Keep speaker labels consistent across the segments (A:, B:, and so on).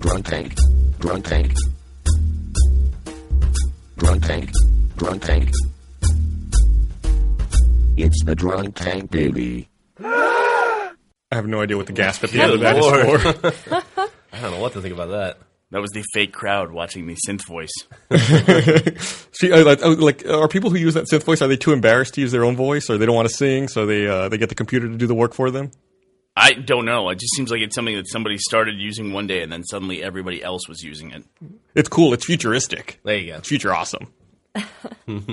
A: Drunk tank. Drunk tank. Drunk tank. Drunk tank. It's the drunk tank, baby.
B: I have no idea what the gasp at the end of that is
C: Lord.
B: for.
C: I don't know what to think about that.
D: That was the fake crowd watching the synth voice.
B: See, uh, like, uh, like, are people who use that synth voice are they too embarrassed to use their own voice, or they don't want to sing, so they uh, they get the computer to do the work for them?
D: I don't know. It just seems like it's something that somebody started using one day and then suddenly everybody else was using it.
B: It's cool. It's futuristic.
C: There you go.
B: It's future awesome.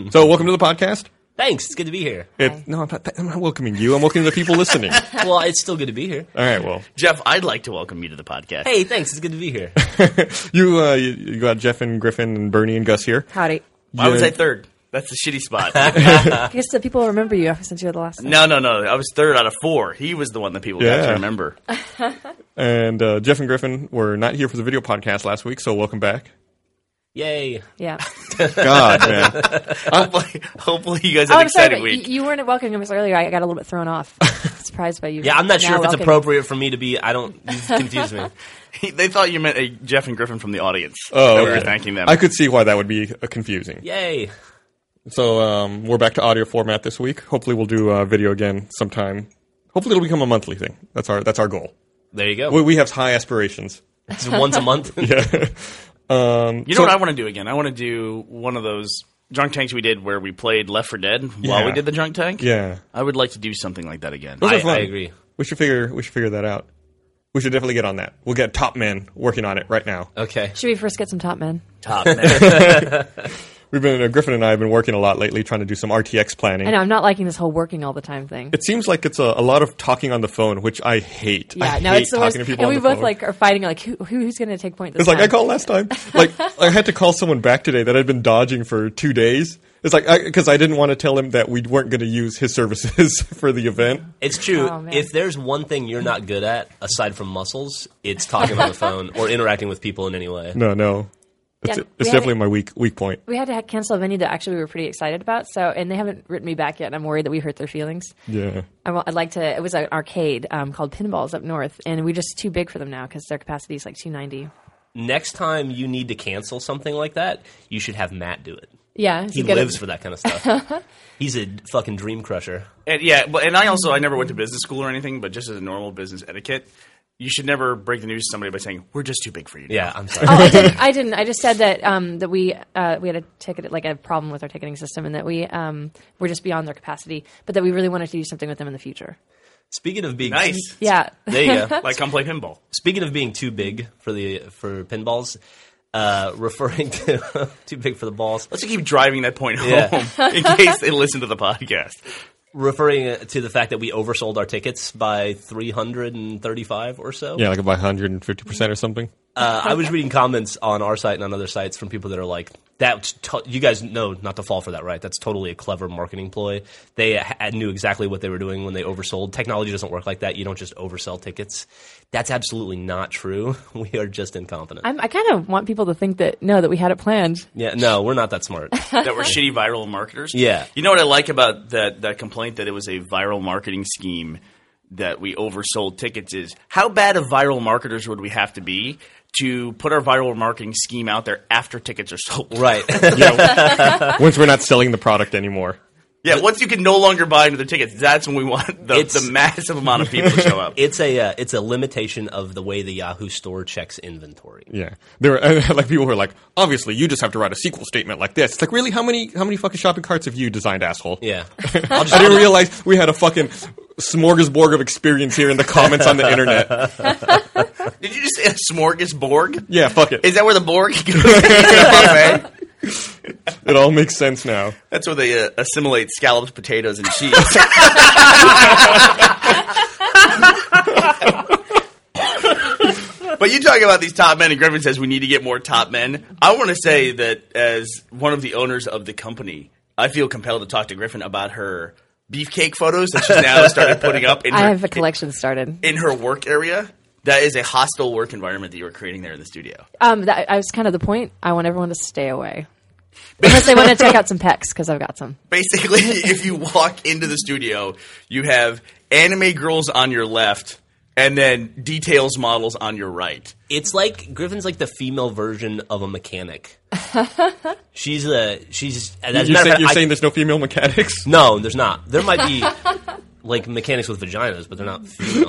B: so, welcome to the podcast.
C: Thanks. It's good to be here.
B: It, no, I'm not, I'm not welcoming you. I'm welcoming the people listening. All
C: Well, it's still good to be here.
B: right. Well,
D: Jeff, I'd like to welcome you to the podcast.
C: Hey, thanks. It's good to be here.
B: you uh, you, you got Jeff and Griffin and Bernie and Gus here.
E: Howdy.
D: Why was I third? That's the shitty spot.
E: I guess the people remember you since you were the last. one.
D: no, no, no. I was third out of four. He was the one that people got
B: Yeah.
D: to remember.
E: Oh,
B: And uh, Jeff and Griffin were not here for the video podcast last week, so welcome back.
C: Yay.
E: Yeah.
B: God, man.
D: hopefully, hopefully you guys
E: Oh,
D: had an
E: I'm sorry,
D: exciting
E: but y-
D: week.
E: you weren't welcoming us earlier. I got a little bit thrown off. Surprised by you.
C: Yeah, I'm not
E: now
C: sure if it's
E: welcoming-
C: appropriate for me to be. I don't. You confuse me.
D: they thought you meant a Jeff and Griffin from the audience.
B: Oh,
D: that we were
B: okay.
D: thanking them.
B: I could see why that would be uh, confusing.
C: Yay.
B: So um, we're back to audio format this week. Hopefully, we'll do uh, video again sometime. Hopefully, it'll become a monthly thing. That's our that's our goal.
C: There you
B: We,
C: go.
B: we have high aspirations.
C: It's once a month.
B: Yeah. um,
D: you know what I want to do again? I want to do one of those drunk tanks we did where we played Left for Dead while
B: Yeah.
D: we did the drunk tank.
B: yeah.
D: I would like to do something like that again.
B: Those
C: I-
B: are fun.
C: I agree.
B: We should figure we should figure that out. We should definitely get on that. We'll get top men working on it right now.
C: Okay.
E: Should we first get some top men?
D: Top man.
B: We've been uh, Griffin and I have been working a lot lately, trying to do some RTX planning.
E: I know I'm not liking this whole working all the time thing.
B: It seems like it's a, a lot of talking on the phone, which I hate.
E: yeah,
B: I
E: no,
B: hate
E: it's the
B: talking
E: worst.
B: to
E: And
B: people on
E: we
B: the
E: both
B: phone.
E: like are fighting like who who- who's going to take point this
B: It's like
E: time?
B: I called last time. Like I had to call someone back today that I'd been dodging for two days. It's like because I, didn't want to tell him that we weren't going to use his services for the event.
C: It's true.
E: Oh, man.
C: if there's one thing you're not good at, aside from muscles, it's talking on the phone or interacting with people in any way.
B: No, no, it's,
E: Yeah, we
B: it's
E: had
B: definitely
E: it-
B: my weak weak point.
E: We had to ha- cancel a venue that actually we were pretty excited about. So, and they haven't written me back yet. and I'm worried that we hurt their feelings.
B: Yeah,
E: I wa- I'd like to. It was an arcade um, called Pinballs up north, and we're just too big for them now because their capacity is like 290.
C: Next time you need to cancel something like that, you should have Matt do it.
E: Yeah,
C: He lives for that kind of stuff. He's a fucking dream crusher.
D: and yeah, but and I also I never went to business school or anything, but just as a normal business etiquette, you should never break the news to somebody by saying we're just too big for you. now."
C: Yeah, I'm sorry.
E: Oh, I didn't. I didn't. I just said that um, that we uh, we had a ticket like a problem with our ticketing system, and that we um, were just beyond their capacity, but that we really wanted to do something with them in the future.
C: Speaking of being
D: Nice.
E: Yeah,
C: There you go.
D: Like come play pinball.
C: Speaking of being too big for the for pinballs, uh, referring to too big for the balls,
D: Let's keep driving that point home
C: Yeah.
D: in case they listen to the podcast.
C: referring to the fact that we oversold our tickets by 335 or so.
B: yeah, like about hundred and fifty percent or something.
C: Uh, I was reading comments on our site and on other sites from people that are like, "That to- you guys know not to fall for that, right? That's totally a clever marketing ploy. They ha- knew exactly what they were doing when they oversold. Technology doesn't work like that. You don't just oversell tickets. That's absolutely not true. We are just incompetent.
E: I'm, I kind of want people to think that no, that we had it planned.
C: yeah, no, we're not that smart.
D: that were shitty viral marketers.
C: Yeah.
D: You know what I like about that that complaint that it was a viral marketing scheme that we oversold tickets is how bad of viral marketers would we have to be to put our viral marketing scheme out there after tickets are sold?
C: right?
B: Yeah, once we're not selling the product anymore.
D: Yeah, once you can no longer buy another tickets, that's when we want the,
C: It's-
D: the massive amount of people to show up.
C: It's a uh, it's a limitation of the way the Yahoo store checks inventory.
B: Yeah, there were like people who are like, obviously, you just have to write a SQL statement like this. It's like, really, how many how many fucking shopping carts have you designed, asshole?
C: Yeah,
B: I didn't realize we had a fucking smorgasbord of experience here in the comments on the internet.
D: Did you just say a smorgasbord?
B: Yeah, fuck it.
D: Is that where the Borg goes? into the buffet?
B: It all makes sense now.
D: That's where they uh, assimilate scallops, potatoes, and cheese. but you talk about these top men, and Griffin says we need to get more top men. I want to say that as one of the owners of the company, I feel compelled to talk to Griffin about her beefcake photos that she's now started putting up in her,
E: I have a collection started.
D: in her work area. That is a hostile work environment that you are creating there in the studio.
E: Um, that I was kind of the point. I want everyone to stay away unless they want to check out some pecs because I've got some.
D: basically if you walk into the studio you have anime girls on your left and then details models on your right.
C: It's like Griffin's like the female version of a mechanic. she's a she's. As a
B: You're,
C: matter
B: saying,
C: of fact,
B: you're
C: I-
B: saying there's no female mechanics?
C: no, there's not. There might be like mechanics with vaginas, but they're not. Female.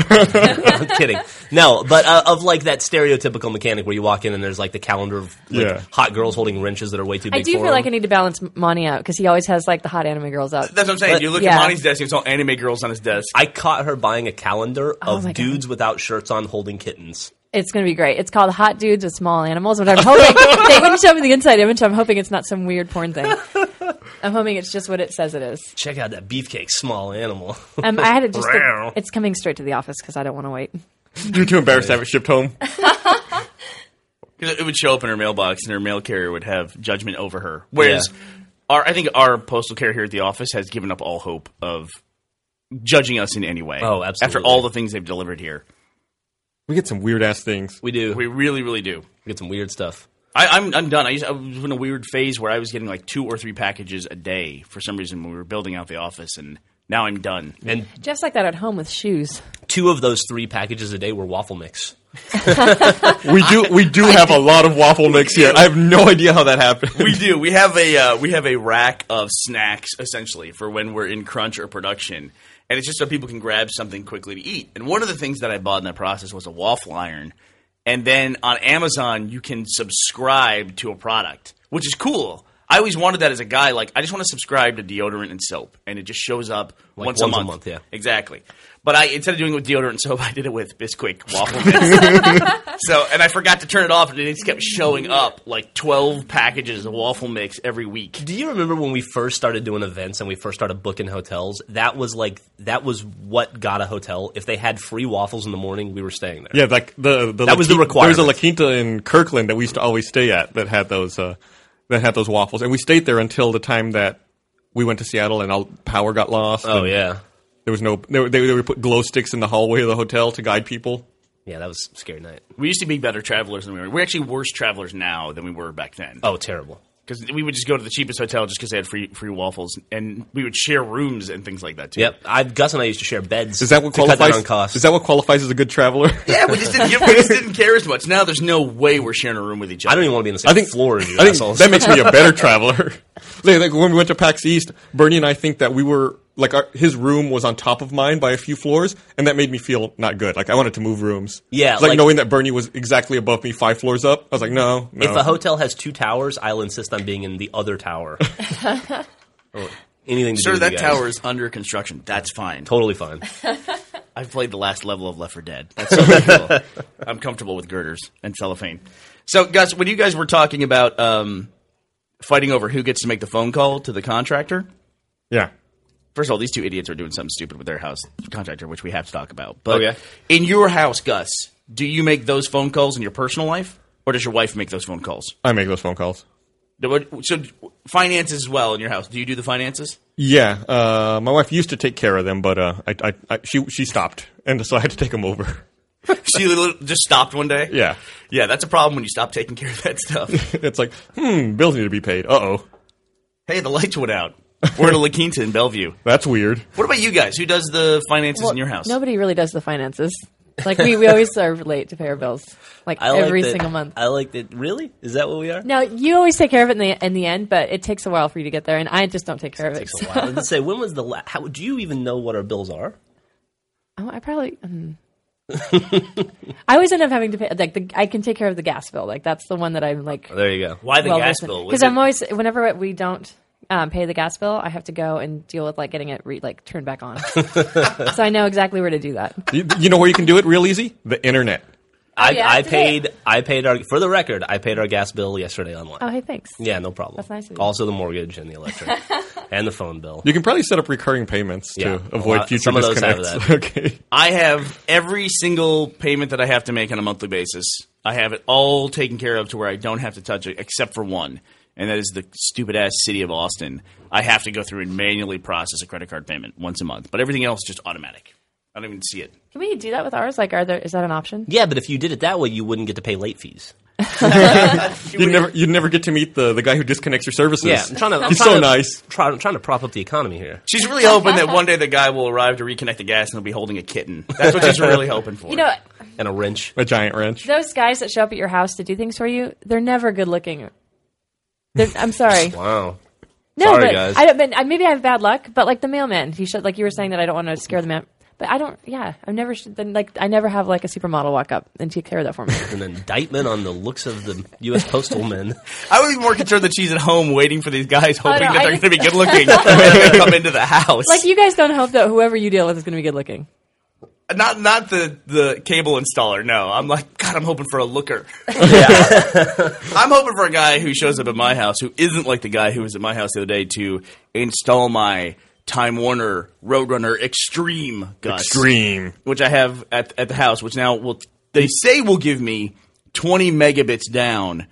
C: I'm kidding. No, but uh, of like that stereotypical mechanic where you walk in and there's like the calendar of like,
B: Yeah.
C: hot girls holding wrenches that are way too big.
E: I do
C: for
E: feel like I
C: him.
E: need to balance Monty out because he always has like the hot anime girls out.
D: That's what I'm saying. you look
E: yeah.
D: at Monty's desk; it's all anime girls on his desk.
C: I caught her buying a calendar
E: Oh
C: of
E: my God.
C: dudes without shirts on holding kittens.
E: It's going to be great. It's called Hot Dudes with Small Animals, but I'm hoping they wouldn't show me the inside image. I'm hoping it's not some weird porn thing. I'm hoping it's just what it says it is.
C: Check out that beefcake, small animal.
E: Um, I had to just.
C: Wow.
E: it's coming straight to the office because I don't want to wait.
B: You're too embarrassed to have it shipped home.
D: 'Cause it would show up in her mailbox, and her mail carrier would have judgment over her. Whereas, our I think our postal carrier here at the office has given up all hope of judging us in any way.
C: Oh,
D: After
C: absolutely.
D: all the things they've delivered here,
B: We get some weird ass things.
C: we do.
D: we
C: We
D: really, really do.
C: get some weird stuff.
D: I, I'm I'm done. I, used, I was in a weird phase where I was getting like two or three packages a day for some reason when we were building out the office, and now I'm done.
C: And
E: Jeff's like that at home with shoes.
C: two of those three packages a day were waffle mix.
B: We do we do have a lot of waffle mix here. I have no idea how that happened.
D: we do. We have a uh, we have a rack of snacks essentially for when we're in crunch or production, and it's just so people can grab something quickly to eat. And one of the things that I bought in that process was a waffle iron, and then on Amazon you can subscribe to a product, which is cool. I always wanted that as a guy. Like I just want to subscribe to deodorant and soap, and it just shows up once,
C: once
D: a
C: a
D: month.
C: month, yeah.
D: exactly. But I instead of doing it with deodorant and soap, I did it with Bisquick waffle mix. so, and I forgot to turn it off, and it just kept showing up like twelve packages of waffle mix every week.
C: Do you remember when we first started doing events and we first started booking hotels? That was like that was what got a hotel. If they had free waffles in the morning, we were staying there.
B: Yeah, like the, the
C: That was the
B: requirement. There was
C: requirement.
B: a La Quinta in Kirkland that we used to always stay at that had those uh, that had those waffles, and we stayed there until the time that we went to Seattle and all power got lost.
C: Oh
B: and
C: yeah.
B: there was no they, they, they would put glow sticks in the hallway of the hotel to guide people.
C: Yeah, that was a scary night.
D: We used to be better travelers than we were. We're actually worse travelers now than we were back then.
C: Oh, terrible.
D: Because we would just go to the cheapest hotel just because they had free free waffles, and we would share rooms and things like that too.
C: Yep. I Gus and I used to share beds.
B: Is that what
C: to cut down
B: qualifies?
C: on cost?
B: Is that what qualifies as a good traveler?
D: Yeah, we just didn't give, we just didn't care as much. Now there's no way we're sharing a room with each other.
C: I don't even want to be in the same
B: I think
C: floor as you
B: I think
C: assholes.
B: that makes me a better traveler. like, like when we went to PAX East, Bernie and I think that we were like our, his room was on top of mine by a few floors, and that made me feel not good. Like I wanted to move rooms.
C: Yeah,
B: It's like,
C: like-
B: knowing that Bernie was exactly above me, five floors up. I was like, no, no.
C: If a hotel has two towers, I'll insist on being in the other tower. Or anything to do
D: Sir,
C: with
D: that
C: you guys.
D: tower is under construction. That's fine.
C: totally fine.
D: I've played the last level of Left 4 Dead. That's so cool. I'm comfortable with girders and cellophane. So, Gus, when you guys were talking about um, fighting over who gets to make the phone call to the contractor,
B: yeah.
D: first of all, these two idiots are doing something stupid with their house contractor, which we have to talk about. But
B: Oh,
C: Okay.
D: in your house, Gus, do you make those phone calls in your personal life, or does your wife make those phone calls?
B: I make those phone calls.
D: Do- what- So, finances as well in your house. Do you do the finances?
B: Yeah, uh, my wife used to take care of them, but uh, I, I, I, she she stopped, and so I had to take them over.
D: she li- just stopped one day.
B: Yeah,
D: Yeah, that's a problem when you stop taking care of that stuff.
B: it's like, hmm, bills need to be paid. Uh oh,
D: hey, the lights went out. We're at a La Quinta in Bellevue.
B: that's weird.
D: What about you guys? Who does the finances
E: Well,
D: in your house?
E: Nobody really does the finances. Like we, we always are late to pay our bills, like
C: I
E: every
C: like that-
E: single month.
C: I like that. Really? Is that what we are?
E: Now you always take care of it in the in the end, but it takes a while for you to get there, and I just don't take care of it.
C: Takes a while. Let's say, when was the last? How, do you even know what our bills are?
E: Oh, I probably. mm. I always end up having to pay. Like the, I can take care of the gas bill. Like that's the one that I'm like.
C: There you go.
D: Why the gas bill? Was
E: Because I'm
D: it-
E: always whenever we don't um, pay the gas bill, I have to go and deal with like getting it re- like turned back on. so I know exactly where to do that.
B: You, you know where you can do it real easy? The internet.
C: I,
E: yeah,
C: I
E: today-
C: paid. I paid our for the record. I paid our gas bill yesterday online.
E: Oh, hey, thanks.
C: Yeah, no problem.
E: That's nice of you.
C: Also, the mortgage and the electric and the phone bill.
B: You can probably set up recurring payments
C: Yeah,
B: to avoid
C: a lot-
B: future
C: some of those have
B: disconnects.
C: that.
B: okay.
D: I have every single payment that I have to make on a monthly basis. I have it all taken care of to where I don't have to touch it except for one, and that is the stupid ass city of Austin. I have to go through and manually process a credit card payment once a month, but everything else just automatic. I don't even see it.
E: Can we do that with ours? Like, are there is that an option?
C: Yeah, but if you did it that way, you wouldn't get to pay late fees.
B: you never you never get to meet the, the guy who disconnects your services.
C: Yeah, I'm trying to. I'm
B: He's
C: trying
B: so
C: to-
B: nice.
C: Try, I'm trying to prop up the economy here.
D: She's really hoping that one day the guy will arrive to reconnect the gas and he'll be holding a kitten. That's what she's really hoping for.
E: You know,
C: And a wrench.
B: A giant wrench.
E: those guys that show up at your house to do things for you, they're never good looking. They're, I'm sorry.
C: Wow.
E: No,
C: Sorry,
E: but
C: guys.
E: I don't. But I- maybe I have bad luck. But like the mailman, he should like you were saying that I don't want to scare the man. But I don't. Yeah, I've never should, then like I never have like a supermodel walk up and take care of that for me.
C: An indictment on the looks of the U.S. postal men.
D: I would be more concerned that she's at home waiting for these guys, hoping
E: Oh, no,
D: that
E: I
D: they're going
E: just-
D: to be good looking when they come into the house.
E: like you guys don't hope that whoever you deal with is going to be good looking.
D: not not the the cable installer. No, I'm like God. I'm hoping for a looker. I'm hoping for a guy who shows up at my house who isn't like the guy who was at my house the other day to install my Time Warner Roadrunner Extreme Gus,
B: Extreme.
D: which I have at at the house, which now will they say will give me 20 megabits down,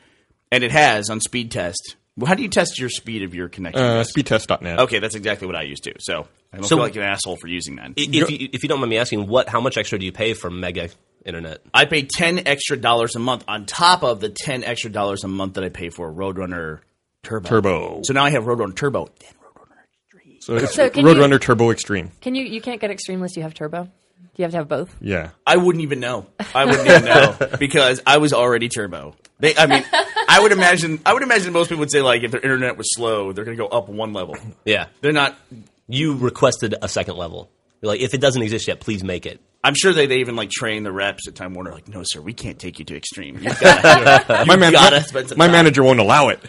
D: and it has on speed test. Well, how do you test your speed of your connection?
B: Uh, speedtest.net.
D: okay, that's exactly what I used to. So I don't
C: So-
D: feel like an asshole for using that.
C: I- If you, if you don't mind me asking, what? How much extra do you pay for mega internet?
D: I pay ten extra dollars a month on top of the ten extra dollars a month that I pay for Roadrunner Turbo.
B: Turbo.
D: So now I have Roadrunner Turbo. Then Roadrunner.
B: So it's
E: So can
B: Roadrunner Turbo Extreme.
E: Can you? You can't get extreme unless you have turbo. You have to have both.
B: Yeah.
D: I wouldn't even know. I wouldn't even know because I was already Turbo. They, I mean, I would imagine. I would imagine most people would say like if their internet was slow, they're going to go up one level.
C: Yeah,
D: They're not.
C: you requested a second level. You're like, if it doesn't exist yet, please make it.
D: I'm sure they, they even like train the reps at Time Warner. Like, no, sir, we can't take you to extreme. You've got to,
B: my man-
D: gotta
B: my-
D: spend some
B: my
D: time.
B: manager won't allow it.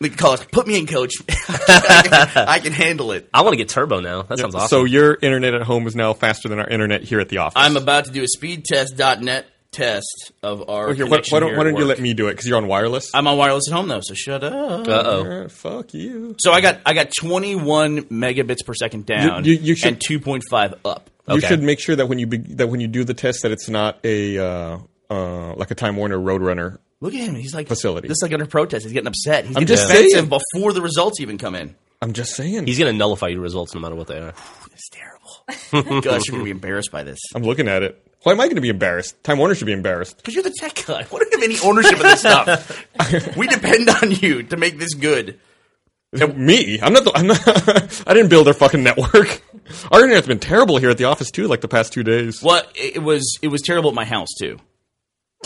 D: they call us. Put me in, coach. I can handle it.
C: I want to get turbo now. That sounds awesome.
B: So your internet at home is now faster than our internet here at the office.
D: I'm about to do a speedtest.net test of our.
B: here. Why,
D: connection
B: why don't,
D: here
B: why
D: at
B: don't you
D: work.
B: let me do it? Because you're on wireless.
D: I'm on wireless at home though, so shut up.
C: Uh oh.
B: Eh, fuck you.
D: So I got I got 21 megabits per second down
B: You- you- you should-
D: and 2.5 up.
B: You
C: Okay.
B: should make sure that when you be, that when you do the test that it's not a uh, uh, like a Time Warner Roadrunner.
D: Look at him. He's like
B: Facility.
D: This is like under protest. He's getting upset. He's
B: I'm
D: getting
B: just
D: defensive before the results even come in.
B: I'm just saying.
C: He's gonna nullify your results no matter what they are.
D: It's terrible. Gosh, you're gonna be embarrassed by this
B: I'm looking at it. Why am I going to be embarrassed? Time Warner should be embarrassed.
D: because you're the tech guy. What do you have any ownership of this stuff? we depend on you to make this good.
B: me, I'm not. The, I'm not I didn't build their fucking network. Our internet's been terrible here at the office too. Like the past two days.
D: Well, it it was it was terrible at my house too.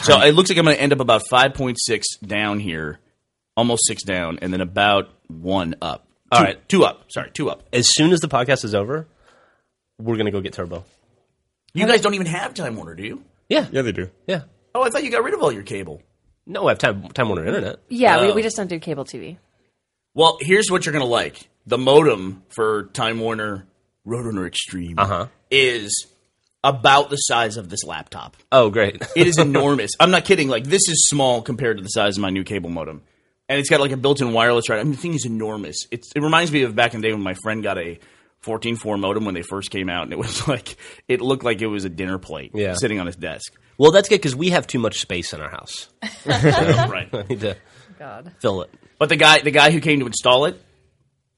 D: So it looks like I'm going to end up about five point six down here, almost six down, and then about one up. All right, two up. Sorry, two up.
C: As soon as the podcast is over, we're gonna go get turbo.
D: You guys don't even have Time Warner, do you?
C: Yeah.
B: Yeah, they do.
C: Yeah.
D: Oh, I thought you got rid of all your cable.
C: No, I have time time Warner internet.
E: Yeah, we,
D: Oh.
E: we just don't do cable TV.
D: Well, here's what you're going to like: the modem for Time Warner Roadrunner Extreme
C: Uh-huh.
D: is about the size of this laptop.
C: Oh, great.
D: It is enormous. I'm not kidding. Like this is small compared to the size of my new cable modem, and it's got like a built-in wireless right. I mean, the thing is enormous. It's, it reminds me of back in the day when my friend got a 14.4 modem when they first came out, and it was like it looked like it was a dinner plate
C: Yeah.
D: sitting on his desk.
C: well, that's good because we have too much space in our house.
D: right.
C: I need to
E: God.
C: fill it.
D: But the guy, the guy who came to install it,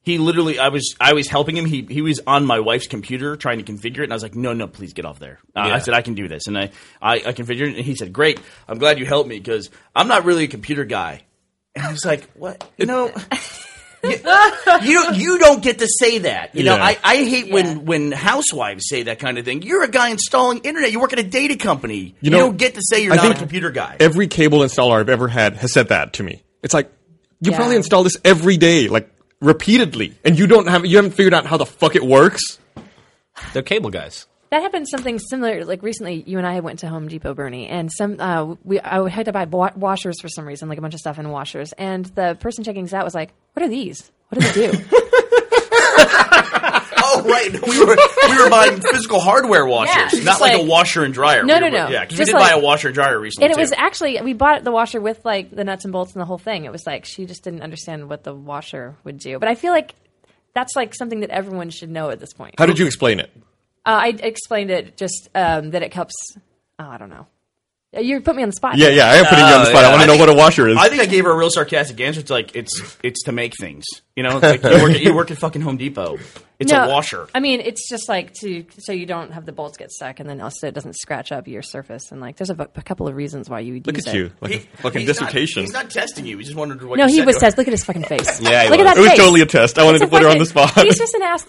D: he literally, I was, I was helping him. He, he was on my wife's computer trying to configure it, and I was like, no, no, please get off there. Uh,
C: Yeah.
D: I said, I can do this, and I, I, I configured it, and he said, great, I'm glad you helped me because I'm not really a computer guy. And I was like, what? You know. You, you you don't get to say that. You know,
B: Yeah.
D: I, I hate
E: Yeah.
D: when, when housewives say that kind of thing. You're a guy installing internet. You work at a data company. You,
B: know,
D: don't get to say you're
B: I
D: not a
B: think
D: computer guy.
B: Every cable installer I've ever had has said that to me. It's like you
E: Yeah.
B: probably install this every day, like repeatedly, and you don't have you haven't figured out how the fuck it works.
C: They're cable guys.
E: That happened something similar. Like recently, you and I went to Home Depot, Bernie, and some uh, we I had to buy wa- washers for some reason, like a bunch of stuff in washers. And the person checking us out was like, "What are these? What do they do?"
D: Oh right, we were we were buying physical hardware washers,
E: just
D: not like, a
E: like-
D: washer and dryer.
E: No,
D: We
E: no,
D: were-
E: no.
D: Yeah, because we
E: Just
D: did
E: like-
D: buy a washer and dryer recently.
E: and it was
D: too.
E: actually we bought the washer with like the nuts and bolts and the whole thing. It was like she just didn't understand what the washer would do. But I feel like that's like something that everyone should know at this point.
B: How did you explain it?
E: Uh, I explained it just um, that it helps. Oh, I don't know. You put me on the spot.
B: Yeah, Oh, yeah, I am putting you on the spot. I want to know what a washer is.
D: I think I gave her a real sarcastic answer. It's like it's it's to make things. You know, it's like you work at, you work at fucking Home Depot. It's a washer.
E: I mean, it's just like to so you don't have the bolts get stuck, and then also it doesn't scratch up your surface. And like, there's a, bu- a couple of reasons why you would
B: Look
E: use
B: at
E: it.
B: you, like
D: He-
B: a fucking
D: he's
B: dissertation.
D: Not, he's not testing you. He just wondered what
E: No,
D: you
E: he
D: said
E: was
D: to him.
E: test. Look at his fucking face.
C: Yeah, he
E: look
C: was.
E: at that
B: it was
E: face.
B: totally a test. I wanted
E: It's
B: to
E: a
B: put her on the
E: fucking-
B: spot.
E: He's just an ass.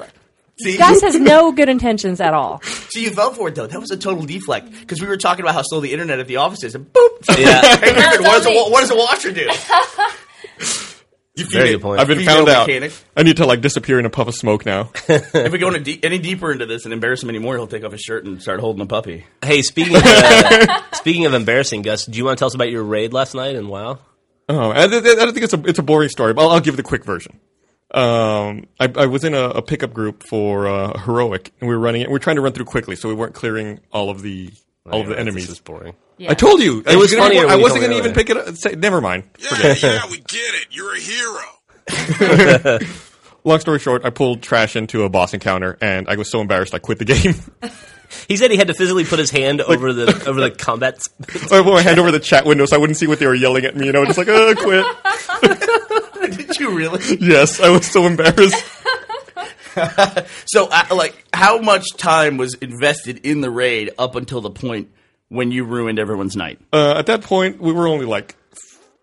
D: See?
E: Gus has no good intentions at all.
D: So you fell for it though. That was a total deflect because we were talking about how slow the internet at the office is, and boop.
C: Yeah.
D: Hey, Aaron, what, does a,
E: totally.
D: wa- what does a washer do? you feed
C: Very
D: it.
C: good point.
B: I've been
D: Female
B: found out.
D: mechanic.
B: I need to like disappear in a puff of smoke now.
D: If we go any de- any deeper into this and embarrass him anymore, he'll take off his shirt and start holding a puppy.
C: Hey, speaking of, uh, speaking of embarrassing, Gus, do you want to tell us about your raid last night and wow?
B: Oh, I, I don't think it's a it's a boring story, but I'll, I'll give the quick version. Um, I, I was in a, a pickup group for uh, heroic, and we were running it. We were trying to run through quickly, so we weren't clearing all of the all of the enemies.
C: This is boring.
E: Yeah.
B: I told you it I
C: was
B: gonna-
C: funnier when
B: I
C: you
B: wasn't
C: told
B: going
C: me
B: to even
C: earlier.
B: pick it up. Say, never mind.
F: Yeah, yeah, we get it. You're a hero.
B: Long story short, I pulled trash into a boss encounter, and I was so embarrassed I quit the game.
C: He said he had to physically put his hand over the over the combat. sp-
B: I put my hand over the chat window so I wouldn't see what they were yelling at me, and I was just like, "Uh, quit."
D: Did you really?
B: Yes, I was so embarrassed.
D: So, I, like, how much time was invested in the raid up until the point when you ruined everyone's night?
B: Uh, at that point, we were only like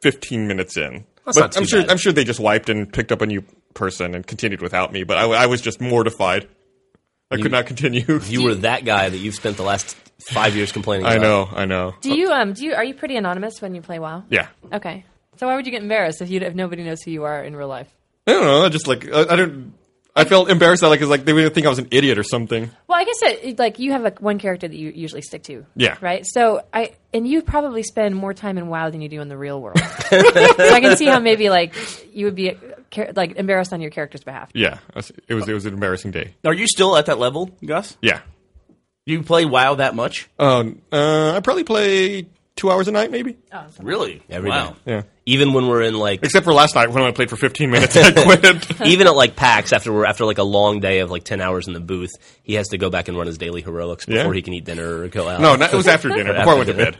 B: 15 minutes in.
C: That's
B: but
C: not too
B: I'm sure
C: bad.
B: I'm sure they just wiped and picked up a new person and continued without me. But I, w- I was just mortified. I could not continue.
C: You were that guy that you've spent the last five years complaining.
B: I
C: about.
B: know, I know.
E: Do you um do you are you pretty anonymous when you play WoW?
B: Yeah,
E: Okay. So why would you get embarrassed if you if nobody knows who you are in real life?
B: I don't know. I just like I, I don't. I felt embarrassed. that, Like, it's like they would think I was an idiot or something.
E: Well, I guess it, it- like you have like one character that you usually stick to.
B: Yeah.
E: Right. So I and you probably spend more time in WoW than you do in the real world. so I can see how maybe like you would be uh, char- like embarrassed on your character's behalf.
B: Yeah, I was- it was it was an embarrassing day.
D: Are you still at that level, Gus?
B: Yeah.
D: You play WoW that much?
B: Um. Uh. I probably play two hours a night, maybe.
D: really?
C: Every
D: wow.
C: day.
B: Yeah.
C: Even when we're in like
B: Except for last night when I played for 15 minutes, I quit.
C: even at like PAX after we're after like a long day of like ten hours in the booth, he has to go back and run his daily heroics before
B: Yeah.
C: he can eat dinner or go out.
B: No, not, it was after dinner. Before I went to bed.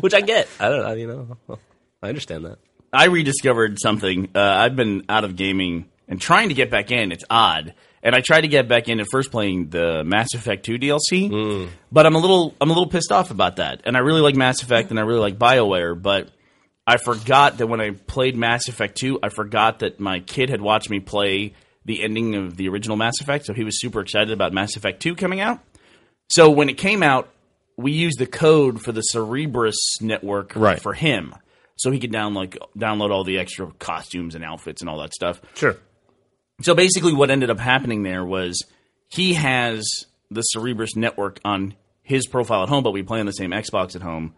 C: which I get. I don't. I, you know, well, I understand that.
D: I rediscovered something. Uh, I've been out of gaming and trying to get back in. It's odd. And I tried to get back in at first playing the Mass Effect 2 DLC, but I'm a little I'm a little pissed off about that. And I really like Mass Effect and I really like BioWare, but I forgot that when I played Mass Effect 2, I forgot that my kid had watched me play the ending of the original Mass Effect, so he was super excited about Mass Effect 2 coming out. So when it came out, we used the code for the Cerebrus network
B: Right.
D: for him, so he could download download all the extra costumes and outfits and all that stuff.
B: Sure.
D: So basically, what ended up happening there was he has the Cerebrus network on his profile at home, but we play on the same Xbox at home,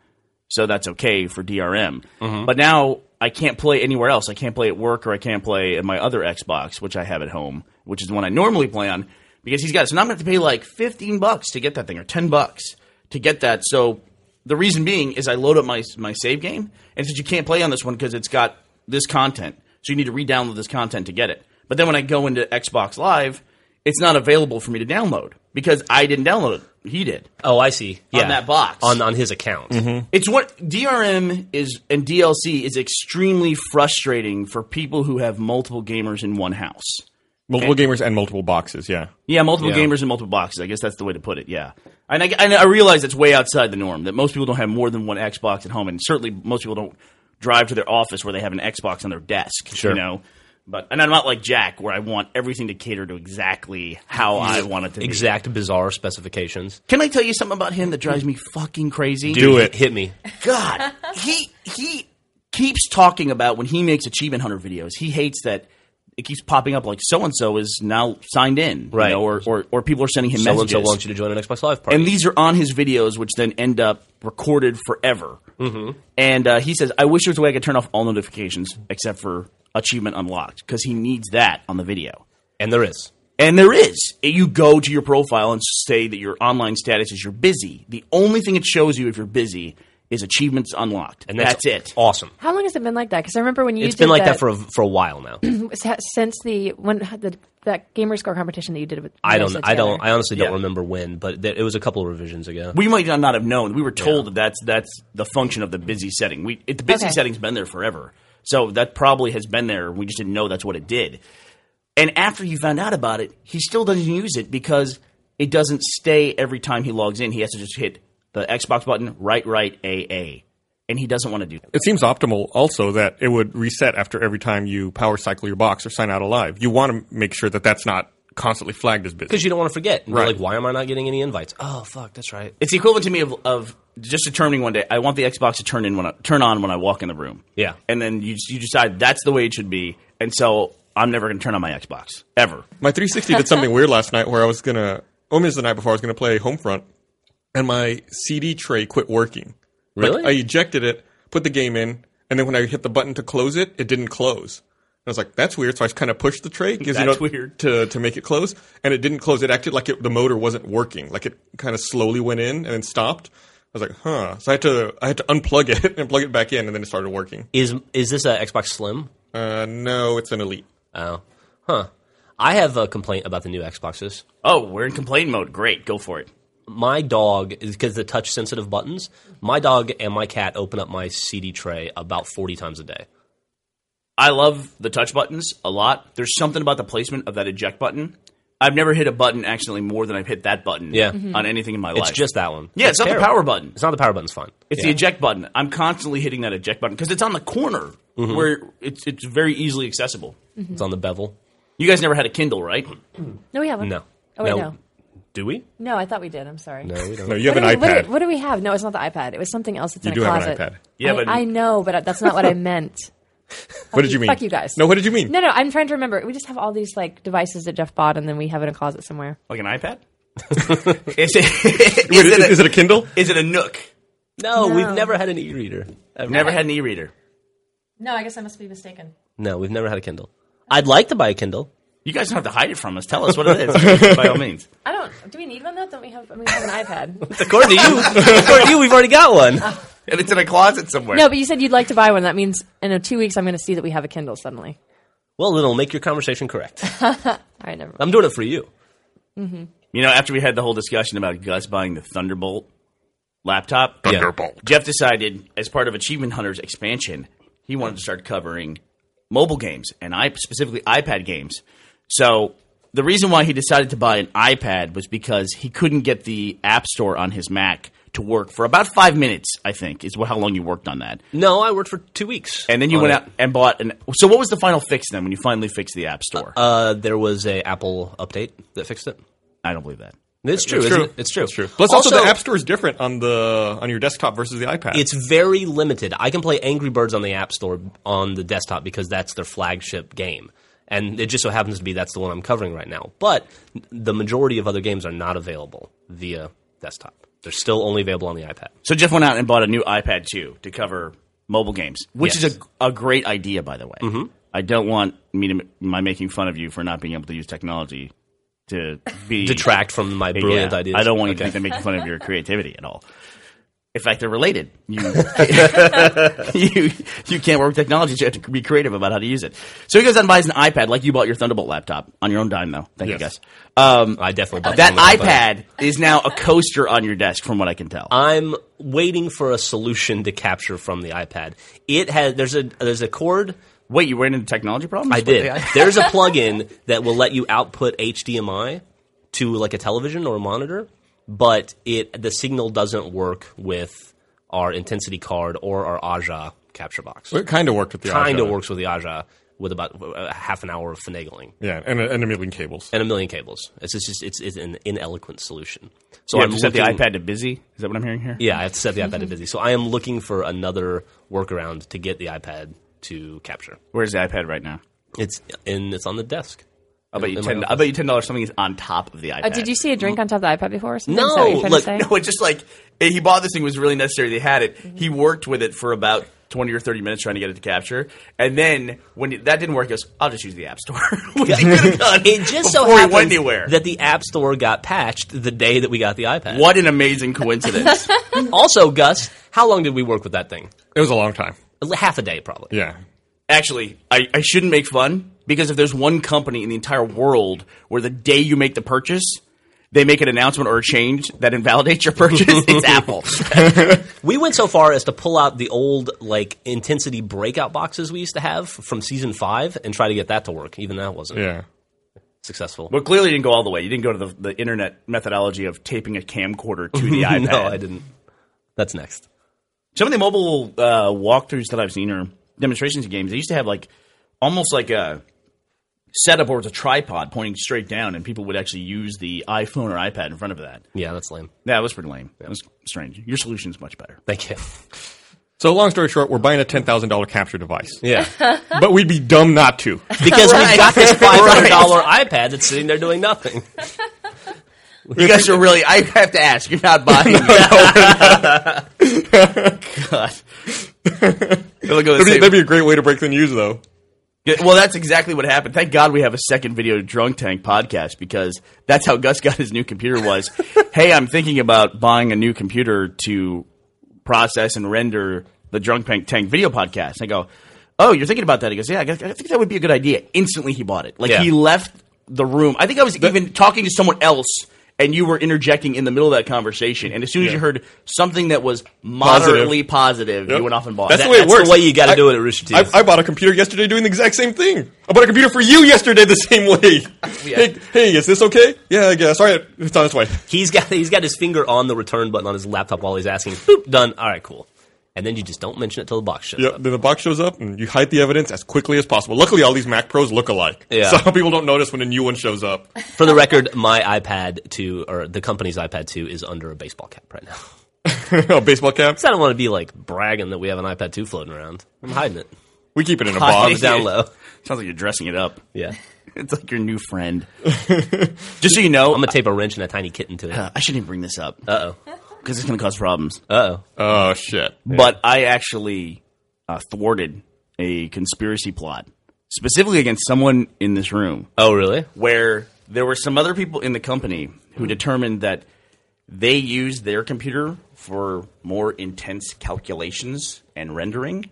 D: so that's okay for DRM.
C: Mm-hmm.
D: But now I can't play anywhere else. I can't play at work or I can't play at my other Xbox, which I have at home, which is the one I normally play on, because he's got it. So now I'm going to pay like 15 bucks to get that thing or 10 bucks to get that. So the reason being is I load up my my save game and it says you can't play on this one because it's got this content. So you need to re-download this content to get it. But then when I go into Xbox Live, it's not available for me to download because I didn't download it. He did.
C: Oh, I see. Yeah,
D: that box.
C: on on his account.
B: Mm-hmm.
D: It's what DRM is and DLC is extremely frustrating for people who have multiple gamers in one house.
B: Multiple gamers and multiple boxes. Yeah.
D: Yeah, multiple
C: Yeah.
D: gamers in multiple boxes. I guess that's the way to put it. Yeah, and I, and I realize it's way outside the norm that most people don't have more than one Xbox at home, and certainly most people don't drive to their office where they have an Xbox on their desk.
C: Sure.
D: You know, but and I'm not like Jack where I want everything to cater to exactly how I want it to. be.
C: Exact bizarre specifications.
D: Can I tell you something about him that drives me fucking crazy?
B: Do it.
C: Hit me.
D: God, he he keeps talking about when he makes achievement hunter videos. He hates that it keeps popping up like so and so is now signed in, you
C: Right.
D: know, or, or or people are sending him
C: So and
D: messages.
C: so wants you to join an Xbox Live party.
D: and these are on his videos, which then end up recorded forever. Mm-hmm. And uh, he says, "I wish there was a way I could turn off all notifications except for achievement unlocked because he needs that on the video."
C: and there is.
D: And there is. You go to your profile and say that your online status is you're busy. The only thing it shows you if you're busy is achievements unlocked.
C: And
D: that's,
C: that's,
D: it.
C: Awesome.
E: How long has it been like that? Because I remember when you
C: It's
E: did
C: been like that,
E: that,
C: for a, for a while now.
E: for since the when the that gamerscore competition that you did with.
C: I don't.
E: Melissa
C: I don't.
E: together.
C: I honestly don't
D: Yeah.
C: remember when, but th- it was a couple of revisions ago.
D: We might not have known. We were told that that's that's the function of the busy setting. We it, the busy
E: Okay.
D: setting's been there forever, so that probably has been there. We just didn't know that's what it did. And after you found out about it, he still doesn't use it because it doesn't stay every time he logs in. He has to just hit the Xbox button, right, right, AA. And he doesn't want to do that.
B: It seems optimal also that it would reset after every time you power cycle your box or sign out alive. You want to make sure that that's not constantly flagged as busy.
C: because you don't want to forget. And you're
B: Right.
C: Like, why am I not getting any invites? Oh, fuck, that's right.
D: It's the equivalent to me of, of just determining one day I want the Xbox to turn in when I, turn on when I walk in the room.
C: Yeah.
D: and then you you decide that's the way it should be, and so I'm never going to turn on my Xbox ever.
B: My 360 did something weird last night where I was gonna. Oh, it was the night before I was gonna play Homefront, and my CD tray quit working. Like,
C: Really?
B: I ejected it, put the game in, and then when I hit the button to close it, it didn't close. And I was like, "That's weird." So I kind of pushed the tray because you know
D: That's weird.
B: to to make it close, and it didn't close. It acted like it, the motor wasn't working. Like it kind of slowly went in and then stopped. I was like, "Huh." So I had to I had to unplug it and plug it back in, and then it started working.
C: Is is this a Xbox Slim?
B: Uh, no, it's an Elite.
C: Oh, huh. I have a complaint about the new Xboxes.
D: Oh, we're in complain mode. Great, go for it.
C: My dog is because the touch sensitive buttons. My dog and my cat open up my CD tray about forty times a day.
D: I love the touch buttons a lot. There's something about the placement of that eject button. I've never hit a button accidentally more than I've hit that button.
C: Yeah. Mhm.
D: on anything in my life.
C: It's just that one.
D: yeah, it's not the
C: terrible.
D: power button.
C: It's not the power button's fine.
D: It's the eject button. I'm constantly hitting that eject button because it's on the corner
C: Mm-hmm.
D: where it's it's very easily accessible.
C: It's on the bevel.
D: You guys never had a Kindle, right?
E: No, we haven't.
C: No.
E: Oh, wait,
C: no.
E: no.
C: Do we?
E: No, I thought we did. I'm sorry.
C: No, we don't.
B: No, you have
E: what
B: an
E: do we, What
B: iPad.
E: do, what do we have? No, it's not the iPad. It was something else that's
B: You
E: in
B: do
E: a
B: have an
E: closet.
B: iPad.
D: Yeah,
E: I,
D: but-
E: I know, but that's not what I meant.
B: what did you mean?
E: fuck you guys.
B: No, what did you mean?
E: No, no, I'm trying to remember. We just have all these like devices that Jeff bought, and then we have in a closet somewhere.
D: Like an iPad? is, it, is,
B: Wait,
D: it a,
B: is it a Kindle?
D: is it a Nook?
C: No,
E: No.
C: we've never had an e-reader. Ever.
D: Never had an e-reader.
E: No, I guess I must be mistaken.
C: No, we've never had a Kindle. I'd like to buy a Kindle.
D: You guys don't have to hide it from us. Tell us what it is, by all means.
E: I don't. Do we need one though? Don't we have? I mean, we have an iPad.
C: According to you, according to you, we've already got one.
D: And it's in a closet somewhere.
E: no, but you said you'd like to buy one. That means in uh, two weeks I'm going to see that we have a Kindle suddenly.
C: Well, then it'll make your conversation correct.
E: All right, never. Mind.
C: I'm doing it for you.
D: You know, after we had the whole discussion about Gus buying the Thunderbolt laptop,
B: Thunderbolt.
D: Jeff decided, as part of Achievement Hunter's expansion, he wanted to start covering mobile games and I specifically iPad games. So the reason why he decided to buy an iPad was because he couldn't get the App Store on his Mac to work for about five minutes. I think is how long you worked on that.
C: No, I worked for two weeks.
D: And then you
C: on
D: went
C: it.
D: out and bought an. So what was the final fix then when you finally fixed the App Store?
C: Uh, there was a Apple update that fixed it.
D: I don't believe that.
C: It's true.
B: true.
C: Isn't it? It's true. It's true.
B: Plus, also, the App Store is different on the on your desktop versus the iPad.
C: It's very limited. I can play Angry Birds on the App Store on the desktop because that's their flagship game, and it just so happens to be that's the one I'm covering right now. But the majority of other games are not available via desktop. They're still only available on the iPad.
D: So Jeff went out and bought a new iPad 2 to cover mobile games, which
C: Yes. Mm-hmm.
D: is a, a great idea, by the way. I don't want me to my making fun of you for not being able to use technology to be
C: Detract from my
D: Yeah.
C: brilliant ideas.
D: I don't want you to
C: Okay.
D: think I'm making fun of your creativity at all. In fact, they're related. You, you you can't work with technology. so You have to be creative about how to use it. So he goes out and buys an iPad, like you bought your Thunderbolt laptop on your own dime, though. Thank you,
B: Yes.
D: guys. Um,
C: I definitely bought
D: that
C: one with my buddy.
D: iPad is now a coaster on your desk, from what I can tell.
C: I'm waiting for a solution to capture from the iPad. It has there's a there's a cord
D: Wait, you ran into technology problems?
C: I
D: with the
C: did.
D: iPad?
C: There's a plugin that will let you output HDMI to like a television or a monitor, but it the signal doesn't work with our intensity card or our Aja capture box.
B: it kind of worked with the
C: Kind of
B: iPad.
C: works with the Aja with about uh, half an hour of finagling
B: Yeah, and and a million cables.
C: and a million cables. It's just it's, it's an ineloquent solution. So
D: You
C: I'm
D: have to set the
C: looking-
D: iPad to busy. Is that what I'm hearing here?
C: Yeah, I have to set the iPad to
D: Mm-hmm.
C: busy. So I am looking for another workaround to get the iPad to capture.
D: Where's the iPad right now?
C: It's in it's on the desk.
D: I bet you
C: In my
D: ten. I
C: office.
D: bet you ten dollars something is on top of the iPad.
E: Uh, did you see a drink on top of the iPad before? Or something?
C: No,
E: Is that what you're trying to
C: look,
E: say?
D: No, it's just like eh, he bought this thing it was really necessary. They had it.
E: Mm-hmm.
D: He worked with it for about twenty or thirty minutes trying to get it to capture, and then when it- that didn't work, he goes, "I'll just use the App Store." Which he could have done.
C: It just so
D: before he
C: happens
D: went anywhere.
C: that the App Store got patched the day that we got the iPad.
D: what an amazing coincidence!
C: Also, Gus, how long did we work with that thing?
B: It was a long time.
C: Half a day, probably.
B: Yeah,
D: Actually, I, I shouldn't make fun because if there's one company in the entire world where the day you make the purchase. They make an announcement or a change that invalidates your purchase. It's Apple.
C: We went so far as to pull out the old like intensity breakout boxes we used to have from season five and try to get that to work. Even that wasn't.
B: yeah.
C: successful.
D: Well, clearly you didn't go all the way. You didn't go to the, the internet methodology of taping a camcorder to the iPad.
C: no, I didn't. That's next.
D: Some of the mobile uh, walkthroughs that I've seen or demonstrations of games, they used to have like almost like a setup or it's a tripod pointing straight down, and people would actually use the iPhone or iPad in front of that.
C: Yeah, that's lame.
D: That was pretty lame. That was strange. Your solution's much better.
C: Thank you.
B: So long story short, we're buying a ten thousand dollar capture device,
C: Yeah,
B: but we'd be dumb not to.
C: because we've got this five hundred dollar iPad that's sitting there doing nothing.
D: You guys are really. I have to ask. You're not buying. God. It'll go the
B: That'd be,
D: same-
B: that'd be a great way to break the news, though.
D: Yeah, Well, that's exactly what happened. Thank God we have a second video drunk tank podcast because that's how Gus got his new computer was. hey, I'm thinking about buying a new computer to process and render the drunk tank tank video podcast. And I go, oh, you're thinking about that? He goes, yeah, I guess- I think that would be a good idea. Instantly, he bought it. Like
C: Yeah.
D: he left the room. I think I was even talking to someone else. And you were interjecting in the middle of that conversation, and as soon as you heard something that was moderately positive,
B: Yep.
D: you went off and bought
B: That's
D: it.
B: the way it
C: that's the
B: works.
C: way you gotta
B: I-
C: do it at Rooster Teeth.
B: I, I bought a computer yesterday doing the exact same thing. I bought a computer for you yesterday the same way. hey, hey, is this okay? Yeah, I guess. All right, it's on its way.
C: He's got he's got his finger on the return button on his laptop while he's asking. Boop, done. All right, cool. And then you just don't mention it till the box shows
B: Yep.
C: up.
B: Then the box shows up, and you hide the evidence as quickly as possible. Luckily, all these Mac Pros look alike,
C: Yeah.
B: so people don't notice when a new one shows up.
C: For the record, my iPad 2 or the company's iPad 2 is under a baseball cap right now.
B: a baseball cap.
C: 'Cause I don't want to be like bragging that we have an iPad 2 floating around. I'm hiding it.
B: We keep it in a
C: Bob's
B: box.
C: down low.
D: Sounds like you're dressing it up.
C: Yeah.
D: It's like your new friend. Just so you know,
C: I'm going to tape a wrench and a tiny kitten to it.
D: Uh, I shouldn't even bring this up
C: Uh oh.
D: because it's going to cause problems.
C: Uh oh.
B: Oh shit.
D: But I actually uh, thwarted a conspiracy plot, specifically against someone in this room,
C: Oh, really?
D: where there were some other people in the company who determined that they used their computer for more intense calculations and rendering,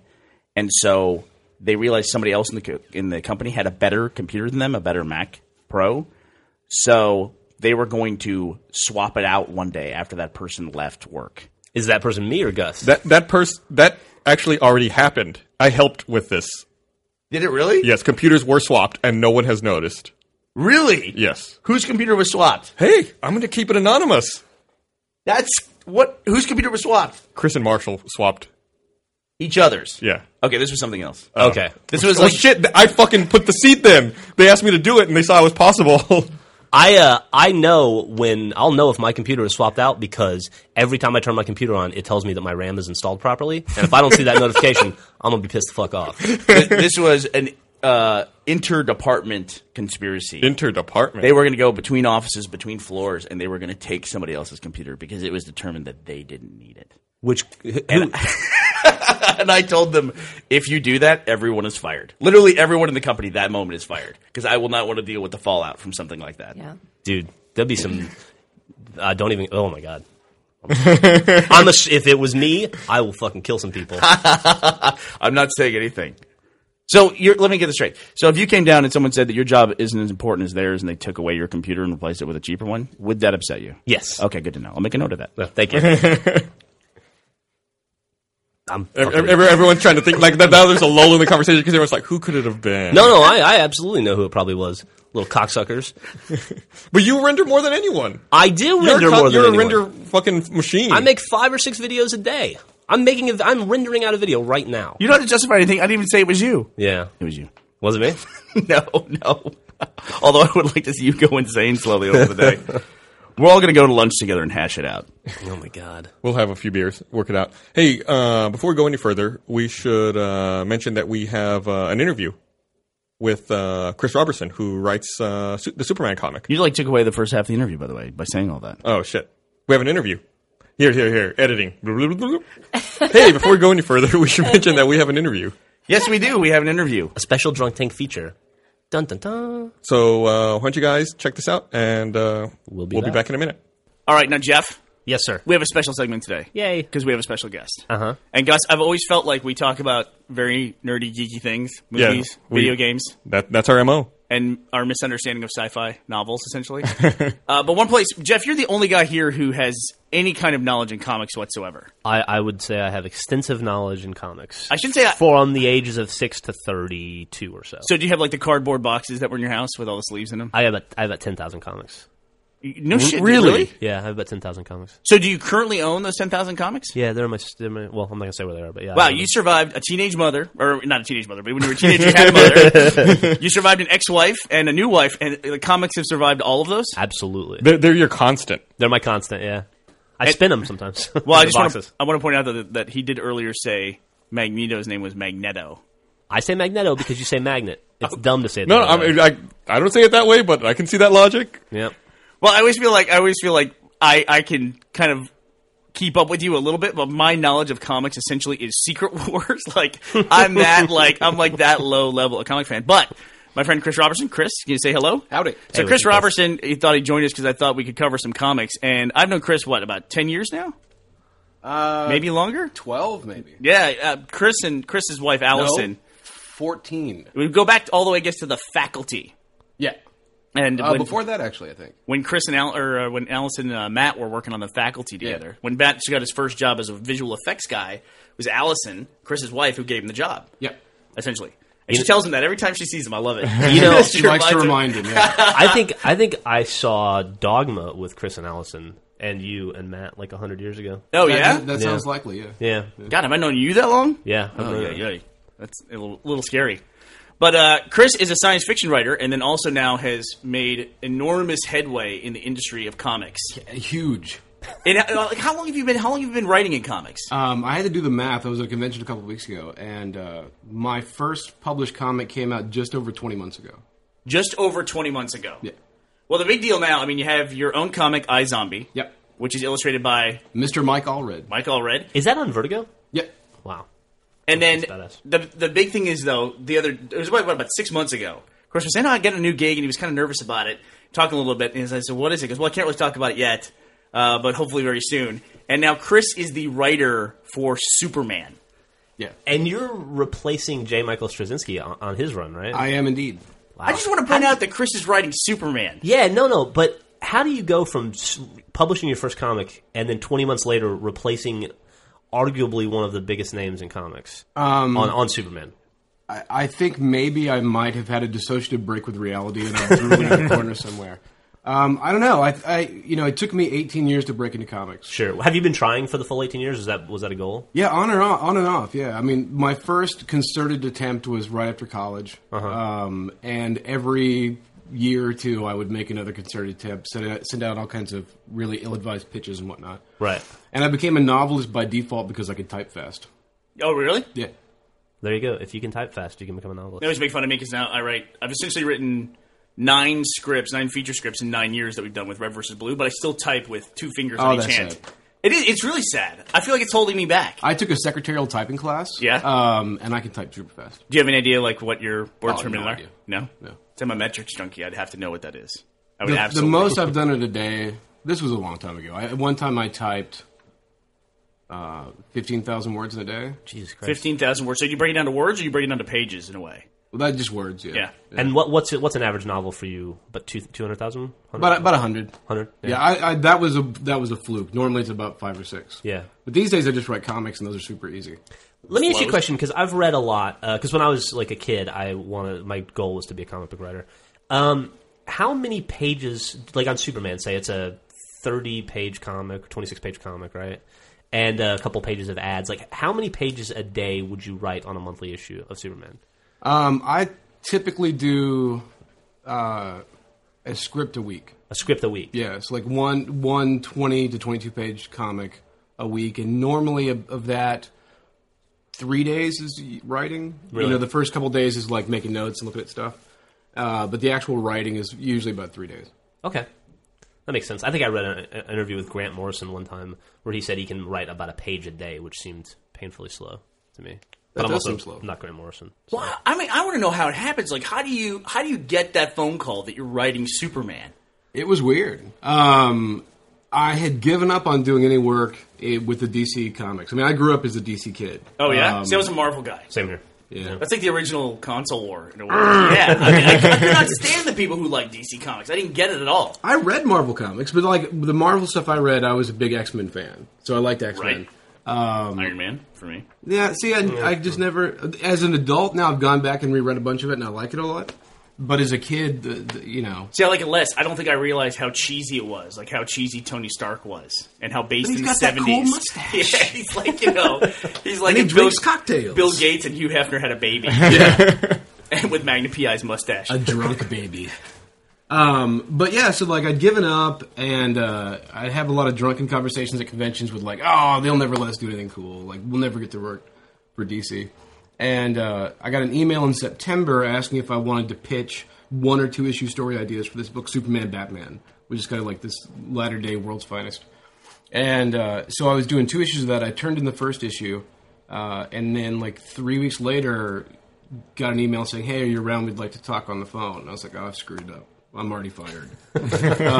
D: and so they realized somebody else in the co- in the company had a better computer than them, a better Mac Pro, so. They were going to swap it out one day after that person left work.
C: Is that person me or Gus?
B: That that person that actually already happened. I helped with this.
D: Did it really?
B: Yes, computers were swapped, and no one has noticed.
D: Really?
B: Yes.
D: Whose computer was swapped?
B: Hey, I'm going to keep it anonymous.
D: That's what. Whose computer was swapped?
B: Chris and Marshall swapped.
D: Each other's.
B: Yeah.
D: Okay, this was something else.
C: okay.
D: this was
B: Well,
D: like
B: Oh, shit, th- I fucking put the seat then. They asked me to do it, and they saw it was possible.
C: I uh, I know when I'll know if my computer is swapped out because every time I turn my computer on, it tells me that my RAM is installed properly. And if I don't see that notification, I'm gonna be pissed the fuck off.
D: th- this was an uh, interdepartment conspiracy.
B: Interdepartment.
D: they were going to go between offices, between floors, and they were going to take somebody else's computer because it was determined that they didn't need it.
C: Which who,
D: And I told them, if you do that, everyone is fired. Literally, everyone in the company that moment is fired because I will not want to deal with the fallout from something like that.
E: Yeah.
C: dude, there'd be some. I don't even. Oh my god. I'm a, if it was me, I will fucking kill some people.
D: I'm not saying anything. So you're, let me get this straight. So if you came down and someone said that your job isn't as important as theirs, and they took away your computer and replaced it with a cheaper one, would that upset you?
C: Yes.
D: Okay, good to know. I'll make a note of that.
C: Uh, Thank you. I'm
B: Ev-
C: fucking-
B: ev- ev- everyone's trying to think like that. Now there's a lull in the conversation because everyone's like, "Who could it have been?"
C: no, no, I, I absolutely know who it probably was. Little cocksuckers.
B: but you render more than anyone.
C: I do
B: You're a
C: render
B: co-
C: more than
B: you're
C: anyone.
B: a render fucking machine.
C: I make five or six videos a day. I'm making. A, I'm rendering out a video right now.
D: You don't have to justify anything. I didn't even say it was you.
C: Yeah,
D: It was you.
C: was it me?
D: no, no. Although I would like to see you go insane slowly over the day. We're all going to go to lunch together and hash it out.
C: oh my god.
B: We'll have a few beers, work it out. Hey, uh, before we go any further, we should uh, mention that we have uh, an interview with uh, Chris Robertson, who writes uh, su- the Superman comic.
D: You like took away the first half of the interview, by the way, by saying all that.
B: Oh shit, we have an interview. Here, here, here. Editing. hey, before we go any further, we should mention that we have an interview.
D: yes, we do. We have an interview.
C: A special drunk tank feature. Dun dun dun.
B: So uh, why don't you guys check this out, and uh,
C: We'll be
B: be
C: back.
B: back in a minute.
D: All right, now Jeff,
C: Yes, sir.
D: we have a special segment today.
C: Yay.
D: because we have a special guest.
C: Uh-huh.
D: And Gus, I've always felt like we talk about very nerdy, geeky things, movies,
B: we-
D: video games.
B: That that's our mo.
D: and our misunderstanding of sci-fi novels, essentially. uh, but one place, Jeff, you're the only guy here who has any kind of knowledge in comics whatsoever.
C: I, I would say I have extensive knowledge in comics.
D: I should say I-
C: from the ages of six to thirty-two or so.
D: So do you have like the cardboard boxes that were in your house with all the sleeves in them?
C: I have about, I have about ten thousand comics.
D: no shit,
B: really?
C: Yeah, I have about ten thousand comics.
D: So do you currently own those ten thousand comics?
C: Yeah, they're my, they're my. Well, I'm not gonna say where they are, but yeah. I
D: Wow,
C: have
D: you
C: them.
D: survived a teenage mother, or not a teenage mother, but when you were a teenager, you had a mother. you survived an ex-wife and a new wife, and the comics have survived all of those.
C: absolutely.
B: They're, they're your constant.
C: They're my constant. Yeah, I spin them sometimes.
D: Well, I
C: The
D: just want to,
C: boxes.
D: I want to point out that, that he did earlier say Magneto's name was Magneto.
C: I say Magneto because you say magnet. It's
D: Oh.
C: dumb to say it.
B: No,
C: the
B: no I,
C: other way.
B: mean, I I don't say it that way, but I can see that logic.
C: yeah.
D: Well, I always feel like I always feel like I I can kind of keep up with you a little bit, but my knowledge of comics essentially is Secret Wars. like I'm that like I'm like that low level a comic fan, but. My friend Chris Robertson. Chris, can you say hello?
G: Howdy.
D: So
C: Hey, what's
D: Chris
C: up, Chris?
D: Robertson, he thought he'd join us because I thought we could cover some comics, and I've known Chris what about ten years now,
G: Uh,
D: maybe longer.
G: twelve, maybe
D: Yeah, uh, Chris and Chris's wife Allison.
G: fourteen.
D: We go back all the way, I guess, to the faculty.
G: Yeah.
D: And
G: Uh,
D: when,
G: before that, actually, I think.
D: when Chris and Al, or uh, when Allison and uh, Matt were working on the faculty together, when Matt got his first job as a visual effects guy, it was Allison, Chris's wife, who gave him the job.
G: Yeah.
D: essentially. And she tells him that every time she sees him. I love it.
C: You know,
D: She
G: She likes to
D: reminds
G: remind him. Yeah.
C: I think I think I saw Dogma with Chris and Allison and you and Matt like hundred years ago.
D: her- Oh
G: That-
D: yeah,
G: That, that sounds likely. Yeah.
C: Yeah,
D: God, have I known you that long?
C: yeah. I
D: Oh,
C: don't know.
D: yeah, yeah. That's a little, little scary. But uh, Chris is a science fiction writer, and then also now has made enormous headway in the industry of comics.
G: Huge.
D: And, uh, like, how long have you been? How long have you been writing in comics?
G: Um, I had to do the math. I was at a convention a couple of weeks ago, and uh, my first published comic came out just over 20 months ago.
D: Just over twenty months ago.
G: Yeah.
D: Well, the big deal now. I mean, you have your own comic, I Zombie.
G: Yep.
D: Which is illustrated by
G: Mr. Mike Allred.
D: Mike Allred.
C: Is that on Vertigo?
G: Yep.
C: Wow.
D: And then
C: badass.
D: the the big thing is though the other it was about, what, about six months ago. Chris was saying, "Oh, I got a new gig," and he was kind of nervous about it, talking a little bit. And I said, "What is it?" Because well, I can't really talk about it yet, uh, but hopefully very soon. And now Chris is the writer for Superman.
G: Yeah.
C: And you're replacing J. Michael Straczynski on, on his run, right?
G: I am indeed.
D: I just want to point out that Chris is writing Superman.
C: yeah, no, no. But how do you go from s- publishing your first comic and then 20 months later replacing arguably one of the biggest names in comics on, on Superman?
G: I, I think maybe I might have had a dissociative break with reality, and I was really in a corner somewhere. Um, I don't know. I, I, you know, it took me 18 years to break into comics.
C: Sure. Have you been trying for the full 18 years? Is that was that a goal?
G: Yeah, on and off, on and off. Yeah, I mean, my first concerted attempt was right after college, um, and every year or two, I would make another concerted attempt, send out, send out all kinds of really ill-advised pitches and whatnot.
C: Right.
G: And I became a novelist by default because I could type fast.
D: Oh, really?
G: Yeah,
C: There you go. If you can type fast, you can become a novelist.
D: They always make fun of me because now I write. I've essentially written nine scripts, nine feature scripts in nine years that we've done with Red versus Blue, but I still type with two fingers
G: Oh,
D: on each
G: that's
D: hand.
G: sad.
D: It is. It's really sad. I feel like it's holding me back.
G: I took a secretarial typing class.
D: Yeah?
G: um, and I can type super fast.
D: Do you have an idea like what your words
G: Oh,
D: per
G: no
D: minute are?
G: idea.
D: No,
G: No.
D: It's I'm a metrics junkie. I'd have to know what that is. I would
G: The, the
D: absolutely.
G: most I've done in a day. This was a long time ago. I, at one time, I typed uh, fifteen thousand words in a day.
C: Jesus Christ.
D: fifteen thousand words. So do you break it down to words, or you break it down to pages in a way?
G: Well, that just words. Yeah.
D: Yeah.
C: And what, what's what's an average novel for you? But two two hundred thousand?
G: About about hundred.
C: hundred.
G: Yeah, I, I, that was a that was a fluke. Normally it's about five or six.
C: Yeah.
G: but these days I just write comics and those are super easy.
C: Let me ask you a question because I've read a lot. Because when I was like a kid, I wanted my goal was to be a comic book writer. Um, how many pages, like on Superman, say it's a thirty-page comic, twenty-six-page comic, right? And a couple pages of ads. Like, how many pages a day would you write on a monthly issue of Superman?
G: Um, I typically do uh, a script a week.
C: A script a week.
G: Yeah, it's like one one twenty to twenty two page comic a week, and normally of, of that, three days is writing.
C: Really?
G: You know, the first couple days is like making notes and looking at stuff. Uh, but the actual writing is usually about three days.
C: Okay. That makes sense. I think I read an, an interview with Grant Morrison one time where he said he can write about a page a day, which seemed painfully slow to me. But I'm
G: does
C: also
G: seem slow.
C: not Grant Morrison. so-
D: Well, I mean, I want to know how it happens. Like, how do you how do you get that phone call that you're writing Superman?
G: It was weird. Um, I had given up on doing any work eh, with the DC comics. I mean, I grew up as a DC kid.
D: Oh yeah,
G: Um,
D: see, I was a Marvel guy.
C: Same here.
G: Yeah.
D: That's like the original console war. In a way.
G: Mm.
D: yeah, I, mean, I, I could not stand the people who like DC Comics. I didn't get it at all.
G: I read Marvel comics, but like the Marvel stuff I read, I was a big X Men fan, so I liked X Men.
D: Right.
G: Um,
D: Iron Man for me.
G: Yeah, see, I, I just never, as an adult now, I've gone back and reread a bunch of it, and I like it a lot. But as a kid, the, the, you know,
D: See, I like it less. I don't think I realized how cheesy it was, like how cheesy Tony Stark was, and how based
G: he's
D: in
G: got
D: the
G: that cool
D: seventies.
G: mustache.
D: Yeah, he's like you know, he's like
G: and he
D: if Bill-
G: drinks cocktails.
D: Bill Gates and Hugh Hefner had a baby. And with Magna PI's mustache.
G: a drunk baby. Um, but yeah, so like I'd given up, and uh, I'd have a lot of drunken conversations at conventions with like, oh, they'll never let us do anything cool. Like we'll never get to work for DC. And uh, I got an email in September asking if I wanted to pitch one or two issue story ideas for this book, Superman Batman, which is kind of like this latter day world's finest. And uh, so I was doing two issues of that. I turned in the first issue, uh, and then like three weeks later, got an email saying, "Hey, are you around? We'd like to talk on the phone." And I was like, "Oh, I've screwed up. I'm already fired." um,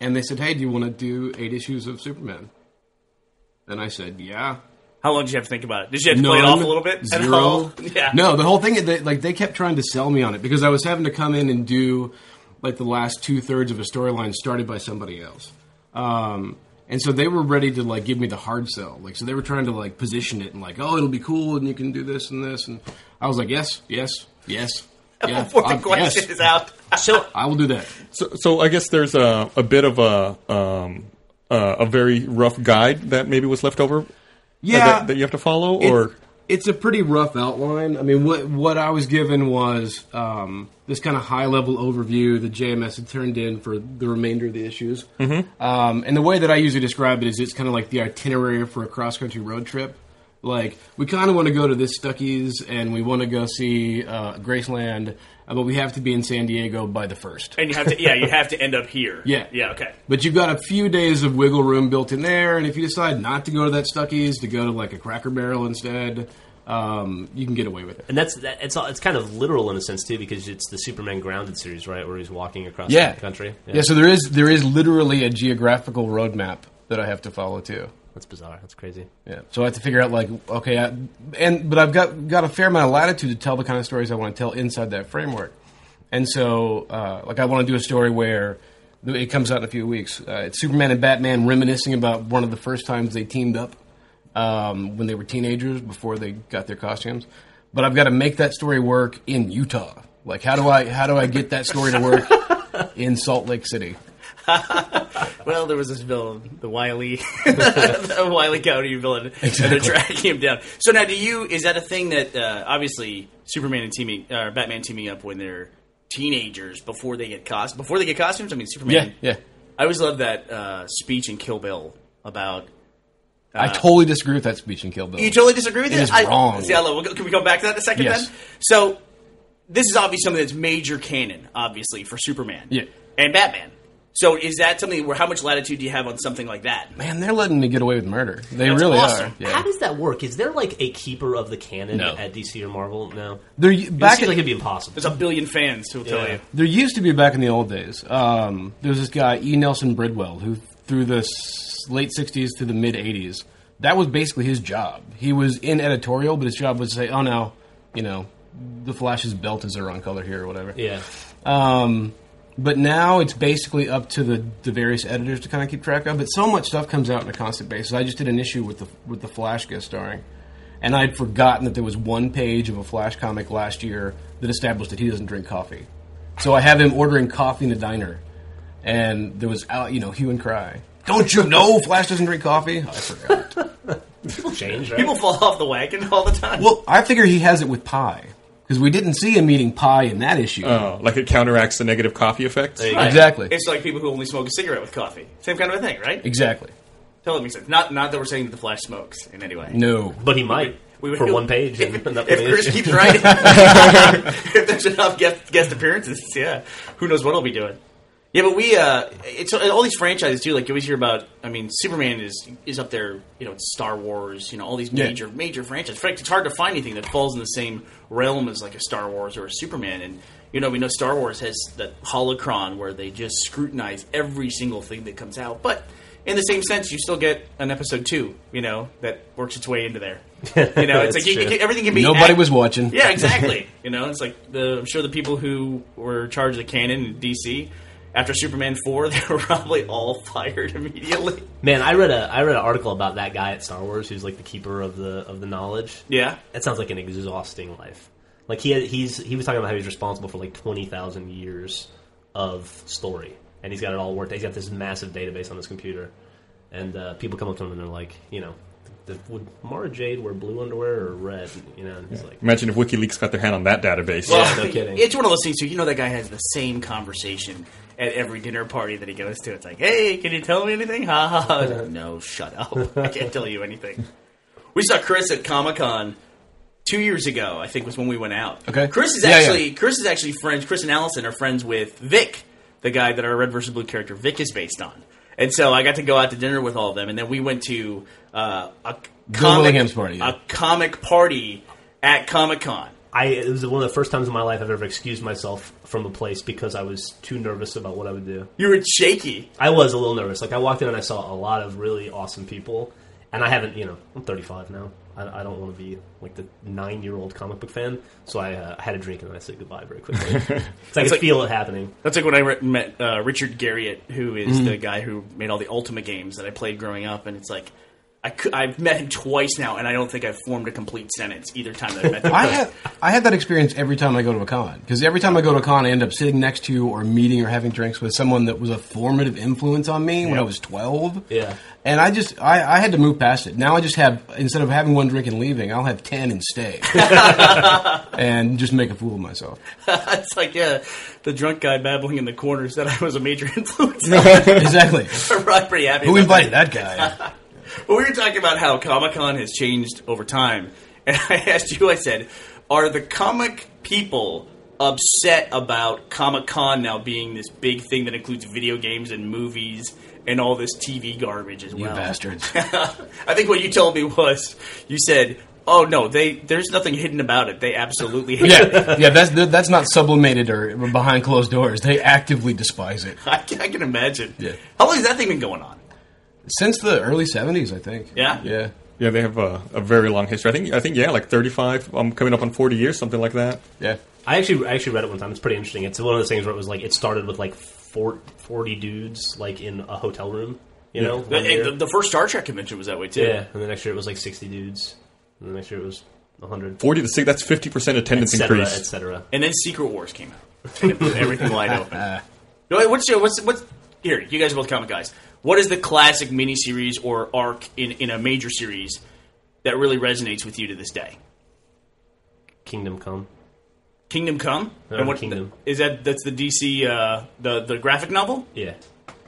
G: and they said, "Hey, do you want to do eight issues of Superman?" And I said, "Yeah."
D: How long did you have to think about it? Did you have to play it off a little bit? at
G: Zero.
D: all? Yeah.
G: No, the whole thing. They, like they kept trying to sell me on it because I was having to come in and do like the last two thirds of a storyline started by somebody else. Um, and so they were ready to like give me the hard sell. Like so they were trying to like position it and like oh it'll be cool and you can do this and this and I was like yes yes yes yeah,
D: Before the
G: uh,
D: question
G: yes,
D: is out.
H: So
G: I will do that.
B: So, so I guess there's a, a bit of a um, uh, a very rough guide that maybe was left over. uh,
G: Yeah.
B: that, that you have to follow,
G: It-
B: or
G: it's a pretty rough outline. I mean, what what I was given was um, this kind of high level overview that JMS had turned in for the remainder of the issues. Mm-hmm. Um, and the way that I usually describe it is it's kind of like the itinerary for a cross country road trip. Like we kind of want to go to this Stuckey's and we want to go see uh, Graceland, uh, but we have to be in San Diego by the first.
D: And you have to yeah, you have to end up here.
G: Yeah.
D: Yeah, okay.
G: But you've got a few days of wiggle room built in there, and if you decide not to go to that Stuckey's, to go to like a Cracker Barrel instead, um, you can get away with it.
H: and that's that, it's all- it's kind of literal in a sense too because it's the Superman Grounded series, right, where he's walking across the country.
G: Yeah. so there is there is literally a geographical roadmap that I have to follow too.
H: that's bizarre. That's crazy.
G: Yeah. So I have to figure out like okay, I, and but I've got got a fair amount of latitude to tell the kind of stories I want to tell inside that framework. And so uh, like I want to do a story where it comes out in a few weeks. Uh, it's Superman and Batman reminiscing about one of the first times they teamed up um, when they were teenagers before they got their costumes. But I've got to make that story work in Utah. Like how do I how do I get that story to work in Salt Lake City?
D: Well, there was this villain, the Wiley, the Wiley County villain, and they're tracking him down. So now, do you? Is that a thing that uh, obviously Superman and teaming uh, or Batman teaming up when they're teenagers before they get cost before they get costumes? I mean, Superman.
G: Yeah, yeah.
D: I always love that uh, speech in Kill Bill about.
G: I totally disagree with that speech in Kill Bill.
D: Uh, You totally disagree with
G: It
D: this?
G: is wrong.
D: I, see, I love, can we go back to that in a second?
G: Yes.
D: Then? So this is obviously something that's major canon, obviously for Superman.
G: Yeah.
D: And Batman. So is that something where how much latitude do you have on something like that?
G: Man, they're letting me get away with murder. They
D: That's
G: really
D: awesome.
G: are. Yeah.
H: How does that work? Is there like a keeper of the canon
G: No.
H: at DC or Marvel? No,
G: There,
H: It
G: back
H: seems
G: at,
H: like it'd be impossible.
D: There's a billion fans who'll tell
H: Yeah.
D: you.
G: there used to be back in the old days. Um, there was this guy E. Nelson Bridwell who, through the s- late '60s to the mid '80s, that was basically his job. He was in editorial, but his job was to say, "Oh no, you know, the Flash's belt is the wrong color here, or whatever."
H: Yeah,
G: Um, but now it's basically up to the, the various editors to kind of keep track of. But so much stuff comes out on a constant basis. I just did an issue with the with the Flash guest starring, and I'd forgotten that there was one page of a Flash comic last year that established that he doesn't drink coffee. So I have him ordering coffee in the diner, and there was out you know hue and cry. Don't you know Flash doesn't drink coffee? I forgot.
H: change. Right?
D: People fall off the wagon all the time.
G: well, I figure he has it with pie because we didn't see him eating pie in that issue.
B: uh, like it counteracts the negative coffee effect.
H: There you go.
G: exactly.
D: It's like people who only smoke a cigarette with coffee. Same kind of a thing, right?
G: Exactly.
D: Totally makes sense. Not not that we're saying that the Flash smokes in any way.
G: No.
H: But he might
D: We would-
H: for one page.
D: If, if
H: and an upcoming
D: Chris
H: issue.
D: keeps writing, if there's enough guest, guest appearances, yeah, who knows what he'll be doing. Yeah, but we uh, it's all these franchises too. Like you always hear about. I mean, Superman is is up there. You know, Star Wars. You know, all these
G: Yeah.
D: major major franchises. In fact, it's hard to find anything that falls in the same realm as like a Star Wars or a Superman. And you know, we know Star Wars has that holocron where they just scrutinize every single thing that comes out. But in the same sense, you still get an episode two, you know, that works its way into there. You know,
C: That's
D: it's like you,
C: true.
D: you, everything can be.
G: Nobody
D: act-
G: was watching.
D: Yeah, exactly. you know, it's like the, I'm sure the people who were in charge of the canon in DC after Superman four, they were probably all fired immediately.
C: Man, I read a I read an article about that guy at Star Wars who's like the keeper of the of the knowledge.
D: Yeah.
C: That sounds like an exhausting life. Like he had, he's he was talking about how he's responsible for like twenty thousand years of story, and he's got it all worked. out. He's got this massive database on his computer, and uh, people come up to him and they're like, you know, th- would Mara Jade wear blue underwear or red? You know, and he's like,
B: Imagine if WikiLeaks got their hand on that database.
D: Well,
C: no kidding.
D: It's one of those things too. You know, that guy has the same conversation at every dinner party that he goes to. It's like, hey, can you tell me anything? Ha ha. ha. It's like, no, shut up. I can't tell you anything. We saw Chris at Comic Con two years ago. I think was when we went out.
G: Okay.
D: Chris is
G: Yeah, yeah.
D: actually Chris is actually friends. Chris and Allison are friends with Vic, the guy that our Red versus Blue character Vic is based on. And so I got to go out to dinner with all of them, and then we went to uh, a comic
G: Willingham's party, yeah.
D: a comic party at Comic Con.
C: I it was one of the first times in my life I've ever excused myself from a place because I was too nervous about what I would do.
D: You were shaky.
C: I was a little nervous. Like I walked in and I saw a lot of really awesome people, and I haven't, you know, I'm 35 now. I, I don't want to be like the nine year old comic book fan, so I uh, had a drink and then I said goodbye very quickly. 'Cause I could
D: like-
C: feel it happening.
D: That's like when I re- met uh, Richard Garriott, who is
G: Mm-hmm.
D: the guy who made all the Ultima games that I played growing up, and it's like I cou- I've met him twice now, and I don't think I've formed a complete sentence either time that I met him.
G: I had I had that experience every time I go to a con because every time I go to a con, I end up sitting next to or meeting or having drinks with someone that was a formative influence on me when I was twelve.
C: Yeah.
G: and I just I, I had to move past it. Now I just have instead of having one drink and leaving, I'll have ten and stay, and just make a fool of myself.
D: it's like yeah, the drunk guy babbling in the corner said I was a major influence.
G: exactly.
D: I'm pretty happy.
G: Who
D: about
G: invited that guy?
D: But we were talking about how Comic Con has changed over time, and I asked you, I said, are the comic people upset about Comic Con now being this big thing that includes video games and movies and all this TV garbage as
G: You
D: well?
G: bastards.
D: I think what you told me was you said, "Oh no, they there's nothing hidden about it. They absolutely hate it."
G: Yeah, yeah. That's that's not sublimated or behind closed doors. They actively despise it
D: I, can- I can imagine.
G: Yeah.
D: How long has that thing been going on?
G: since the early '70s, I think.
D: Yeah?
G: yeah.
B: Yeah, they have a, a very long history. I think, I think, yeah, like thirty-five. I'm coming up on forty years, something like that.
G: Yeah.
C: I actually I actually read it one time. It's pretty interesting. It's one of those things where it was like it started with like four, 40 dudes like in a hotel room, you know.
D: The,
C: one year.
D: the, the first Star Trek convention was that way too.
C: yeah, and the next year it was like sixty dudes, and the next year it was hundred,
B: Forty to six. That's fifty percent attendance
C: etc.,
B: increase.
C: etc.
D: And then Secret Wars came out, and it blew everything wide
G: Uh,
D: open. No, What's your what's what's here? You guys are both comic guys. What is the classic miniseries or arc in in a major series that really resonates with you to this day?
C: Kingdom Come.
D: Kingdom Come.
C: Uh, Kingdom.
D: is that? That's the DC uh, the the graphic novel.
C: Yeah,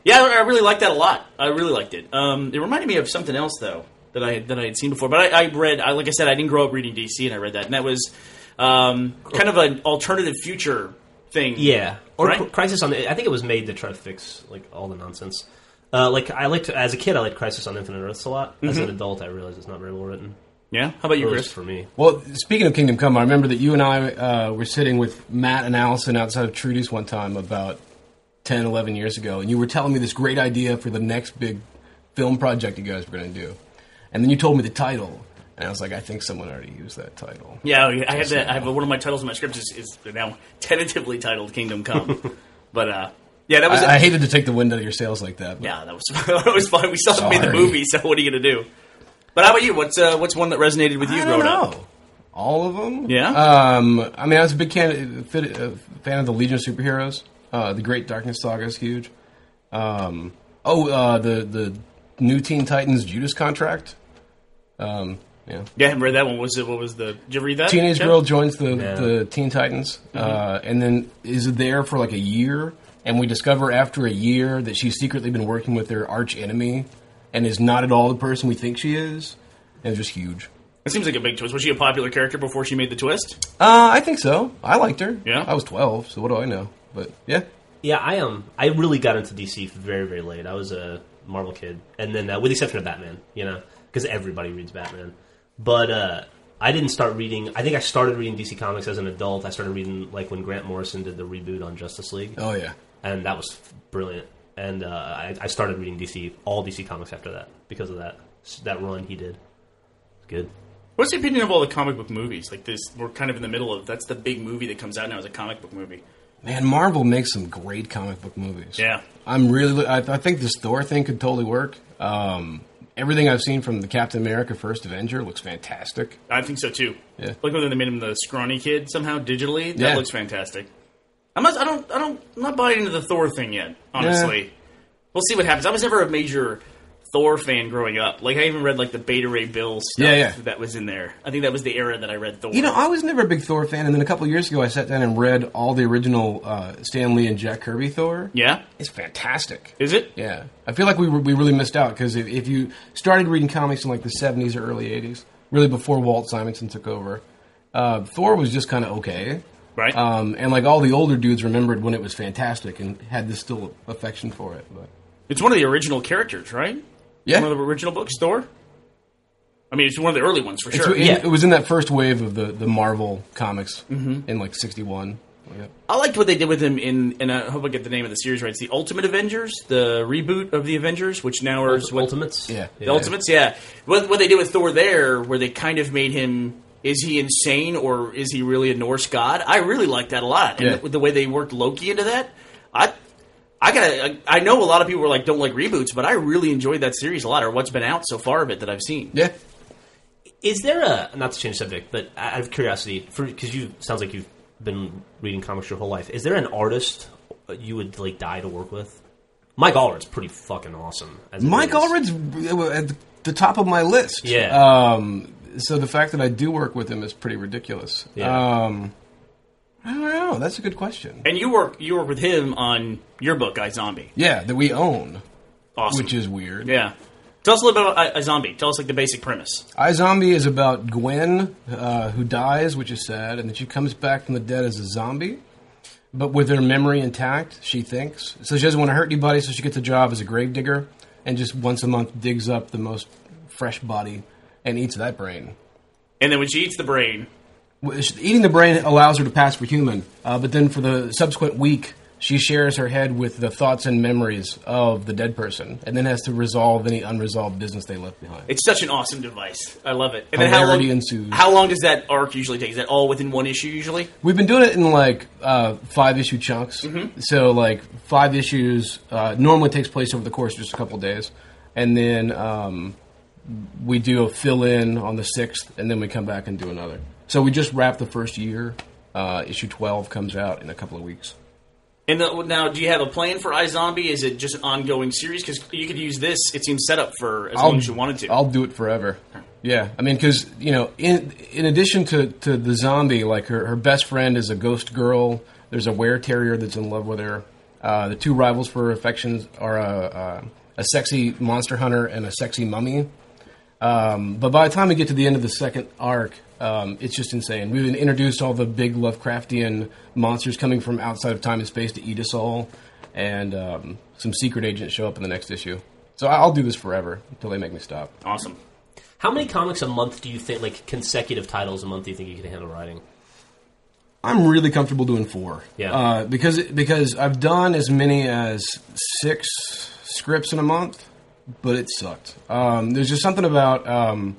D: Yeah, I I really liked that a lot. I really liked it. Um, it reminded me of something else though that I that I had seen before. But I, I read, I, like I said, I didn't grow up reading DC, and I read that, and that was um, kind of an alternative future thing.
C: Yeah, or
D: Right?
C: Cri- Crisis on. I think it was made to try to fix like all the nonsense. Uh, like I liked as a kid, I liked Crisis on Infinite Earths a lot. As an adult, I realize it's not very well written.
D: yeah. How about you,
C: At least
D: Chris?
C: for me,
G: Well, speaking of Kingdom Come, I remember that you and I uh, were sitting with Matt and Allison outside of Trudy's one time about 10, 11 years ago, and you were telling me this great idea for the next big film project you guys were going to do. And then you told me the title, and I was like, I think someone already used that title.
D: Yeah, I have that. I have one of my titles in my script is, is now tentatively titled Kingdom Come, but uh, yeah, that was.
G: I, I hated to take the wind out of your sails like that. But
D: yeah, that was that was fun. We still haven't made the
G: Sorry.
D: movie, so what are you gonna do? But how about you? What's uh, what's one that resonated with you
G: I
D: growing
G: don't know.
D: up?
G: All of them?
D: Yeah?
G: Um, I mean, I was a big can, fit, uh, fan of the Legion of Superheroes. Uh, the Great Darkness Saga is huge. Um, oh, uh, the the new Teen Titans Judas Contract. Um, yeah.
D: Yeah, I haven't read that one. What was it? What was the? Did you read that?
G: Teenage
D: Jeff?
G: girl joins the, the Teen Titans,
D: Mm-hmm.
G: uh, and then is there for like a year. And we discover after a year that she's secretly been working with their arch enemy, and is not at all the person we think she is. And it's just huge.
D: It seems like a big twist. Was she a popular character before she made the twist?
G: Uh, I think so. I liked her.
D: Yeah?
G: I was twelve, so what do I know? But yeah,
C: yeah, I Um, I really got into DC very, very late. I was a Marvel kid, and then uh, with the exception of Batman, you know, because everybody reads Batman. But uh, I didn't start reading. I think I started reading DC comics as an adult. I started reading like when Grant Morrison did the reboot on Justice League.
G: oh yeah.
C: and that was f- brilliant. and uh, I, I started reading DC all DC comics after that because of that that run he did. It's good.
D: What's your opinion of all the comic book movies? Like this, we're kind of in the middle of. That's the big movie that comes out now as a comic book movie.
G: Man, Marvel makes some great comic book movies.
D: Yeah.
G: I'm really. I, I think this Thor thing could totally work. Um, everything I've seen from the Captain America First Avenger looks fantastic.
D: I think so too.
G: Yeah.
D: Like when they made him the scrawny kid somehow digitally. That
G: Yeah.
D: looks fantastic. I'm not, I don't. I don't. I'm not buying into the Thor thing yet. Honestly, we'll see what happens. I was never a major Thor fan growing up. Like I even read like the Beta Ray Bill stuff
G: Yeah, yeah.
D: that was in there. I think that was the era that I read Thor.
G: You know, I was never a big Thor fan, and then a couple years ago, I sat down and read all the original uh, Stan Lee and Jack Kirby Thor.
D: yeah.
G: It's fantastic.
D: Is it?
G: Yeah, I feel like we were- we really missed out because if, if you started reading comics in like the seventies or early eighties, really before Walt Simonson took over, uh, Thor was just kind of okay,
D: Right.
G: Um, and like all the older dudes remembered when it was fantastic and had this still affection for it. But
D: It's one of the original characters, right?
G: yeah,
D: One of the original books, Thor. I mean, it's one of the early ones for
G: It's-
D: sure.
G: it, it was in that first wave of the the Marvel comics
D: Mm-hmm.
G: in like sixty one.
D: I liked what they did with him in, and I hope I get the name of the series right. It's the Ultimate Avengers, the reboot of the Avengers, which now is what,
C: Ultimates.
G: Yeah.
D: The Ultimates, yeah. What, what they did with Thor there, where they kind of made him. Is he insane or is he really a Norse god? I really liked that a lot. And
G: Yeah.
D: the, the way they worked Loki into that, I. I gotta. I, I know a lot of people were like, "Don't like reboots," but I really enjoyed that series a lot, or what's been out so far of it that I've seen.
G: Yeah,
C: Is there a not to change subject, but out of curiosity, for because you sounds like you've been reading comics your whole life. Is there an artist uh, you would like die to work with? Mike Allred's pretty fucking awesome. As it
G: Mike
C: is.
G: Allred's at the- the top of my list.
C: Yeah.
G: Um, so the fact that I do work with him is pretty ridiculous.
C: Yeah.
G: Um, I don't know. That's a good question.
D: And you work you work with him on your book, I Zombie.
G: Yeah, that we own,
D: Awesome.
G: which is weird.
D: yeah. Tell us a little bit about I, I Zombie. Tell us like the basic premise.
G: I Zombie is about Gwen uh, who dies, which is sad, and then she comes back from the dead as a zombie, but with her memory intact. She thinks so. She doesn't want to hurt anybody, so she gets a job as a grave digger, and just once a month digs up the most fresh body and eats that brain.
D: And then when she eats the brain,
G: eating the brain allows her to pass for human, uh, but then for the subsequent week, she shares her head with the thoughts and memories of the dead person, and then has to resolve any unresolved business they left behind.
D: it's such an awesome device. I love it. And
G: Hilarity
D: how long,
G: ensues.
D: How long does that arc usually take? Is that all within one issue usually?
G: We've been doing it in like uh, five issue chunks, so like five issues uh, normally takes place over the course of just a couple of days, and then um, we do a fill in on the sixth, and then we come back and do another. So we just wrapped the first year. Uh, issue twelve comes out in a couple of weeks.
D: And the, now, do you have a plan for iZombie? Is it just an ongoing series? Because you could use this; it seems set up for as long as you wanted to.
G: I'll do it forever. Yeah, I mean, because you know, in in addition to, to the zombie, like her, her best friend is a ghost girl. There's a were terrier that's in love with her. Uh, the two rivals for her affections are a, uh, a sexy monster hunter and a sexy mummy. Um, but by the time we get to the end of the second arc, um, it's just insane. We've introduced all the big Lovecraftian monsters coming from outside of time and space to eat us all, and um, some secret agents show up in the next issue. So I- I'll do this forever until they make me stop.
D: awesome.
C: How many comics a month do you think, like consecutive titles a month, do you think you could handle writing?
G: I'm really comfortable doing four.
C: Yeah.
G: Uh, because because I've done as many as six scripts in a month, but it sucked. Um, there's just something about. Um,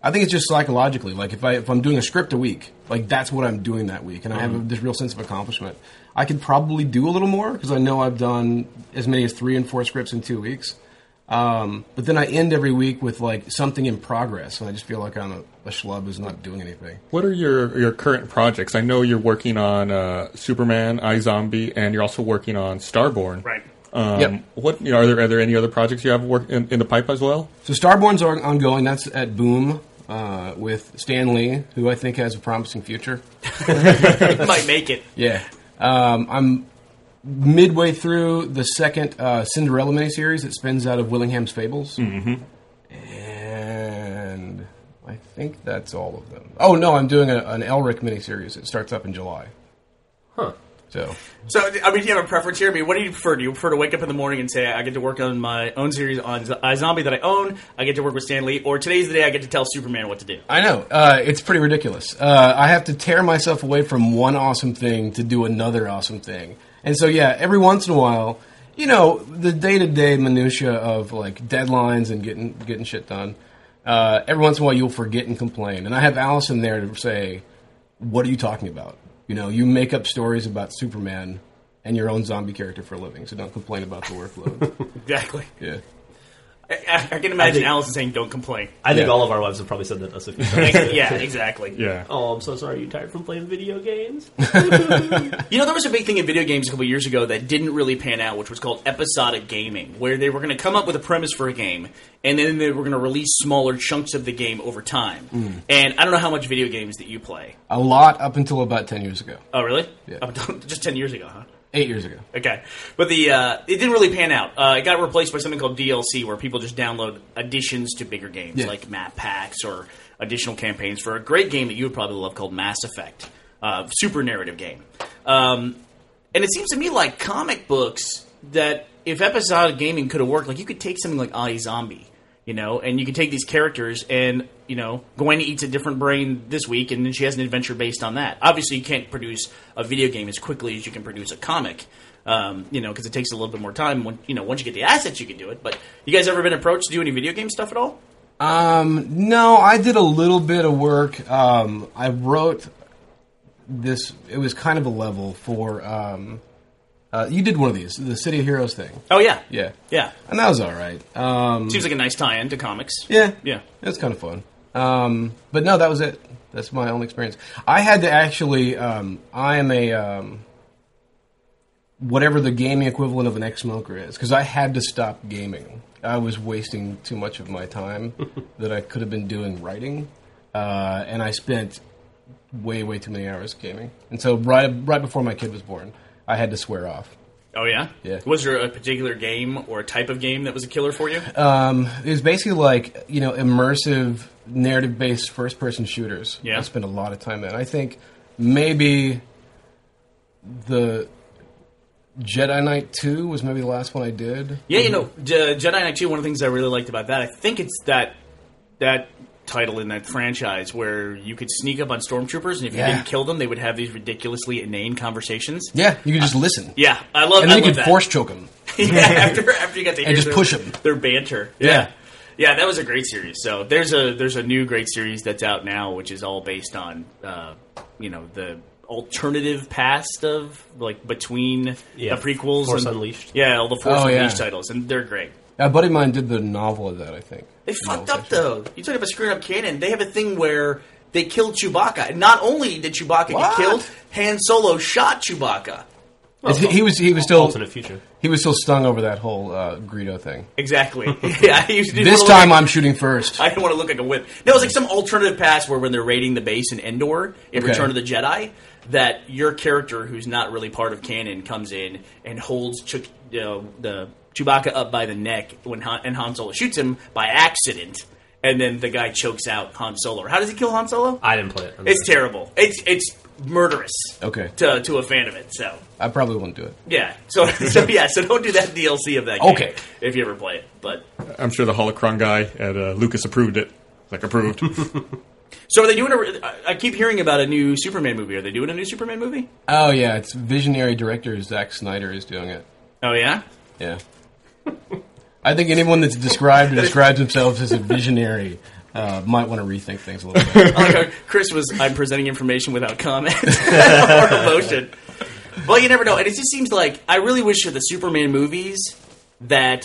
G: I think it's just psychologically. Like if I if I'm doing a script a week, like that's what I'm doing that week, and I have a, this real sense of accomplishment. I could probably do a little more because I know I've done as many as three and four scripts in two weeks. Um, but then I end every week with like something in progress, and I just feel like I'm a, a schlub who's not doing anything.
B: What are your, your current projects? I know you're working on uh, Superman, iZombie, and you're also working on Starborn.
D: Right.
B: Um,
G: Yep.
B: What are there? Are there any other projects you have work in, in the pipe as well?
G: So Starborn's on- ongoing. That's at Boom uh, with Stan Lee, who I think has a promising future.
D: You might make it.
G: Yeah, um, I'm midway through the second uh, Cinderella miniseries that spins out of Willingham's Fables, mm-hmm. and I think that's all of them. Oh no, I'm doing a, an Elric miniseries. It starts up in July.
C: Huh.
G: So
D: So, I mean, do you have a preference here? I mean, what do you prefer? Do you prefer to wake up in the morning and say, "I get to work on my own series on Z- iZombie that I own. I get to work with Stan Lee," or "Today's the day I get to tell Superman what to do"?
G: I know uh, it's pretty ridiculous. Uh, I have to tear myself away from one awesome thing to do another awesome thing, and so yeah, every once in a while you know the day to day minutia of like deadlines and getting getting shit done. Uh, every once in a while, you'll forget and complain, and I have Allison there to say, "What are you talking about? You know, you make up stories about Superman and your own zombie character for a living, so don't complain about the workload."
D: Exactly.
G: yeah,
D: I, I can imagine Allison saying, "Don't complain."
C: I think
G: Yeah.
C: all of our wives have probably said that us a few times.
D: yeah, exactly.
B: Yeah.
C: Oh, I'm so sorry. You tired from playing video games?
D: You know, there was a big thing in video games a couple years ago that didn't really pan out, which was called episodic gaming, where they were going to come up with a premise for a game, and then they were going to release smaller chunks of the game over time. And I don't know how much video games that you play.
G: a lot up until about ten years ago,
D: Oh, really?
G: Yeah.
D: Up until- Just ten years ago, huh?
G: eight years ago.
D: Okay, but the uh, it didn't really pan out. Uh, it got replaced by something called DLC, where people just download additions to bigger games,
G: Yeah.
D: like map packs or additional campaigns for a great game that you would probably love called Mass Effect, uh, super narrative game. Um, and it seems to me like comic books that if episodic gaming could have worked, like you could take something like I Zombie, you know, and you could take these characters and you know, Gwen eats a different brain this week, and then she has an adventure based on that. Obviously, you can't produce a video game as quickly as you can produce a comic, um, you know, because it takes a little bit more time. When you know, once you get the assets, you can do it. But you guys ever been approached to do any video game stuff at all?
G: Um, no, I did a little bit of work. Um, I wrote this. It was kind of a level for. Um, uh, you did one of these, the City of Heroes thing.
D: Oh yeah,
G: Yeah,
D: yeah.
G: and that was all right. Um,
D: Seems like a nice tie-in to comics.
G: yeah,
D: yeah.
G: it was kind of fun. Um, but no, that was it. That's my only experience. I had to actually. Um, I am a um, whatever the gaming equivalent of an ex-smoker is, because I had to stop gaming. I was wasting too much of my time that I could have been doing writing, uh, and I spent way, way too many hours gaming. And so, right, right before my kid was born, I had to swear off.
D: Oh yeah,
G: Yeah.
D: Was there a particular game or a type of game that was a killer for you?
G: Um, it was basically like you know immersive narrative-based first-person shooters.
D: Yeah.
G: I spent a lot of time in. I think maybe the Jedi Knight Two was maybe the last one I did.
D: Yeah, you know, Je- Jedi Knight 2, one of the things I really liked about that, I think it's that that title in that franchise where you could sneak up on stormtroopers, and if
G: Yeah.
D: you didn't kill them, they would have these ridiculously inane conversations.
G: Yeah, you could just listen.
D: Yeah, I love.
G: and then
D: I
G: you
D: love
G: could
D: that.
G: force choke them.
D: yeah, after after you got to hear
G: just
D: their,
G: push 'em.
D: their banter.
G: Yeah.
D: yeah, that was a great series. So there's a there's a new great series that's out now, which is all based on uh, you know the alternative past of like between
C: Yeah,
D: the prequels,
C: Force
D: and,
C: Unleashed.
D: Yeah, all the Force
G: Oh, yeah.
D: Unleashed titles, and they're great.
G: A buddy of mine did the novel of that. I think
D: They
G: Novel
D: fucked up
G: section.
D: though. You talking about screwing up canon? They have a thing where they killed Chewbacca. And not only did Chewbacca get
G: What?
D: killed, Han Solo shot Chewbacca.
G: It's- He, he was he was still
C: Alternate future.
G: he was still stung over that whole uh, Greedo thing.
D: Exactly. yeah, I used to
G: This
D: wanna
G: time
D: look,
G: I'm shooting first.
D: I didn't want to look like a whip. No, it's like some alternative past where when they're raiding the base in Endor in
G: Okay.
D: Return of the Jedi, that your character who's not really part of canon comes in and holds Ch- uh, the Chewbacca up by the neck when Han- and Han Solo shoots him by accident, and then the guy chokes out Han Solo. How does he kill Han Solo?
C: I didn't play it. I'm
D: It's
C: sorry.
D: terrible. It's it's murderous.
G: Okay.
D: To to a fan of it. So
G: I probably wouldn't do it.
D: yeah. So so yeah. So don't do that DLC of that. Game
G: Okay.
D: If you ever play it, but
B: I'm sure the Holocron guy at uh, Lucas approved it. Like approved.
D: so are they doing a? re- I- I keep hearing about a new Superman movie. Are they doing a new Superman movie?
G: Oh yeah, it's visionary director Zack Snyder is doing it.
D: Oh yeah.
G: Yeah. I think anyone that's described or describes themselves as a visionary uh, might want to rethink things a little bit.
D: I like how Chris was. I'm presenting information without comment or emotion. Well, you never know, and it just seems like I really wish for the Superman movies that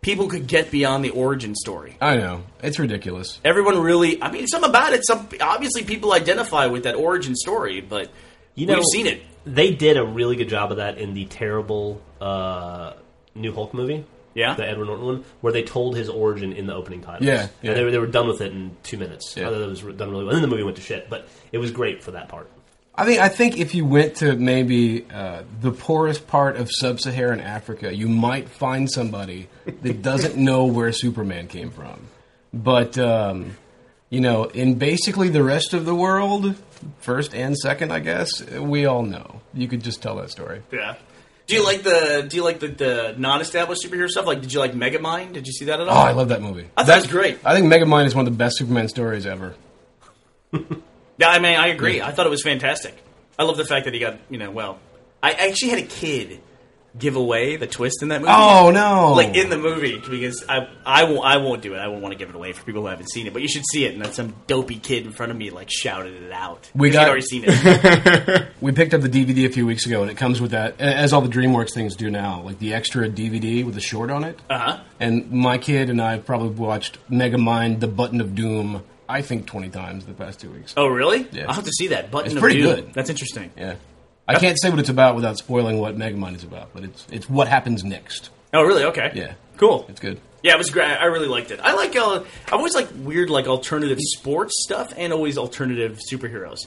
D: people could get beyond the origin story.
G: I know. It's ridiculous.
D: everyone really i mean some about it some obviously people identify with that origin story but
C: You
D: you
C: know,
D: we've seen it
C: They did a really good job of that in the terrible uh, new Hulk movie.
D: Yeah.
C: the Edward Norton one, where they told his origin in the opening titles.
G: Yeah, yeah.
C: And they, were, they were done with it in two minutes.
G: Yeah.
C: I thought it was re- done really well. And then the movie went to shit, but it was great for that part.
G: I think I think if you went to maybe uh, the poorest part of sub-Saharan Africa, you might find somebody that doesn't know where Superman came from. But um, you know, in basically the rest of the world, first and second, I guess we all know. You could just tell that story.
D: yeah do you like the do you like the, the non-established superhero stuff like did you like megamind did you see that at
G: Oh,
D: all
G: I love that movie.
D: I thought it was great.
G: I think Megamind is one of the best Superman stories ever.
D: yeah i mean i agree i thought it was fantastic i love the fact that he got you know well i actually had a kid give away the twist in that movie.
G: Oh, no.
D: Like in the movie because I I won't I won't do it. I won't want to give it away for people who haven't seen it. But you should see it. And then some dopey kid in front of me like shouted it out.
G: We
D: Because
G: got-
D: he'd already seen it.
G: We picked up the DVD a few weeks ago, and it comes with that, a- as all the DreamWorks things do now, like the extra DVD with a short on it.
D: Uh huh.
G: And my kid and I probably watched Megamind: The Button of Doom, I think, twenty times the past two weeks.
D: Oh really?
G: Yeah.
D: I'll have to see that. Button
G: It's
D: of
G: pretty
D: Doom.
G: good.
D: That's interesting.
G: Yeah, I can't say what it's about without spoiling what Megamind is about, but it's it's what happens next.
D: Oh really? Okay.
G: Yeah.
D: Cool.
G: It's good.
D: Yeah, it was great. I really liked it. I like uh, I always like weird like alternative sports stuff and always alternative superheroes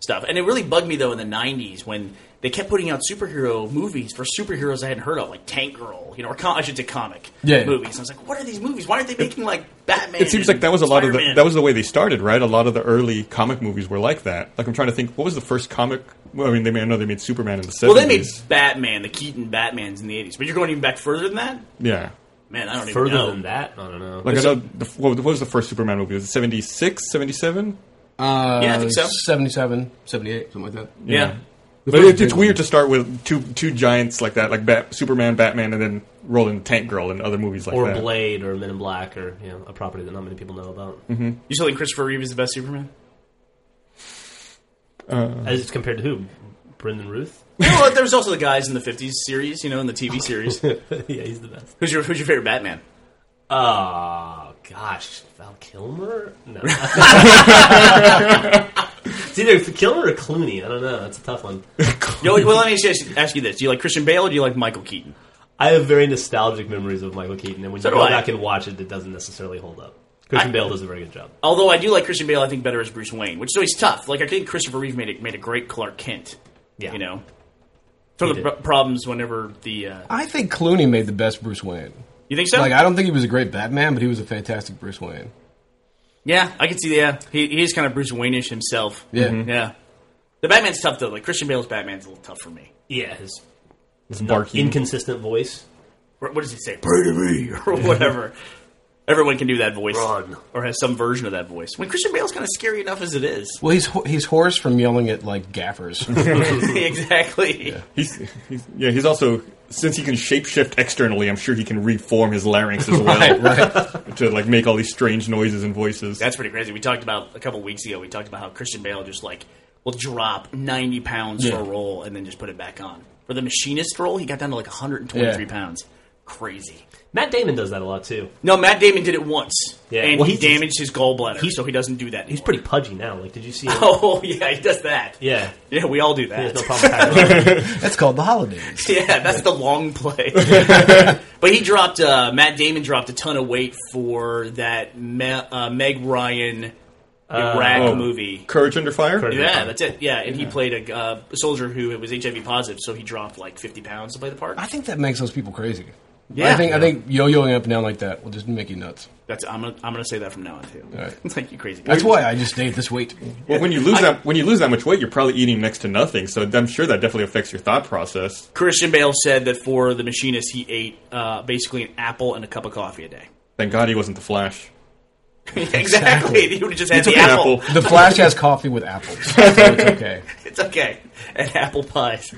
D: stuff. And it really bugged me though in the '90s when they kept putting out superhero movies for superheroes I hadn't heard of, like Tank Girl, you know, or com- I should say comic
G: Yeah.
D: movies. And I was like, what are these movies? Why aren't they making like Batman?
B: It seems like that was a lot of the,
D: Spider-Man?
B: that was the way they started, right? A lot of the early comic movies were like that. Like I'm trying to think, what was the first comic? Well, I mean, they made, I know they made Superman in the 70s.
D: well, they made Batman, the Keaton Batmans in the '80s, but you're going even back further than that.
B: yeah.
D: Man, I don't
C: Further
D: even know.
C: than that, I don't know.
B: Like I know the, what was the first Superman movie? Was it 76, 77?
G: Uh,
D: Yeah, I think so.
G: 77, 78, something like that.
D: Yeah.
B: But it, it's weird to start with two two giants like that, like Bat, Superman, Batman, and then roll in Tank Girl and other movies like
C: Or
B: that.
C: Blade or Men in Black or you know, a property that not many people know about.
G: Mm-hmm.
D: You still think Christopher Reeve is the best Superman?
C: As compared to who? Brendan Ruth?
D: you know what? There was also the guys in the '50s series, you know, in the TV series.
C: yeah, he's the best.
D: who's your Who's your favorite Batman?
C: Oh gosh, Val Kilmer? No. it's either Kilmer or Clooney. I don't know. That's a tough one.
D: Yo, well, let me just ask you this: Do you like Christian Bale or do you like Michael Keaton?
C: I have very nostalgic memories of Michael Keaton, and when
D: So
C: you
D: do
C: go
D: I.
C: back and watch it, it doesn't necessarily hold up. Christian Bale does a very good job.
D: Although I do like Christian Bale, I think better as Bruce Wayne, which is always tough. Like I think Christopher Reeve made it made a great Clark Kent.
C: Yeah.
D: you know, it's one of
C: He
D: the
C: did.
D: pro- problems whenever the uh,
G: I think Clooney made the best Bruce Wayne.
D: you think so?
G: Like, I don't think he was a great Batman, but he was a fantastic Bruce Wayne.
D: yeah, I can see. Yeah, he, he is kind of Bruce Wayne-ish himself.
G: Yeah.
D: yeah. The Batman's tough though. Like Christian Bale's Batman's a little tough for me.
C: Yeah, his
B: It's barking.
C: inconsistent voice.
D: Or What does he say? Pray to me or whatever. Everyone can do that voice,
C: Run.
D: or has some version of that voice. When Christian Bale's kind of scary enough as it is,
G: Well, he's ho- he's hoarse from yelling at like gaffers.
D: exactly.
B: he's, he's, yeah, he's also since he can shapeshift externally, I'm sure he can reform his larynx as well to like make all these strange noises and voices.
D: That's pretty crazy. We talked about a couple weeks ago. We talked about how Christian Bale just like will drop ninety pounds for a role and then just put it back on. For the machinist role, he got down to like one hundred and twenty-three
G: Yeah.
D: pounds. Crazy.
C: Matt Damon does that a lot too.
D: No, Matt Damon did it once,
C: Yeah.
D: and
C: Well,
D: he
C: he's-
D: damaged his gallbladder,
C: he's-
D: so he doesn't do that.
C: He's pretty pudgy now. Like, did you see? Him?
D: Oh yeah, he does that.
C: Yeah,
D: yeah, we all do
C: he has
D: that.
C: no problem. packing up.
G: That's called the holidays.
D: yeah, that's the long play. but he dropped. Uh, Matt Damon dropped a ton of weight for that Me- uh, Meg Ryan Iraq
B: Oh.
D: movie.
B: Courage under fire.
C: Courage.
D: Yeah, that's it. Yeah, and he played a uh, soldier who was HIV positive, so he dropped like 50 pounds to play the part.
G: I think that makes those people crazy.
D: Yeah.
G: I think I think yo-yoing up and down like that will just make you nuts.
D: That's I'm gonna I'm gonna say that from now on too.
G: Alright.
D: It's like you crazy.
G: That's why I just stayed this weight.
B: Well, when you lose that when you lose that much weight, you're probably eating next to nothing. So I'm sure that definitely affects your thought process.
D: Christian Bale said that for the machinist, he ate uh, basically an apple and a cup of coffee a day.
B: Thank God he wasn't the Flash.
D: exactly.
G: Exactly.
D: He would have just had
B: took
D: the
B: an
D: apple.
B: apple.
G: The Flash has coffee with apples. So it's okay.
D: It's okay. And apple pies.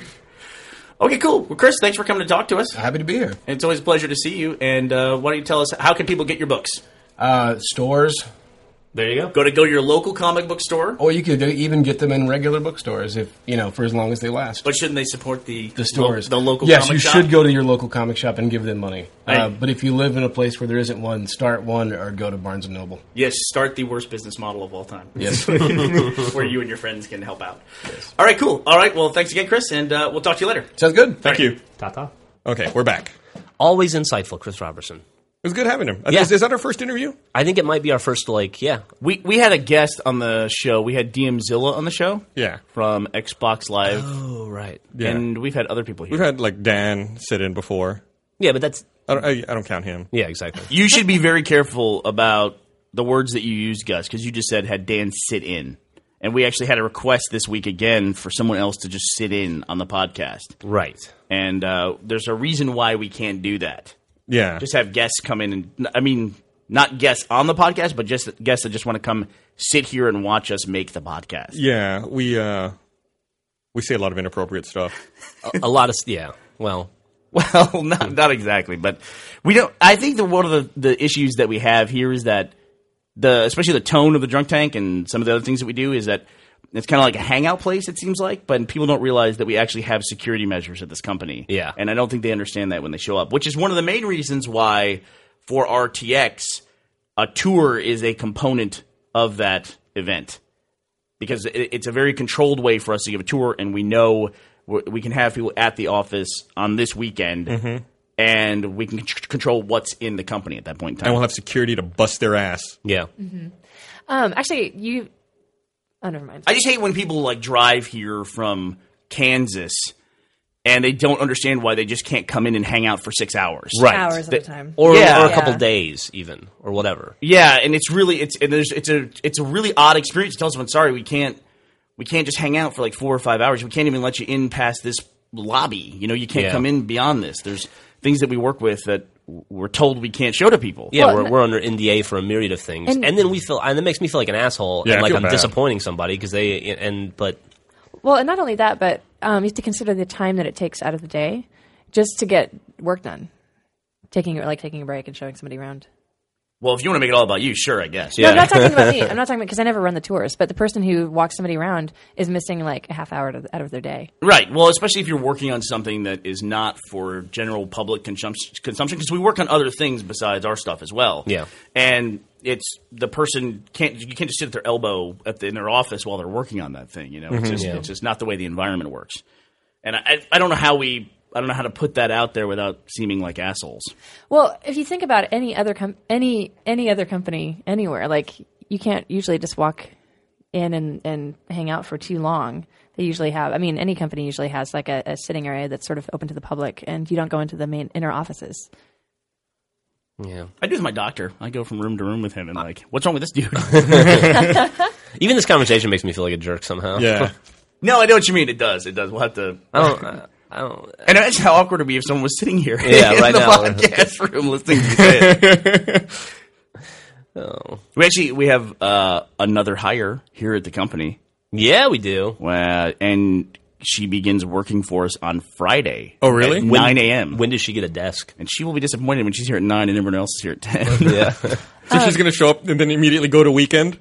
D: Okay, cool. Well, Chris, thanks for coming to talk to us.
G: Happy to be here.
D: It's always a pleasure to see you. And uh, why don't you tell us how can people get your books?
G: Uh, stores,
C: there you go.
D: Go to go to your local comic book store,
G: or you could even get them in regular bookstores if you know for as long as they last.
D: but shouldn't they support the
G: the stores,
D: the local?
G: Yes,
D: comic
G: you
D: shop?
G: should go to your local comic shop and give them money.
D: Hey.
G: Uh, but if you live in a place where there isn't one, start one or go to Barnes and Noble.
D: Yes, start the worst business model of all time.
G: Yes.
D: Where you and your friends can help out. All right, cool. All right, well, thanks again, Chris, and uh, we'll talk to you later.
G: Sounds good.
B: Thank you.
C: Tata.
B: Okay, we're back. It
I: Always insightful, Chris Robertson.
B: was good having him. Uh,
I: Yeah.
B: Is, is that our first interview?
I: I think it might be our first, like, yeah.
D: We we had a guest on the show. We had DMZilla on the show.
B: Yeah.
D: From Xbox Live.
I: Oh, right.
B: Yeah.
D: And we've had other people here.
B: We've had like Dan sit in before.
I: Yeah, but that's,
B: I don't, I, I don't count him.
I: yeah, exactly.
D: you should be very careful about the words that you use, Gus, because you just said had Dan sit in. And we actually had a request this week again for someone else to just sit in on the podcast.
I: Right.
D: And uh, there's a reason why we can't do that.
B: Yeah.
D: just have guests come in and I mean not guests on the podcast, but just guests that just want to come sit here and watch us make the podcast.
B: yeah. We uh, we say a lot of inappropriate stuff.
I: a lot of, yeah, well,
D: Well, not not exactly, but we don't. I think that one of the, the issues that we have here is that the especially the tone of the drunk tank and some of the other things that we do is that it's kind of like a hangout place. It seems like, but people don't realize that we actually have security measures at this company.
C: Yeah.
D: and I don't think they understand that when they show up, which is one of the main reasons why for RTX a tour is a component of that event because it, it's a very controlled way for us to give a tour, and we know we we can have people at the office on this weekend, and we can c- control what's in the company at that point in time.
B: And we'll have security to bust their ass.
C: Yeah.
E: Um, actually, you. Oh, never mind.
D: I just hate when people like drive here from Kansas and they don't understand why they just can't come in and hang out for six hours.
C: Right.
E: Hours at
C: They-
E: a time.
C: Or,
D: Yeah.
C: or a couple
E: Yeah.
C: days, even, or whatever.
D: Yeah, and it's really it's and there's it's a it's a really odd experience to tell someone sorry we can't we can't just hang out for like four or five hours. We can't even let you in past this lobby. You know, you can't
C: Yeah.
D: come in beyond this. There's things that we work with that we're told we can't show to people.
C: Yeah,
E: Well,
C: we're,
E: and-
C: we're under NDA for a myriad of things, and,
E: And-
C: then we feel, and it makes me feel like an asshole,
B: Yeah, I
C: and like
B: feel
C: I'm
B: bad.
C: disappointing somebody because they, and but
E: Well, and not only that, but um, you have to consider the time that it takes out of the day just to get work done. Taking like taking a break and showing somebody around.
D: Well, if you want to make it all about you, sure, I guess.
E: No, I'm not talking about me. I'm not talking about because I never run the tours. But the person who walks somebody around is missing like a half hour to, out of their day.
D: Right. Well, especially if you're working on something that is not for general public consump- consumption, because we work on other things besides our stuff as well.
C: Yeah.
D: And it's the person can't you can't just sit at their elbow at the, in their office while they're working on that thing. You know, it's just it's just not the way the environment works. And I I don't know how we I don't know how to put that out there without seeming like assholes.
E: Well, if you think about any other com- any any other company anywhere, like you can't usually just walk in and, and hang out for too long. They usually have. I mean, any company usually has like a, a sitting area that's sort of open to the public, and you don't go into the main inner offices.
C: yeah,
D: I do with my doctor. I go from room to room with him and like, what's wrong with this dude?
C: even this conversation makes me feel like a jerk somehow.
B: Yeah.
D: no, I know what you mean. It does. It does. We'll have to
C: I don't, I, I don't.
D: And imagine how awkward it would be if someone was sitting here
C: Yeah,
D: in
C: right
D: the
C: now.
D: podcast room listening to you say it.
C: Oh.
D: We actually we have uh, another hire here at the company,
C: Yeah, we do.
D: uh, and she begins working for us on Friday.
B: Oh, really?
D: At
B: When-
D: nine a.m.
C: When does she get a desk?
D: and she will be disappointed when she's here at nine and everyone else is here at ten.
C: Yeah,
B: So she's going to show up and then immediately go to weekend.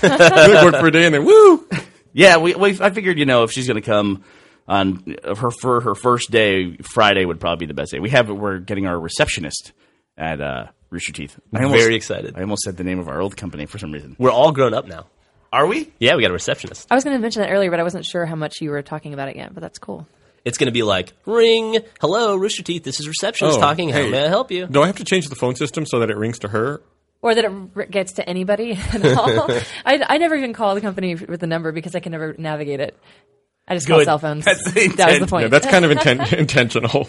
B: Good work for a day and then woo.
D: yeah, we, we I figured you know if she's going to come on uh, her for her first day, Friday would probably be the best day. We have we're getting our receptionist at uh, Rooster Teeth. I almost-
C: very excited.
D: I almost said the name of our old company for some reason.
C: We're all grown up now.
D: Are we?
C: Yeah, we got a receptionist.
E: I was going to mention that earlier, but I wasn't sure how much you were talking about it yet. But that's cool.
C: It's going to be like ring, hello, Rooster Teeth. This is receptionist
B: Oh,
C: talking. How
B: hey.
C: may I help you?
B: Do I have to change the phone system so that it rings to her?
E: Or that it r- gets to anybody at all. I, I never even call the company with the number because I can never navigate it. I just call
D: Good.
E: cell phones.
D: That's the
E: that was the
D: intent.
E: point.
B: Yeah, that's kind of inten- intentional.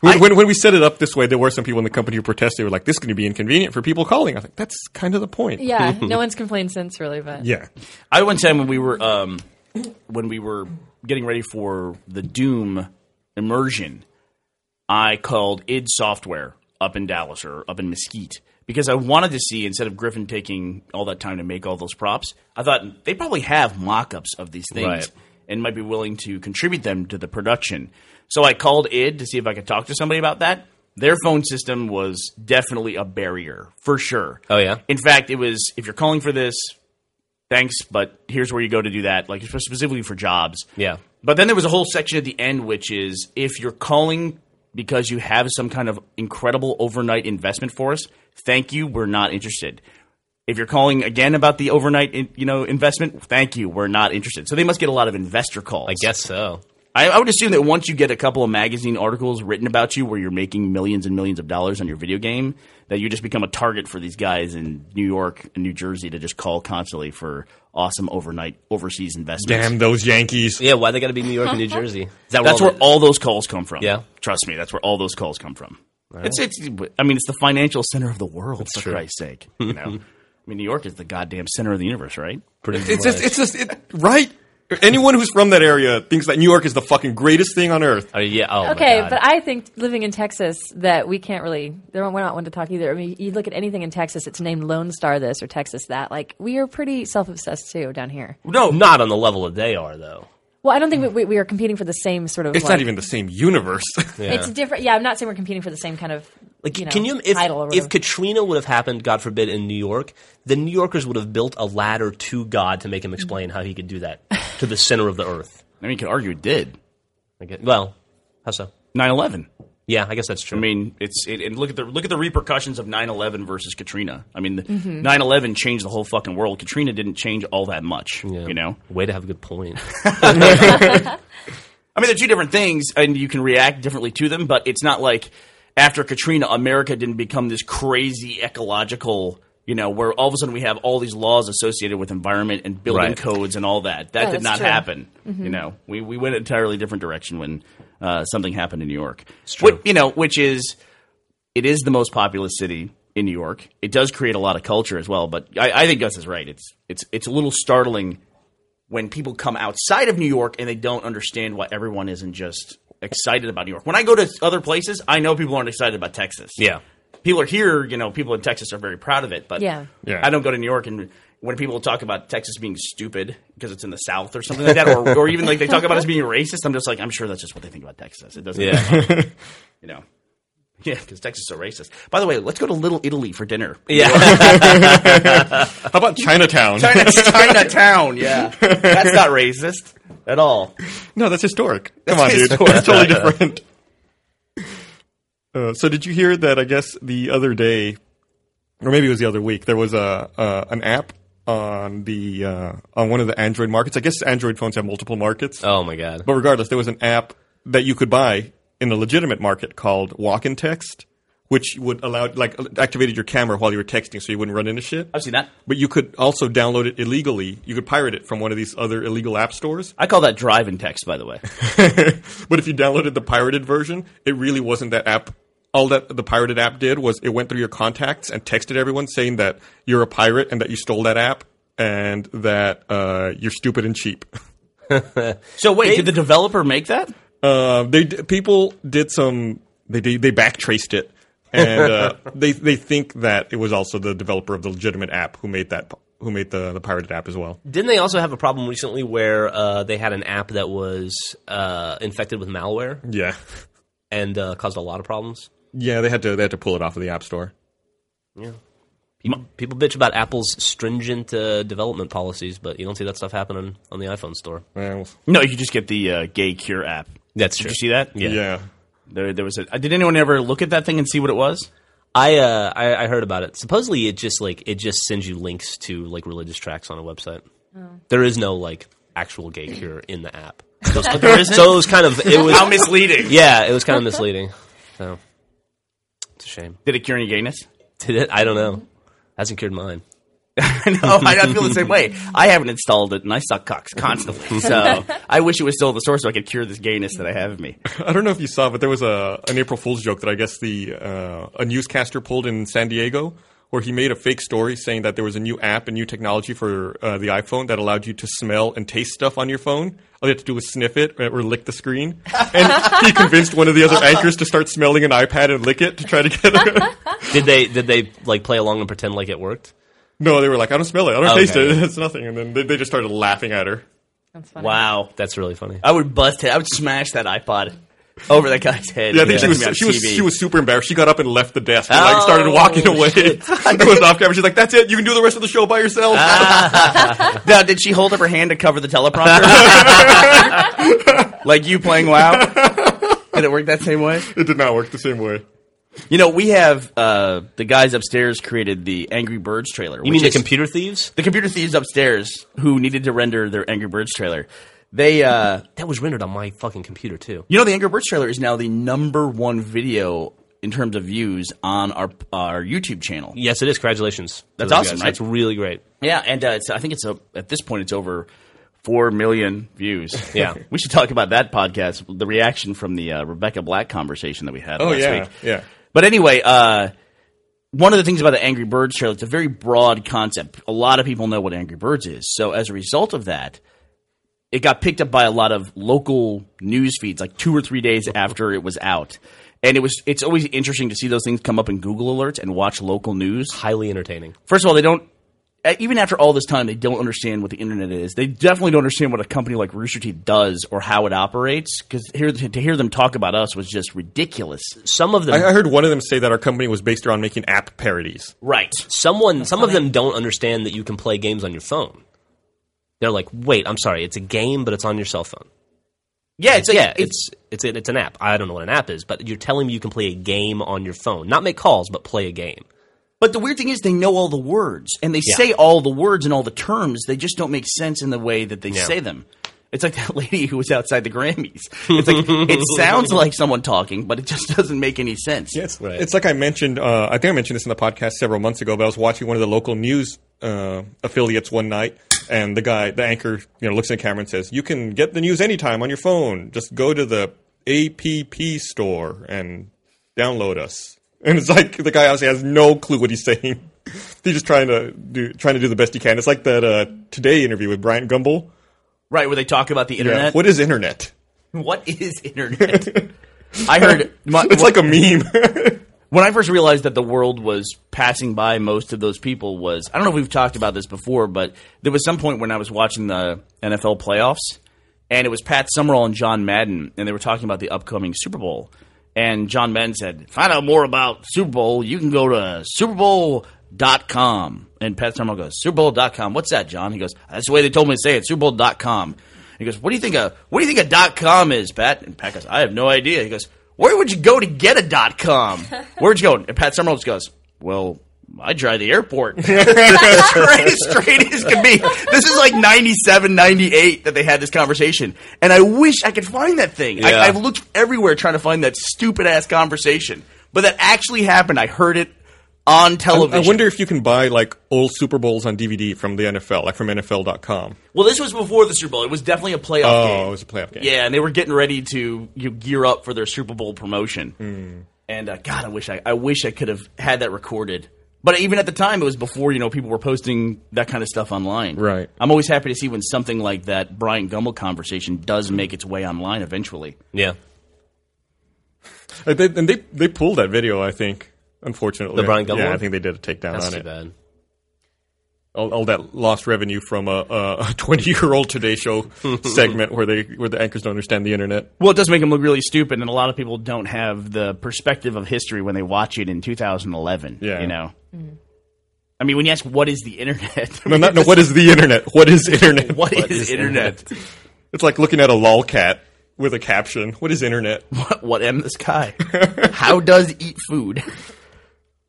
B: When, when, when we set it up this way, there were some people in the company who protested. They were like, this is going to be inconvenient for people calling. I think that's kind of the point.
E: yeah, no one's complained since, really. But
B: Yeah.
D: I one time when we were um, when we were getting ready for the Doom immersion, I called id Software up in Dallas or up in Mesquite because I wanted to see instead of Griffin taking all that time to make all those props, I thought they probably have mock-ups of these things
C: Right.
D: and might be willing to contribute them to the production. So I called id to see if I could talk to somebody about that. Their phone system was definitely a barrier for sure.
C: Oh, yeah?
D: In fact, it was if you're calling for this, thanks, but here's where you go to do that, like specifically for jobs.
C: Yeah.
D: But then there was a whole section at the end, which is if you're calling because you have some kind of incredible overnight investment for us, thank you, we're not interested. If you're calling again about the overnight, in- you know, investment, thank you, we're not interested. So they must get a lot of investor calls.
C: I guess so.
D: I, I would assume that once you get a couple of magazine articles written about you where you're making millions and millions of dollars on your video game, that you just become a target for these guys in New York and New Jersey to just call constantly for awesome overnight overseas investments.
B: Damn those Yankees.
C: Yeah, why they got to be New York and New Jersey? Is that
D: That's where
C: the-
D: all those calls come from.
C: Yeah.
D: Trust me, that's where all those calls come from. It's, it's, I mean, it's the financial center of the world, for Christ's sake. You know? I mean, New York is the goddamn center of the universe, right?
C: pretty
B: It's just,
C: much.
B: it's just, it, right? Anyone who's from that area thinks that New York is the fucking greatest thing on earth.
C: Oh, yeah. Oh, my
E: okay,
C: God.
E: but I think living in Texas that we can't really. There we're not one to talk either. I mean, you look at anything in Texas, it's named Lone Star this or Texas that. Like we are pretty self obsessed too down here.
C: no, not on the level that they are though.
E: Well, I don't think we, we, we are competing for the same sort of.
B: It's
E: like-
B: not even the same universe.
E: It's different. Yeah, I'm not saying we're competing for the same kind of.
C: Like,
E: you know,
C: can you if
E: title or
C: if
E: whatever.
C: Katrina would have happened, God forbid, in New York, the New Yorkers would have built a ladder to God to make him explain how he could do that to the center of the earth.
D: I mean, you could argue it did.
C: I guess- well, how so?
D: 9/11.
C: Yeah, I guess that's true.
D: I mean, it's it, and look at the look at the repercussions of 9/11 versus Katrina. I mean, the 9/11 changed the whole fucking world. Katrina didn't change all that much,
C: Yeah.
D: you know.
C: way to have a good point.
D: I mean, they're two different things, and you can react differently to them. But it's not like after Katrina, America didn't become this crazy ecological. You know, where all of a sudden we have all these laws associated with environment and building
C: Right.
D: codes and all that. That
E: Yeah,
D: did
E: that's
D: not
E: true. Mm-hmm.
D: happen. You know, we we went an entirely different direction when uh, something happened in New York.
C: true.
D: Which, you know, which is it is the most populous city in New York. It does create a lot of culture as well. But I, I think Gus is right. It's it's it's a little startling when people come outside of New York and they don't understand why everyone isn't just excited about New York. When I go to other places, I know people aren't excited about Texas.
C: yeah,
D: People are here, you know, people in Texas are very proud of it, but
E: Yeah.
B: Yeah.
D: I don't go to New York and when people talk about Texas being stupid because it's in the South or something like that, or, or even like they talk about us being racist, I'm just like, I'm sure that's just what they think about Texas. It doesn't, you know, yeah, because Texas is so racist. By the way, let's go to Little Italy for dinner.
C: yeah.
B: How about Chinatown?
D: China, Chinatown, yeah, that's not racist at all.
B: no, that's historic. Come on, dude.
D: historic.
B: That's totally different. Uh, so did you hear that? I guess the other day, or maybe it was the other week, there was a uh, an app on the uh, on one of the Android markets. I guess Android phones have multiple markets.
C: oh my god.
B: But regardless, there was an app that you could buy in a legitimate market called Walk in Text, which would allow like activated your camera while you were texting, so you wouldn't run into shit.
D: I've seen that.
B: But you could also download it illegally. You could pirate it from one of these other illegal app stores.
D: I call that drive and text, by the way.
B: but if you downloaded the pirated version, it really wasn't that app. All that the pirated app did was it went through your contacts and texted everyone saying that you're a pirate and that you stole that app and that uh, you're stupid and cheap.
D: So wait, did the developer make that?
B: Uh, they d- people did some they did, they backtraced it, and uh, they they think that it was also the developer of the legitimate app who made that who made the, the pirated app as well.
C: Didn't they also have a problem recently where uh, they had an app that was uh, infected with malware
B: Yeah,
C: and uh, caused a lot of problems?
B: yeah, they had to they had to pull it off of the app store.
C: People, people bitch about Apple's stringent uh, development policies, but you don't see that stuff happening on the iPhone store.
B: Well,
D: No, you just get the uh, gay cure app.
C: That's
D: Did
C: true.
D: you see that?
C: Yeah.
B: yeah,
D: There, there was a. uh, Did anyone ever look at that thing and see what it was?
C: I, uh, I I heard about it. Supposedly, it just like it just sends you links to like religious tracks on a website. There is no like actual gay cure in the app. So, it's- so it was kind of it was
D: How misleading!
C: yeah, it was kind of misleading. So it's a shame.
D: Did it cure any gayness?
C: Did it? I don't know. Hasn't cured mine.
D: no, I, I feel the same way. I haven't installed it, and I suck cocks constantly. So I wish it was still in the source so I could cure this gayness that I have in me.
B: I don't know if you saw, but there was a an April Fool's joke that I guess the uh, a newscaster pulled in San Diego. Where he made a fake story saying that there was a new app and new technology for uh, the iPhone that allowed you to smell and taste stuff on your phone. All you had to do was sniff it uh, or lick the screen. And he convinced one of the other anchors to start smelling an iPad and lick it to try to get it.
C: Did they did they like play along and pretend like it worked?
B: no, they were like, I don't smell it. I don't
C: Okay.
B: taste it. It's nothing. And then they, they just started laughing at her.
E: That's funny.
D: Wow,
C: That's really funny.
D: I would bust it. I would smash that iPod over that guy's head.
B: Yeah, I think she
D: Put
B: was
D: me on
B: she was
D: TV.
B: she was super embarrassed. She got up and left the desk and like started
D: Oh,
B: walking away. it was off camera. She's like, "That's it. You can do the rest of the show by yourself."
D: Now, did she hold up her hand to cover the teleprompter? like you playing WoW? Did it work that same way?
B: It did not work the same way.
D: You know, we have uh, the guys upstairs created the Angry Birds trailer.
C: You mean the computer thieves?
D: the computer thieves upstairs who needed to render their Angry Birds trailer? They, uh,
C: That was rendered on my fucking computer too.
D: you know, the Angry Birds trailer is now the number one video in terms of views on our our YouTube channel.
C: Yes, it is. Congratulations. to
D: That's
C: those
D: awesome,
C: guys.
D: right?
C: That's really great.
D: Yeah, and uh, it's, I think it's uh at this point it's over four million views.
C: Yeah.
D: we should talk about that podcast, the reaction from the uh, Rebecca Black conversation that we had
B: Oh
D: last
B: yeah,
D: week.
B: yeah.
D: But anyway, uh, one of the things about the Angry Birds trailer, it's a very broad concept. A lot of people know what Angry Birds is. So as a result of that, it got picked up by a lot of local news feeds, like two or three days after it was out. And it was it's always interesting to see those things come up in Google alerts and watch local news.
C: Highly entertaining.
D: First of all, they don't uh, even after all this time, they don't understand what the internet is. They definitely don't understand what a company like Rooster Teeth does or how it operates. Because here, to hear them talk about us was just ridiculous.
C: Some of them,
B: I, I heard one of them say that our company was based around making app parodies.
D: Right.
C: someone, some of them don't understand that you can play games on your phone. They're like, wait, I'm sorry, it's a game, but it's on your cell phone.
D: Yeah. It's like,
C: yeah, it's it's it's an app. I don't know what an app is, but you're telling me you can play a game on your phone, not make calls, but play a game.
D: But the weird thing is, they know all the words and they say all the words and all the terms. They just don't make sense in the way that they say them. It's like that lady who was outside the Grammys. It's like it sounds like someone talking, but it just doesn't make any sense.
B: Yes, it's like I mentioned. Uh, I think I mentioned this in the podcast several months ago. But I was watching one of the local news uh, affiliates one night, and the guy, the anchor, you know, looks in the camera and says, "You can get the news anytime on your phone. Just go to the app store and download us." And it's like the guy obviously has no clue what he's saying. he's just trying to do trying to do the best he can. It's like that uh, today interview with Brian Gumble.
D: Right, where they talk about the internet.
B: What is internet?
D: what is internet? I heard my,
B: It's like a meme.
D: when I first realized that the world was passing by most of those people was I don't know if we've talked about this before, but there was some point when I was watching the NFL playoffs, and it was Pat Summerall and John Madden, and they were talking about the upcoming Super Bowl. And John Madden said, Find out more about Super Bowl, you can go to SuperBowl.com. And Pat Summerall goes, SuperBowl.com. What's that, John? He goes, That's the way they told me to say it, SuperBowl.com. He goes, What do you think a what do you think a dot com is, Pat? And Pat goes, I have no idea. He goes, Where would you go to get a dot com? Where'd you go? And Pat Summerall just goes, Well, I drive the airport. straight, straight as can be. This is like 97, 98 that they had this conversation. And I wish I could find that thing.
C: Yeah.
D: I, I've looked everywhere trying to find that stupid ass conversation. But that actually happened. I heard it on television.
B: I wonder if you can buy like old Super Bowls on DVD from the NFL, like from NFL.com.
D: Well, this was before the Super Bowl. It was definitely a playoff
B: Oh,
D: game.
B: it was a playoff game.
D: Yeah, and they were getting ready to you know, gear up for their Super Bowl promotion.
B: Hmm.
D: And uh, God, I wish I, I wish I could have had that recorded. But even at the time, it was before you know people were posting that kind of stuff online.
B: Right.
D: I'm always happy to see when something like that Brian Gumbel conversation does make its way online eventually.
C: Yeah,
B: Uh, they- and they they pulled that video, I think. Unfortunately,
C: The Brian Gumble
B: Yeah, I
C: one?
B: think they did a takedown
C: that's
B: on
C: too
B: it.
C: bad.
B: All, all that lost revenue from a twenty-year-old Today Show segment where they where the anchors don't understand the internet.
D: Well, it does make them look really stupid, and a lot of people don't have the perspective of history when they watch it in 2011.
B: Yeah.
D: You know. I mean, when you ask what is the internet,
B: No, not, no. What is the internet? What is internet?
D: what is, internet?
B: It's like looking at a lolcat with a caption. What is internet?
D: What, what am the sky? How does eat food?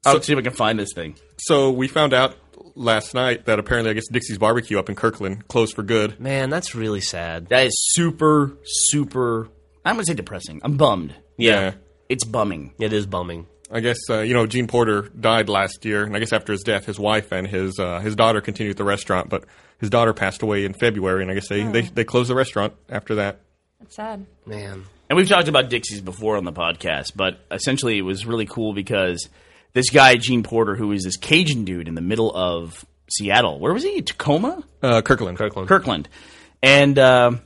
D: I'll see if I can find this thing.
B: So we found out last night that apparently, I guess Dixie's Barbecue up in Kirkland closed for good.
C: Man, that's really sad.
D: That is super, super. I'm gonna say depressing. I'm bummed.
C: Yeah,
D: It's bumming.
C: it is bumming.
B: I guess uh, you know Gene Porter died last year, and I guess after his death, his wife and his uh, his daughter continued the restaurant, but his daughter passed away in February, and I guess they, they they closed the restaurant after that.
E: That's sad.
C: Man,
D: And we've talked about Dixie's before on the podcast, but essentially it was really cool because this guy Gene Porter, who is this Cajun dude in the middle of Seattle, where was he? Tacoma,
B: Uh, Kirkland,
C: Kirkland.
D: Kirkland, and um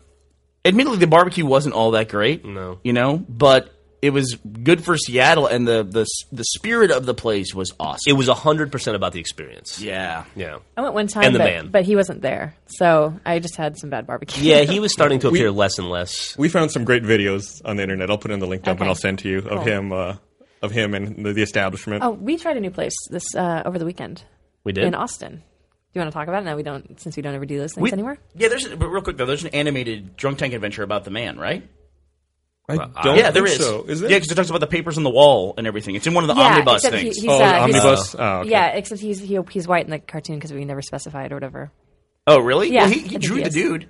D: admittedly the barbecue wasn't all that great.
C: No.
D: you know, but it was good for Seattle, and the the the spirit of the place was awesome.
C: it was hundred percent about the experience.
D: yeah.
C: yeah,
E: I went one time,
C: And the
E: but,
C: man.
E: but he wasn't there, so I just had some bad barbecue.
C: yeah. He was starting to appear less and less.
B: We found some great videos on the internet. I'll put in the link dump and
E: Okay.
B: I'll send to you of
E: Cool.
B: him uh, of him and the, the establishment.
E: Oh, we tried a new place this uh, over the weekend
C: We did.
E: in Austin. Do you want to talk about it? No, we don't, since we don't ever do those things
D: We-
E: anymore.
D: Yeah, there's but real quick though. There's an animated drunk tank adventure about the man, right?
B: I don't
D: yeah, there is.
B: think so. Is there?
D: Yeah, because it talks about the papers on the wall and everything. It's in one of the omnibus
E: except
D: things.
E: He, he's,
B: oh,
E: uh, he's-
B: omnibus. Oh, okay.
E: Yeah, except he's he, he's white in the cartoon because we never specified or whatever.
D: oh, really?
E: Yeah,
D: well, he,
E: I
D: he
E: think
D: drew
E: he
D: the
E: is.
D: dude,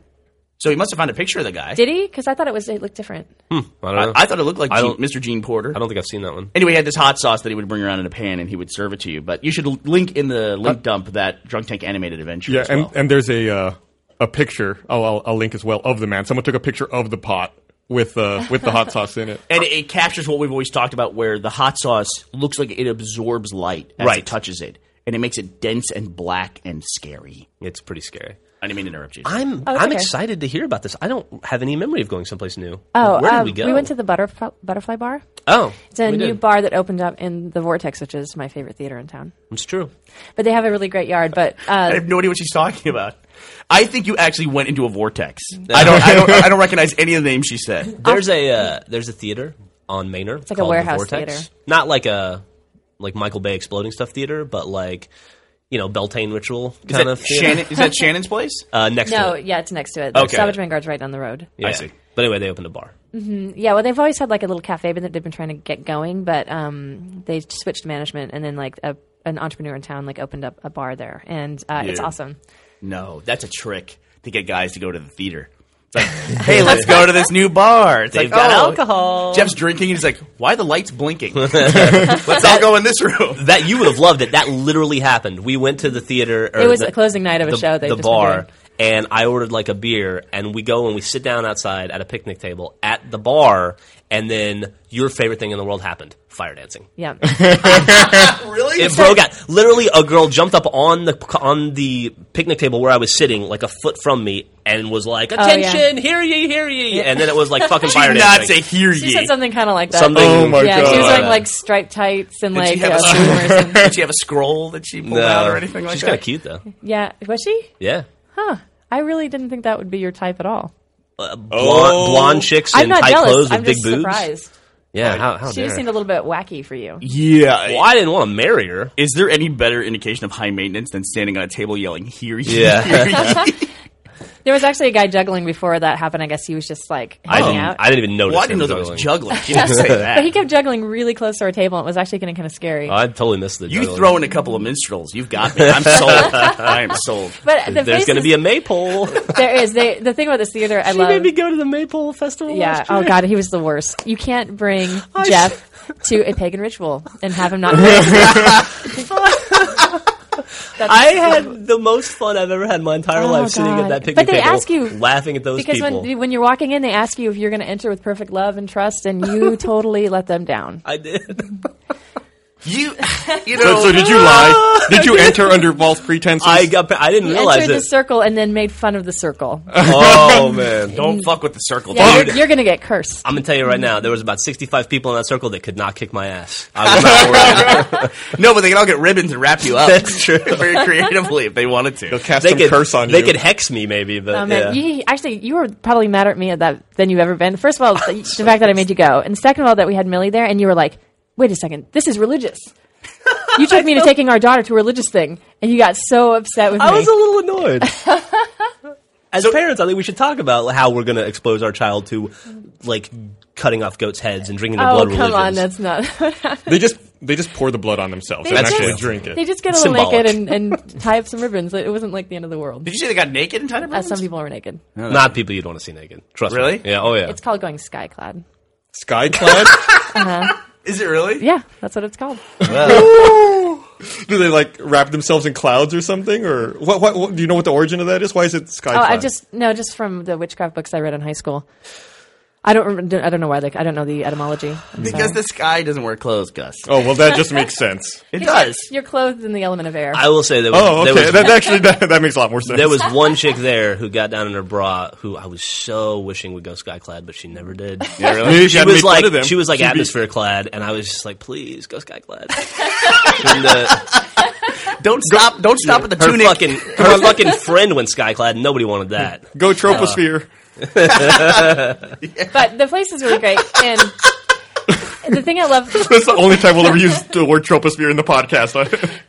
D: so he must have found a picture of the guy.
E: Did he? Because I thought it was it looked different.
C: I don't
D: I,
C: know. I,
D: I thought it looked like
C: I
D: Gene-
C: don't-
D: Mr. Gene Porter.
C: don't think I've seen that one.
D: Anyway, he had this hot sauce that he would bring around in a pan, and he would serve it to you. But you should l- link in the link dump that drunk tank animated adventure.
B: Yeah,
D: as
B: and,
D: well.
B: and there's a uh, a picture. Oh, I'll, I'll link as well of the man. Someone took a picture of the pot with uh, with the hot sauce in it.
D: And it, it captures what we've always talked about, where the hot sauce looks like it absorbs light as
C: Right.
D: it touches it, and it makes it dense and black and scary.
C: It's pretty scary.
D: I didn't mean to interrupt you.
C: I'm
E: Oh, it's
C: I'm
E: okay.
C: excited to hear about this. I don't have any memory of going someplace new.
E: Oh,
C: where
E: um,
C: did we go?
E: went to the butterfly, butterfly Bar.
C: Oh,
E: It's a
C: we
E: new
C: did.
E: bar that opened up in the Vortex, which is my favorite theater in town.
C: It's true.
E: But they have a really great yard. But
D: I
E: uh,
D: have no idea what she's talking about. I think you actually went into a vortex. I don't. I don't. I don't recognize any of the names she said.
C: There's a uh, there's a theater on Manor. It's
E: Oh. like a warehouse theater.
C: Not like a like Michael Bay exploding stuff theater, but like you know Beltane ritual
D: Is
C: kind
D: that,
C: of theater.
D: Shannon, is that Shannon's place?
C: uh, next
E: no,
C: to it.
E: yeah, it's next to it.
D: Okay.
E: Salvage Vanguard's right down the road.
C: Yeah.
D: see.
C: But anyway, they opened a bar.
E: Yeah, well, they've always had like a little cafe but that they've been trying to get going, but um, they switched management, and then like a, an entrepreneur in town like opened up a bar there, and uh, it's
D: Dude.
E: awesome.
D: No, that's a trick to get guys to go to the theater. It's like, hey, let's go to this new bar. It's
C: They've
D: like,
C: got
D: oh,
C: alcohol.
D: Jeff's drinking. He's like, why are the lights blinking? let's all go in this room.
C: That you would have loved it. That literally happened. We went to the theater. Or
E: It was
C: the,
E: a closing night of a
C: the,
E: show. They
C: the
E: just been
C: bar,
E: doing.
C: and I ordered like a beer, and we go and we sit down outside at a picnic table at the bar, and then your favorite thing in the world happened: fire dancing.
E: Yeah,
D: really?
C: It broke out. Literally, a girl jumped up on the on the picnic table where I was sitting, like a foot from me, and was like,
E: Oh, yeah.
C: "Attention, hear ye, hear ye!" And then it was like fucking fire
D: Did not
C: dancing.
D: say hear
E: she said
D: ye.
E: something kind of like that.
C: Something.
B: Oh my
E: yeah, she was
B: God.
E: wearing like striped tights and
D: Did
E: like
D: she, have
E: uh, bloomers
D: a,
E: and-
D: did she have a scroll that she pulled
C: No.
D: out or anything like
C: uh, She's
D: that?
C: kind of cute though.
E: yeah, was she?
C: Yeah.
E: Huh? I really didn't think that would be your type at all.
C: Blonde, blonde chicks
E: I'm
C: in
E: not
C: tight
E: jealous.
C: clothes with
E: I'm
C: big
E: just
C: boobs. Oh,
E: surprised.
C: Yeah, how, how
E: She
C: dare
E: just
C: her.
E: seemed a little bit wacky for you.
D: Yeah.
C: Well, I didn't want to marry her.
D: Is there any better indication of high maintenance than standing on a table yelling "Hear ye"?
C: Yeah.
E: There was actually a guy juggling before that happened. I guess he was just like
C: I
E: hanging
C: didn't.
E: out.
C: I didn't even notice.
D: Well, I didn't know
C: him
D: that was
C: juggling.
D: juggling. She didn't say
E: but he
D: that.
E: kept juggling really close to our table, and it was actually getting kind of scary.
C: Oh, I totally missed the.
D: You
C: juggling.
D: throw in a couple of minstrels, you've got me. I'm sold. I am sold.
E: but the
C: There's going to
E: faces-
C: be a maypole.
E: there is they, the thing about this theater. I
C: she
E: love.
C: made me go to the maypole festival.
E: yeah.
C: last
E: Oh
C: year.
E: God, he was the worst. You can't bring Jeff to a pagan ritual and have him not. That's
C: I had the most fun I've ever had in my entire
E: Oh,
C: life sitting at
E: God.
C: that picnic
E: But they
C: table,
E: ask you-
C: laughing at those
E: because
C: people.
E: when when you're walking in, they ask you if you're going to enter with perfect love and trust, and you totally let them down.
C: I did.
D: You, you
B: So,
D: know,
B: so did you lie? Did you enter under false pretenses?
C: I got. I didn't
E: You
C: realize
E: entered the
C: it.
E: circle and then made fun of the circle.
C: Oh man.
D: don't fuck with the circle,
E: Yeah,
D: dude.
E: you're, you're going to get cursed.
C: I'm gonna tell you right now, there was about 65 people in that circle that could not kick my ass. I was not worried.
D: No, but they can all get ribbons and wrap you up
C: That's true.
D: very creatively if they wanted to.
B: cast
C: They
B: some
C: could
B: curse on
C: They
B: you.
C: could hex me maybe, but
E: Oh,
C: yeah.
E: man. You, actually, you were probably madder at me at that than you've ever been. First of all, the, the fact that I made you go, and second of all, that we had Millie there, and you were like, "Wait a second, this is religious." You took me to taking our daughter to a religious thing, and you got so upset with
C: I
E: me.
C: was a little annoyed. As parents, I think we should talk about how we're going to expose our child to like cutting off goats' heads and drinking their
E: oh,
C: blood
E: come
C: religions.
E: on, that's not.
B: They just they just pour the blood on themselves
E: They
B: and
E: just-
B: actually drink it.
E: they just get a little
C: Symbolic.
E: naked and, and tie up some ribbons. It wasn't like the end of the world.
D: Did you say they got naked and tied up
E: Uh,
D: ribbons?
E: some people were naked.
C: Not people you'd want to see naked. Trust
D: Really?
C: me. Yeah. Oh yeah.
E: It's called going skyclad.
B: Sky cloud?
D: Is it really?
E: Yeah, that's what it's called.
B: do they like wrap themselves in clouds or something? Or what, what, what- Do you know what the origin of that is? Why is it sky
E: Oh,
B: cloud?
E: I just no, just from the witchcraft books I read in high school. I don't. Remember, I don't know why. Like, I don't know the etymology. I'm
D: Because
E: sorry.
D: this guy doesn't wear clothes, Gus.
B: oh well, that just makes sense.
D: It does.
E: You're clothed in the element of air.
C: I will say there was,
B: Oh, okay.
C: there was
B: that actually that, that makes a lot more sense.
C: There was one chick there who got down in her bra who I was so wishing would go sky clad, but she never did.
B: Maybe
C: She
B: had made
C: was
B: fun
C: like
B: of them.
C: she was like
B: She'd be-
C: atmosphere clad, and I was just like, please go sky clad. and, uh,
D: Don't stop. Don't stop at the
C: her
D: tunic.
C: fucking her fucking friend went sky clad, and nobody wanted that.
B: Go troposphere.
E: But the place is really great, and the thing I love,
B: That's the only time we'll ever use the word troposphere in the podcast.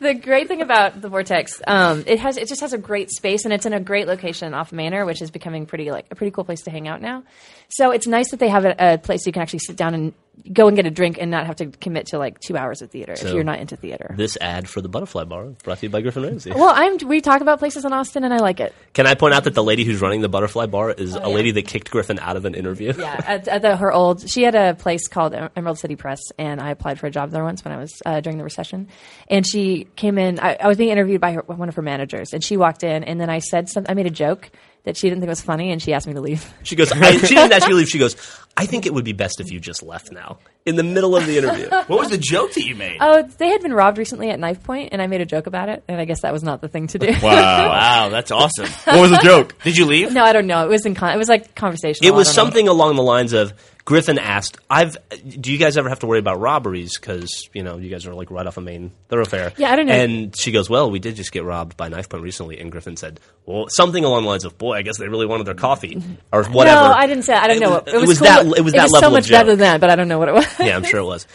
E: the great thing about the vortex, um, it has it just has a great space, and it's in a great location off Manor, which is becoming pretty like a pretty cool place to hang out now. So it's nice that they have a, a place you can actually sit down and go and get a drink and not have to commit to like two hours of theater if you're not into theater.
C: This ad for the butterfly bar brought to you by Griffin Ramsey.
E: well, I'm we talk about places in Austin, and I like it.
C: Can I point out that the lady who's running the butterfly bar is a lady that kicked Griffin out of an interview?
E: Yeah, at, at the, her old, she had a place called Em- Emerald City Press, and I applied for a job there once when I was uh, during the recession. And she came in. I, I was being interviewed by her, one of her managers, and she walked in, and then I said something. I made a joke, that she didn't think was funny, and she asked me to leave.
C: She goes, I, she didn't ask you to leave. She goes, I think it would be best if you just left now in the middle of the interview.
D: What was the joke that you made?
E: Oh, they had been robbed recently at knife point, and I made a joke about it, and I guess that was not the thing to do.
B: Wow.
D: Wow, that's awesome.
B: what was the joke?
D: Did you leave?
E: no, I don't know. It was in con- it was like conversational.
C: It
E: Oh, I
C: was
E: don't know.
C: something along the lines of Griffin asked, "I've do you guys ever have to worry about robberies? Because you know you guys are like right off a main thoroughfare."
E: Yeah, I don't know.
C: And she goes, "Well, we did just get robbed by Knife Point recently," and Griffin said, "Well, something along the lines of, boy, I guess they really wanted their coffee or whatever."
E: No, I didn't say. I don't know.
C: was-
E: It was,
C: it was
E: cool.
C: that- it was that
E: so
C: level of
E: much better
C: joke.
E: than that, but I don't know what it was.
C: Yeah, I'm sure it was.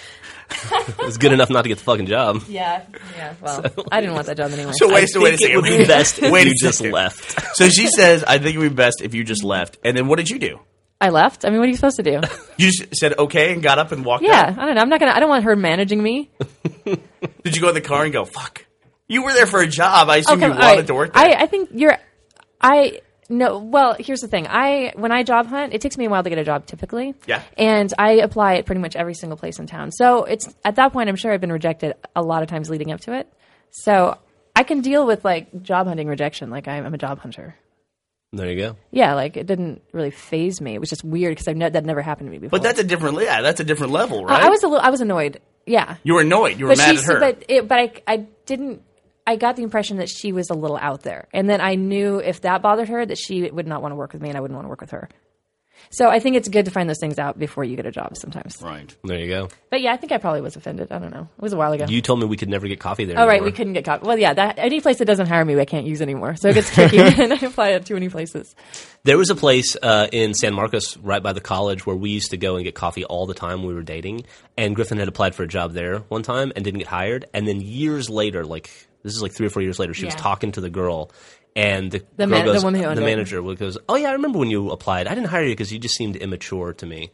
C: it was good enough not to get the fucking job.
E: yeah, yeah. Well, I didn't want that job anyway.
D: So
C: I
D: wait, so
C: think
D: wait a
C: it
D: second.
C: would be best if
D: Wait a
C: you just
D: second.
C: left.
D: So she says, "I think it would be best if you just left." And then what did you do?
E: I left. I mean, what are you supposed to do?
D: You just said okay and got up and walked.
E: Yeah,
D: out?
E: I don't know. I'm not gonna. I don't want her managing me.
D: Did you go in the car and go, "Fuck"? You were there for a job. I assume
E: Okay,
D: you
E: all
D: wanted
E: right.
D: to work there.
E: I, I think you're. I no. Well, here's the thing. I when I job hunt, it takes me a while to get a job typically.
D: Yeah.
E: And I apply at pretty much every single place in town. So it's at that point, I'm sure I've been rejected a lot of times leading up to it. So I can deal with like job hunting rejection. Like I'm, I'm a job hunter.
C: There you go.
E: Yeah, like it didn't really phase me. It was just weird because I've ne- that never happened to me before.
D: but that's a different. Yeah, that's a different level,
E: I-
D: right?
E: I was a little. I was annoyed. Yeah.
D: you were annoyed. You were
E: but
D: mad
E: she,
D: at her.
E: but it, but I, I didn't. I got the impression that she was a little out there, and then I knew if that bothered her, that she would not want to work with me, and I wouldn't want to work with her. So I think it's good to find those things out before you get a job sometimes.
D: right.
C: There you go.
E: But yeah, I think I probably was offended. I don't know. It was a while ago.
C: You told me we could never get coffee there.
E: oh right,
C: anymore.
E: we couldn't get caught. Well, yeah, that any place that doesn't hire me, I can't use anymore. So it gets tricky, and I apply at too many places.
C: There was a place uh, in San Marcos, right by the college, where we used to go and get coffee all the time. when We were dating, and Griffin had applied for a job there one time and didn't get hired. And then years later, like this is like three or four years later, she was
E: Yeah.
C: talking to the girl, and the,
E: The
C: girl
E: man- the
C: goes-
E: woman who owned
C: the
E: it.
C: manager goes, "Oh yeah, I remember when you applied. I didn't hire you because you just seemed immature to me."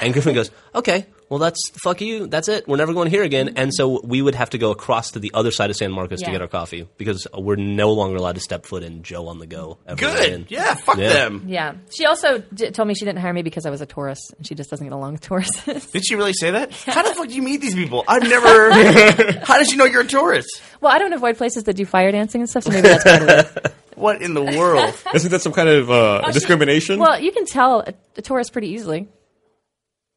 C: And Griffin goes, "Okay." Well, that's fuck you. That's it. We're never going here again. And so we would have to go across to the other side of San Marcos to
E: Yeah.
C: get our coffee because we're no longer allowed to step foot in Joe on the go. Ever again.
D: Good. Yeah. Fuck
C: Yeah.
D: them.
E: Yeah, she also d- told me she didn't hire me because I was a Taurus, and she just doesn't get along with Tauruses.
D: Did she really say that? How the fuck do you meet these people? I've never. How did she know you're a tourist?
E: well, I don't avoid places that do fire dancing and stuff, so maybe that's part of it.
D: What in the world?
B: Isn't that some kind of uh, discrimination?
E: Well, you can tell a, a Taurus pretty easily.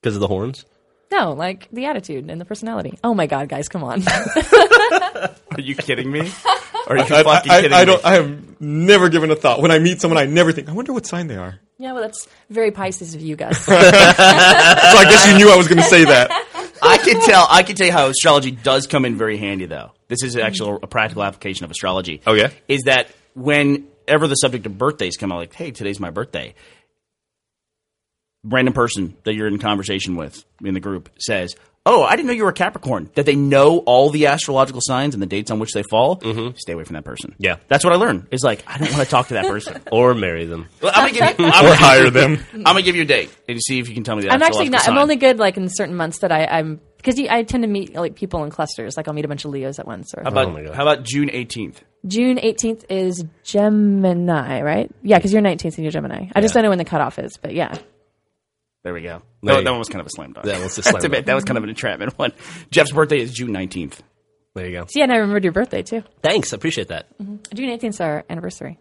C: Because of the horns?
E: No, like the attitude and the personality. Oh my God, guys, come on.
D: Are you kidding me? Are you
B: I, I-
D: fucking
B: I-
D: kidding
B: I
D: me?
B: don't. I have never given a thought. When I meet someone, I never think. I wonder what sign they are.
E: yeah, well, that's very Pisces of you guys.
B: So I guess you knew I was going to say that.
D: I can tell. I can tell you how astrology does come in very handy, though. This is actually a practical application of astrology.
B: Oh, yeah?
D: is that whenever the subject of birthdays come out, like, hey, today's my birthday. Random person that you're in conversation with in the group says, "Oh, I didn't know you were a Capricorn." That they know all the astrological signs and the dates on which they fall. Stay away from that person.
C: Mm-hmm. Yeah.
D: that's what I learned. Is like, I don't want to talk to that person.
C: Or marry them.
D: Well, I'm gonna give you. I'm
B: Or
D: gonna,
B: hire them.
D: I'm gonna give you a date and see if you can tell me that.
E: I'm actually not, I'm only good like in certain months that I, I'm, because I tend to meet like people in clusters. Like I'll meet a bunch of Leos at once. Or
D: How about,
C: Oh my God.
D: how about June 18th?
E: June 18th is Gemini, right? Yeah, because you're 19th and you're Gemini. I just don't know when the cutoff is, but yeah.
D: There we go.
C: There
D: No,
C: you
D: that
C: go.
D: one was kind of a slam dunk.
C: That was a
D: I have
C: slam
D: to admit,
C: dunk.
D: That was kind of an entrapment one. Jeff's birthday is June nineteenth.
C: There you go. Mm-hmm.
E: See, and I remembered your birthday too.
C: Thanks. Appreciate that.
E: June 18th is our anniversary.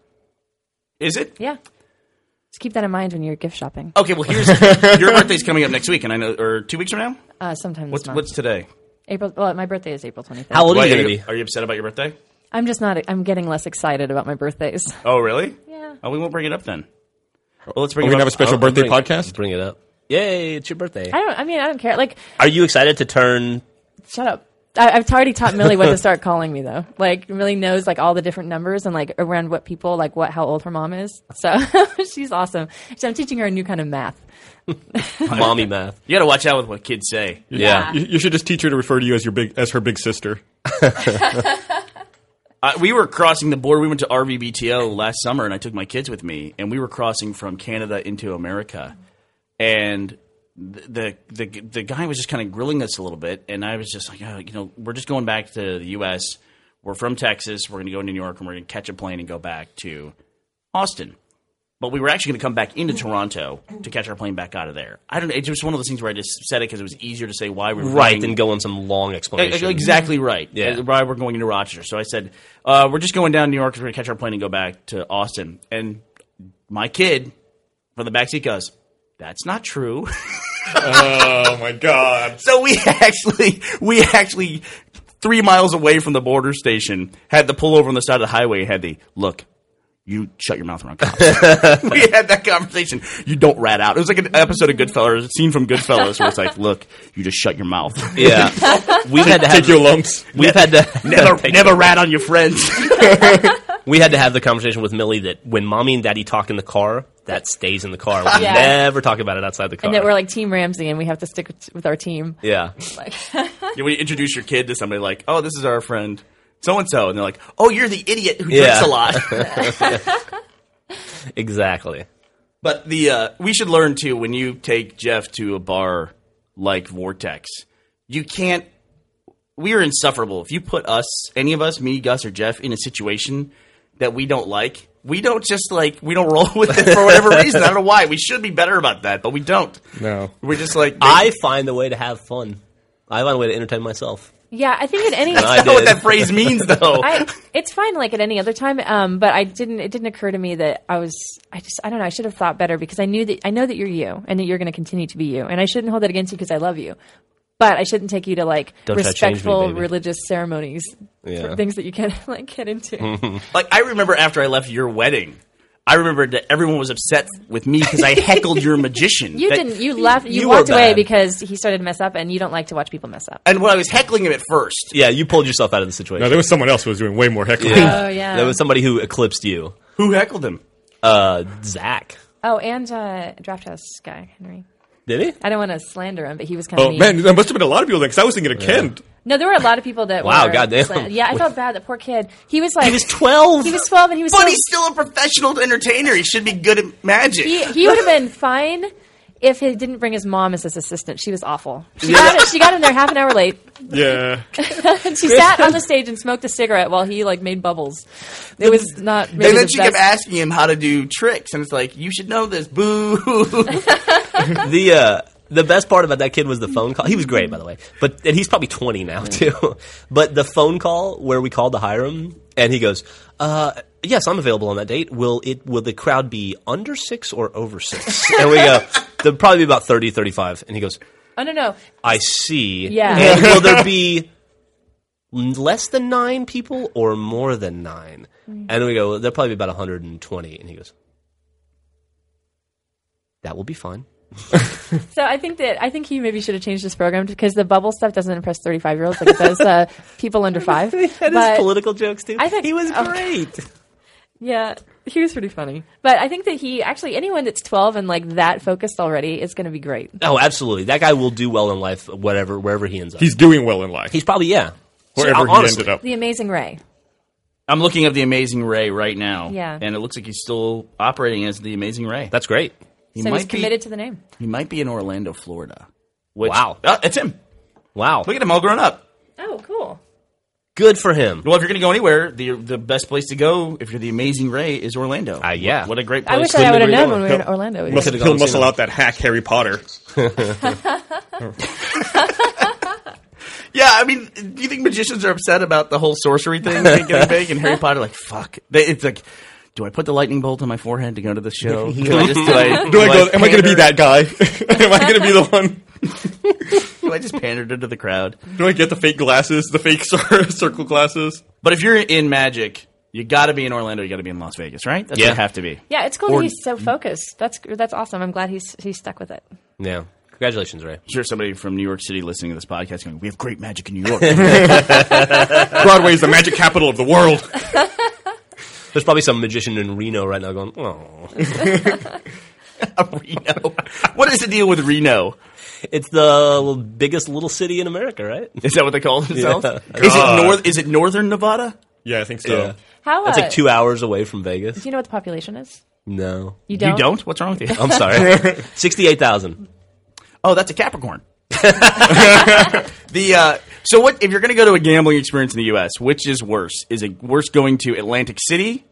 D: Is it?
E: Yeah. Just keep that in mind when you're gift shopping.
D: Okay. Well, here's your birthday's coming up next week, and I know, or two weeks from now.
E: Uh, sometime
D: What's
E: this month.
D: what's today?
E: April? Well, my birthday is April 23rd.
C: How old are
D: Why,
C: you going
D: are,
C: to
D: you,
C: be?
D: are you upset about your birthday?
E: I'm just not. I'm getting less excited about my birthdays.
D: Oh, really?
E: Yeah.
D: Oh, we won't bring it up then. Well, let's
B: We're
D: bring.
B: going to
D: it up.
B: have a special
D: I'll
B: birthday
D: bring-
B: podcast.
C: Oh, Bring it up. Yay, it's your birthday.
E: I don't. I mean, I don't care. Like,
C: Are you excited to turn?
E: shut up. I, I've already taught Millie what to start calling me though. Like, Millie knows like all the different numbers and like around what people like what how old her mom is. So she's awesome. So I'm teaching her a new kind of math.
C: Mommy math.
D: You got to watch out with what kids say.
C: Yeah.
B: You, you should just teach her to refer to you as your big as her big sister.
D: Uh, we were crossing the border. We went to RVBTO last summer, and I took my kids with me, and we were crossing from Canada into America, and the the the, the guy was just kind of grilling us a little bit, and I was just like, oh, you know, we're just going back to the U.S. We're from Texas. We're going to go to New York, and we're going to catch a plane and go back to Austin. But we were actually going to come back into Toronto to catch our plane back out of there. I don't know. It's just one of those things where I just said it because it was easier to say why we were
C: Right,
D: going-
C: then go on some long explanation.
D: Exactly right.
C: Yeah.
D: Uh, Why we're going into Rochester. So I said, uh, we're just going down to New York. We're going to catch our plane and go back to Austin. And my kid from the backseat goes, "That's not true."
B: Oh my god.
D: So we actually, we actually, three miles away from the border station, had to pull over on the side of the highway. and Had the look. You shut your mouth around cops. we had that conversation. You don't rat out. It was like an episode of Goodfellas, a scene from Goodfellas, where it's like, "Look, you just shut your mouth.
C: Yeah, we've had to have
B: Take your lumps.
C: we've had to
D: Never, never rat on your friends."
C: we had to have the conversation with Millie that when mommy and daddy talk in the car, that stays in the car. We
E: Yeah.
C: never talk about it outside the car.
E: And that we're like Team Ramsey, and we have to stick with, with our team.
C: yeah,
E: Like,
D: Yeah, when you introduce your kid to somebody, like, "Oh, this is our friend." So and so, and they're like, "Oh, you're the idiot who
C: Yeah.
D: drinks a lot."
C: exactly.
D: But the uh, we should learn too when you take Jeff to a bar like Vortex, you can't. We are insufferable. If you put us, any of us, me, Gus, or Jeff, in a situation that we don't like, we don't just like we don't roll with it for whatever reason. I don't know why. We should be better about that, but we don't.
B: No.
D: We're just like
C: I find a way to have fun. I find a way to entertain myself.
E: yeah, I think at any.
C: I
D: That's not what
C: did.
D: that phrase means, though.
E: I, it's fine like at any other time um, but i didn't it didn't occur to me that i was i just i don't know i should have thought better because i knew that i know that you're you and that you're going to continue to be you and i shouldn't hold that against you because i love you but i shouldn't take you to like
C: Don't try to change me,
E: respectful
C: baby.
E: religious ceremonies
C: Yeah.
E: for things that you can't like get into
D: Like I remember after I left your wedding, I remembered that everyone was upset with me because I heckled your magician.
E: you
D: That-
E: didn't you left you,
D: you were
E: walked away
D: bad.
E: because he started to mess up and you don't like to watch people mess up
D: and when I was heckling him at first,
C: Yeah, you pulled yourself out of the situation.
B: No, there was someone else who was doing way more heckling.
E: oh yeah
C: There was somebody who eclipsed you.
D: who heckled him?
C: Uh, Zach.
E: oh and uh draft house guy henry
C: Did he?
E: i don't want to slander him but he was kind of
B: Oh man, there must have been a lot of people because I was thinking of Ken.
E: no there were a lot of people that
C: Wow,
E: were
C: goddamn.
E: slan- yeah i felt bad that poor kid he was like
C: He was 12.
E: He was 12 and he was
D: But
E: so-
D: he's still a professional entertainer. He should be good at magic.
E: he, he would have been fine if he didn't bring his mom as his assistant. She was awful. She, got, she got him there half an hour late.
B: Yeah.
E: And she sat on the stage and smoked a cigarette while he like made bubbles. It was not really
D: and then
E: the
D: she
E: best.
D: kept asking him how to do tricks, and it's like, you should know this. Boo.
C: the uh, the best part about that kid was the phone call. He was great, by the way, but and he's probably twenty now too. But the phone call where we called to hire him, and he goes, uh, "Yes, I'm available on that date. Will it? Will the crowd be under six or over six? and we go, "They'll probably be about 30, 35. And he goes,
E: oh no no.
C: "I see.
E: Yeah.
C: And will there be less than nine people or more than nine? And we go, "There'll probably be about 120." And he goes, "That will be fine."
E: So I think that I think he maybe should have changed this program because the bubble stuff doesn't impress 35 year olds like it does uh, people under five.
C: That is
E: But-
C: political jokes too.
E: I think-
C: he was
E: oh.
C: great.
E: Yeah, he was pretty funny. But I think that he actually anyone that's 12 and like that focused already is going to be great.
C: Oh, absolutely. That guy will do well in life, whatever wherever he ends up.
B: He's doing well in life.
C: He's probably yeah.
B: wherever he
C: honestly,
B: ended up.
E: The Amazing Ray.
D: I'm looking up the Amazing Ray right now.
E: Yeah.
D: And it looks like he's still operating as the Amazing Ray.
C: That's great.
D: He
E: so he's
D: be-
E: committed to the name.
D: He might be in Orlando, Florida. Which,
C: Wow.
D: Oh, it's him.
C: Wow.
D: Look at him all grown up.
E: Oh, cool.
C: Good for him.
D: Well, if you're going to go anywhere, the the best place to go if you're the Amazing Ray is Orlando.
C: Ah, yeah.
D: What, what a great place.
E: I wish that I would have
D: Couldn't
E: known
D: agree
E: when we
D: more.
E: were in Orlando.
B: Must-
C: could've gone
B: he'll
C: and
B: muscle
C: seen him.
B: out that hack Harry Potter.
D: Yeah, I mean, do you think magicians are upset about the whole sorcery thing getting big? And Harry Potter, like, fuck. They, it's like, do I put the lightning bolt on my forehead to go to the show? Do I just, do I,
B: Do I go? Am I going to be
D: pander-
B: that guy? am I going to be the one?
D: Do I just pander to the crowd?
B: Do I get the fake glasses, the fake cir- circle glasses?
D: But if you're in magic, you got to be in Orlando. You got to be in Las Vegas, right? That's what
C: Yeah.
D: you have to be.
E: Yeah, it's cool
D: Or-
E: that he's so focused. That's that's awesome. I'm glad he's he's stuck with it.
C: Yeah. Congratulations, Ray.
D: I'm sure somebody from New York City listening to this podcast going, we have great magic in New York.
B: Broadway is the magic capital of the world.
C: There's probably some magician in Reno right now going, "Oh,
D: Reno. What is the deal with Reno?
C: it's the biggest little city in America, right?"
D: Is that what they call themselves?
C: Yeah.
D: Is, it
B: God.
D: north, is it northern Nevada?
B: Yeah, I think so.
C: Yeah.
E: How
C: That's
E: uh,
C: like two hours away from Vegas.
E: Do you know what the population is?
C: No,
E: You don't.
D: You don't? What's wrong with you?
C: I'm sorry. Sixty-eight thousand.
D: Oh, that's a Capricorn. the uh, so what if you're going to go to a gambling experience in the U.S. Which is worse? Is it worse going to Atlantic City,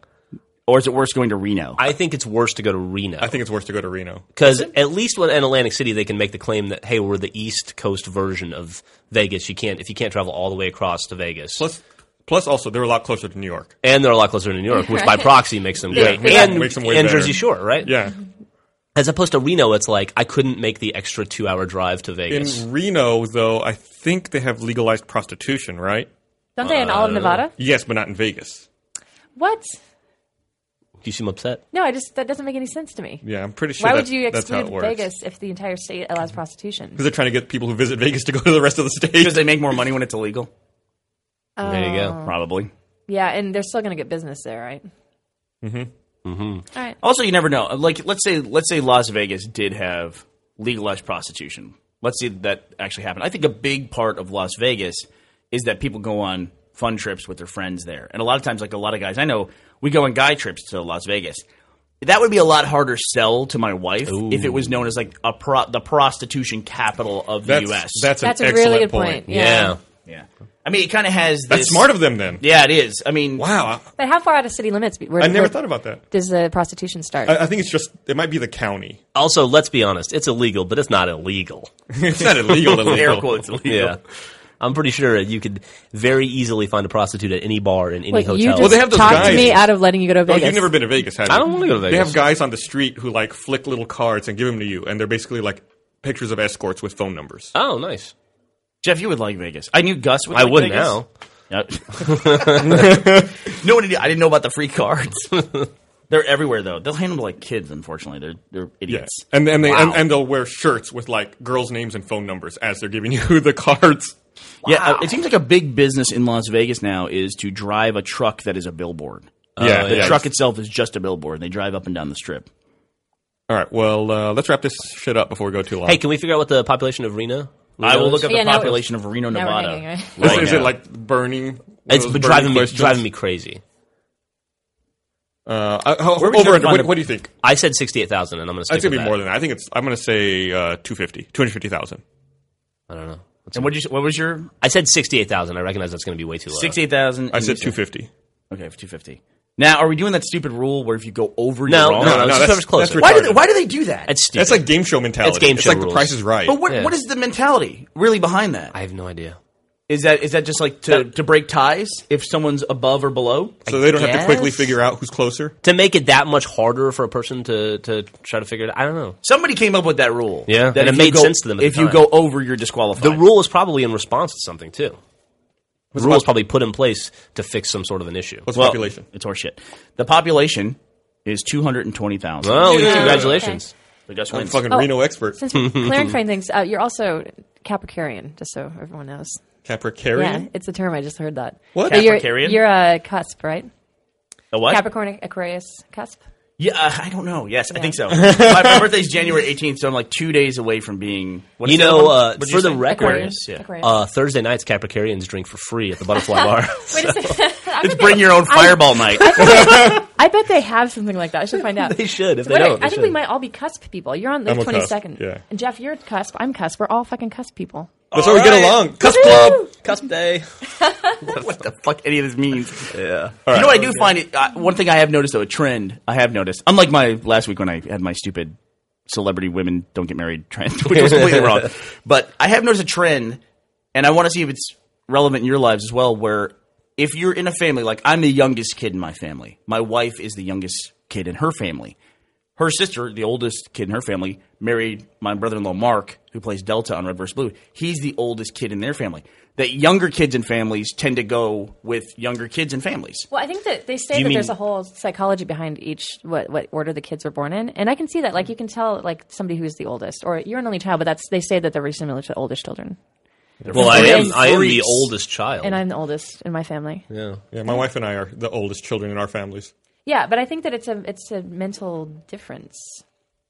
D: or is it worse going to Reno?
C: I think it's worse to go to Reno.
B: I think it's worse to go to Reno.
C: Because at least when in Atlantic City, they can make the claim that hey, we're the East Coast version of Vegas. You can't if you can't travel all the way across to Vegas.
B: Plus, Plus, also they're a lot closer to New York.
C: and they're a lot closer to New York, which by
E: Right.
C: proxy makes them great.
B: makes them-
C: and
B: makes them way
C: and
B: better.
C: Jersey Shore, right?
B: Yeah.
C: As opposed to Reno, it's like I couldn't make the extra two hour drive to Vegas.
B: In Reno, though, I think they have legalized prostitution, right?
E: Don't they in all of
B: Uh,
E: Nevada?
B: Yes, but not in Vegas.
E: What?
C: you seem upset.
E: No, I just that doesn't make any sense to me.
B: Yeah, I'm pretty sure.
E: Why
B: that's,
E: would you
B: that's how it
E: exclude
B: works.
E: Vegas if the entire state allows prostitution?
B: Because they're trying to get people who visit Vegas to go to the rest of the state.
D: Because they make more money when it's illegal,
C: There you
D: Oh.
C: go.
D: probably.
E: Yeah, and they're still going to get business there, right?
B: Mm-hmm. Oh,
D: Also, you never know. Like, let's say, let's say Las Vegas did have legalized prostitution. Let's see that actually happen. I think a big part of Las Vegas is that people go on fun trips with their friends there, and a lot of times, like a lot of guys I know, we go on guy trips to Las Vegas. That would be a lot harder sell to my wife if it was known as like a pro- the prostitution capital of the
B: That's,
D: U.S.
B: that's an
E: That's a
B: excellent
E: really good point.
B: point.
E: Yeah.
D: yeah. I mean, it kind of has
B: That's
D: this-
B: smart of them, then.
D: Yeah, it is. I mean,
B: Wow,
E: But how far out of city limits? be- Where,
B: I, I never
E: where
B: thought about that.
E: does the prostitution start?
B: I, I think it's just it might be the county.
C: Also, let's be honest, it's illegal, but it's not illegal.
B: it's not illegal. illegal.
D: air quotes illegal.
C: Yeah. I'm pretty sure you could very easily find a prostitute at any bar in any
E: Wait,
C: hotel.
E: you just
B: Well, they have those
E: talked
B: guys.
E: me out of letting you go to
B: Oh,
E: Vegas.
B: you've never been to Vegas, have you?
C: I don't wanna go to
B: They
C: Vegas.
B: have guys on the street who like flick little cards and give them to you, and they're basically like pictures of escorts with phone numbers.
C: oh, nice.
D: Jeff, you would like Vegas. I knew Gus would.
C: I
D: like
C: would
D: Vegas.
C: now.
D: Yep. no one. Knew, I didn't know about the free cards. They're everywhere though. They'll hand them to like kids. Unfortunately, they're they're
B: Yeah.
D: idiots.
B: And and they and,
D: Wow.
B: and they'll wear shirts with like girls' names and phone numbers as they're giving you the cards.
D: Yeah, uh, it seems like a big business in Las Vegas now is to drive a truck that is a billboard. Uh,
B: yeah,
D: Oh, The
B: yeah.
D: truck itself is just a billboard. They drive up and down the strip.
B: All right. Well, uh, let's wrap this shit up before we go too long.
C: Hey, can we figure out what the population of Reno?
D: I will look
C: at
D: up
E: Yeah,
D: the
E: now-
D: population of Reno,
E: now we're
D: Nevada.
E: hanging, right?
B: Is-
D: right
B: is
D: now.
B: it like burning?
C: It's been driving me,
B: questions?
C: driving me crazy.
B: Uh, I- how-
D: Where would you
B: over under.
D: find
B: What,
D: a-
B: what do you think?
C: I said 68,000, and I'm going to stick
B: It's gonna
C: with
B: be
C: that.
B: more than that. I think it's. I'm gonna say uh, 250, 250,000.
C: I don't know. What's
D: And what you? What was your
C: I said 68,000. I recognize that's going to be way too low.
D: sixty-eight thousand?
B: Uh, I said 250.
D: Okay, two fifty. Now, are we doing that stupid rule where if you go over,
C: No,
D: you're wrong?
C: no, no, it's
B: that's-
C: whoever's closer.
B: that's
D: Why do
B: retarded.
D: they, why do they do that?
C: That's stupid.
B: That's like game show mentality.
C: That's game show
B: like
C: rules.
B: the Price is Right.
D: But what,
C: Yeah.
D: what is the mentality really behind that?
C: I have no idea.
D: Is that is that just like to, to break ties if someone's above or below?
B: so they don't have to quickly
D: guess.
B: figure out who's closer.
C: To make it that much harder for a person to, to try to figure it out, I don't know.
D: Somebody came up with that rule.
C: Yeah.
D: that
C: And it
D: if you
C: made
D: go-
C: sense to them at the
D: If you
C: time.
D: go over, you're disqualified.
C: The rule is probably in response to something, too. The rule
B: about-
C: is probably put in place to fix some sort of an issue.
B: What's the
D: Well,
B: population?
D: It's horseshit. The population is two hundred and twenty thousand.
C: Oh, congratulations.
D: the Gus
B: I'm a
D: wins.
B: fucking Reno expert.
E: Since we're clarifying things, uh, you're also Capricarian, just so everyone knows.
B: Capricorn.
E: Yeah, it's a term. I just heard that.
B: What?
E: But you're-
D: Capricarian?
E: You're a cusp, right?
D: A what?
E: Capricorn, Aquarius, cusp.
D: yeah, uh, I don't know. Yes, I think so. my, my birthday's January eighteenth, so I'm like two days away from being. What is
C: You
D: the
C: know,
D: other one?
C: uh,
D: What'd
C: for
D: you
C: the
D: say?
C: record,
E: Aquarius. Aquarius.
C: uh, Thursday nights Capricarians drink for free at the Butterfly Bar.
E: Wait a second. I bet
D: bring
E: they-
D: your own
E: I-
D: fireball night.
E: I bet they have something like that. I should find out.
C: They should, if they
E: What are-
C: don't, they
E: I think we
C: should.
E: might all be cusp people. You're on
B: I'm
E: the
B: a cusp,
E: 22nd.
B: yeah.
E: And Jeff, you're cusp. I'm cusp. We're all fucking cusp people.
B: That's how we get
D: Alright.
B: along. Cusp club.
C: Cusp day.
D: what the fuck any of this means. Yeah. you know what I do find it. Uh, one thing I have noticed though, a trend I have noticed. Unlike my last week when I had my stupid celebrity women don't get married trend, which was completely wrong. But I have noticed a trend, and I want to see if it's relevant in your lives as well. Where if you're in a family, like I'm the youngest kid in my family, my wife is the youngest kid in her family. Her sister, the oldest kid in her family, married my brother-in-law Mark, who plays Delta on Red vs. Blue. He's the oldest kid in their family. That younger kids and families tend to go with younger kids and families.
E: Well, I think that they say
D: Do
E: that
D: you
E: there's
D: mean-
E: a whole psychology behind each what what order the kids were born in, and I can see that. Like you can tell, like somebody who's the oldest, or you're an only child, but that's they say that they're very similar to the oldest children,
C: Well, I am, I am the
D: Freaks.
C: oldest child.
E: and I'm the oldest in my family. Yeah.
B: Yeah, my wife and I are the oldest children in our families.
E: but I think that it's a it's a mental difference.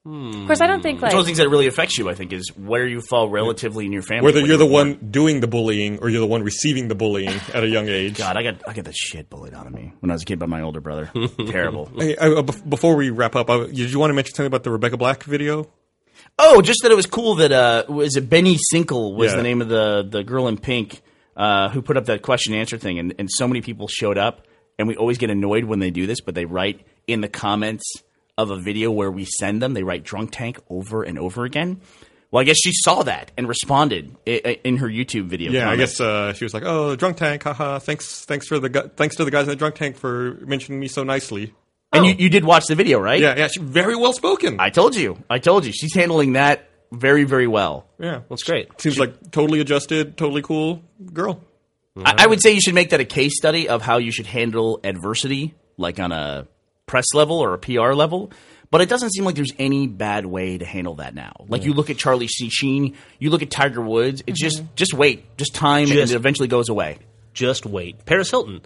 E: Of course, I don't think like
D: One of the things that really affects you, I think, is where you fall relatively in your family.
B: Whether
D: when
B: you're the
D: born.
B: one doing the bullying or you're the one receiving the bullying at a young age.
D: God, I got I got the shit bullied out of me when I was a kid by my older brother. Terrible.
B: Hey, I, uh, bef- before we wrap up, I, did you want to mention something about the Rebecca Black video?
D: Oh, just that it was cool that uh, was it Benny Sinkle was
B: Yeah.
D: the name of the the girl in pink uh, who put up that question and answer thing, and, and so many people showed up, and we always get annoyed when they do this, but they write in the comments of a video where we send them, they write drunk tank over and over again. Well, I guess she saw that and responded i- i- in her YouTube video.
B: Yeah, I
D: comment.
B: guess uh, she was like, "Oh, the drunk tank, haha! Thanks, thanks for the gu- thanks to the guys in the drunk tank for mentioning me so nicely."
D: And you, you did watch the video, right?
B: Yeah, yeah, she very well spoken.
D: I told you. I told you. She's handling that very, very well.
B: yeah,
J: That's great.
B: seems like totally adjusted, totally cool girl.
D: I, I would say you should make that a case study of how you should handle adversity, like on a press level or a PR level. But it doesn't seem like there's any bad way to handle that now. Like you look at Charlie C. Sheen, you look at Tiger Woods. It's just just wait, just time, and
J: Just-
D: it eventually goes away.
C: Just wait. Paris Hilton.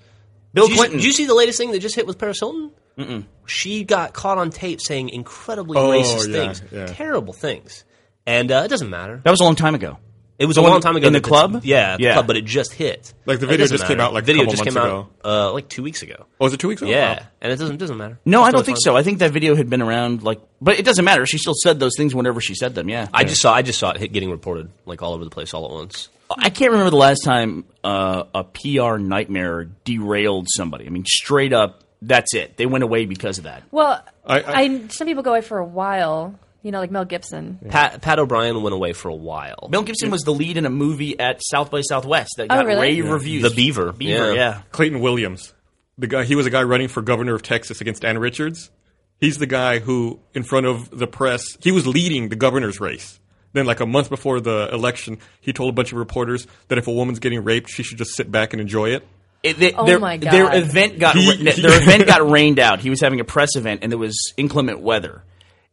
D: Bill
C: Did you,
D: Clinton.
C: did you see the latest thing that just hit with Paris Hilton? Mm-mm. She got caught on tape saying incredibly
B: Oh,
C: racist
B: yeah,
C: things,
B: yeah.
C: terrible things, and uh, it doesn't matter.
D: that was a long time ago.
C: It was
D: The
C: a
D: one
C: long time ago
D: in the
C: that
D: club?
C: Yeah, the
D: Yeah.
C: club, but it just hit.
B: Like, the
C: It
B: video
C: doesn't
B: just came out, like, a
C: video
B: couple
C: just
B: months
C: came
B: ago.
C: out uh, like two weeks ago.
B: Oh, was it two weeks ago?
C: yeah,
B: Wow.
C: and it doesn't doesn't matter.
D: No,
C: It's
D: I don't
C: totally
D: think
C: fine.
D: so. I think that video had been around, like, but it doesn't matter. She still said those things whenever she said them. Yeah,
C: I just saw I just saw it hit getting reported like all over the place all at once.
D: I can't remember the last time uh, a PR nightmare derailed somebody. I mean, straight up, that's it. They went away because of that.
E: Well,
B: I-
E: I,
B: I-
E: some people go away for a while. You know, like Mel Gibson.
C: Pat Pat O'Brien went away for a while.
D: Mel Gibson was the lead in a movie at South by Southwest that
E: Oh,
D: got
E: really?
D: rave
E: Yeah.
D: reviews.
C: The Beaver,
D: Beaver, yeah.
C: yeah.
B: Clayton Williams, the guy. He was a guy running for governor of Texas against Ann Richards. He's the guy who, in front of the press, he was leading the governor's race. Then, like a month before the election, he told a bunch of reporters that if a woman's getting raped, she should just sit back and enjoy it.
D: It- they-
E: Oh
D: their,
E: my God.
D: Their event got
B: He-
D: ra- their event got rained out. He was having a press event, and there was inclement weather.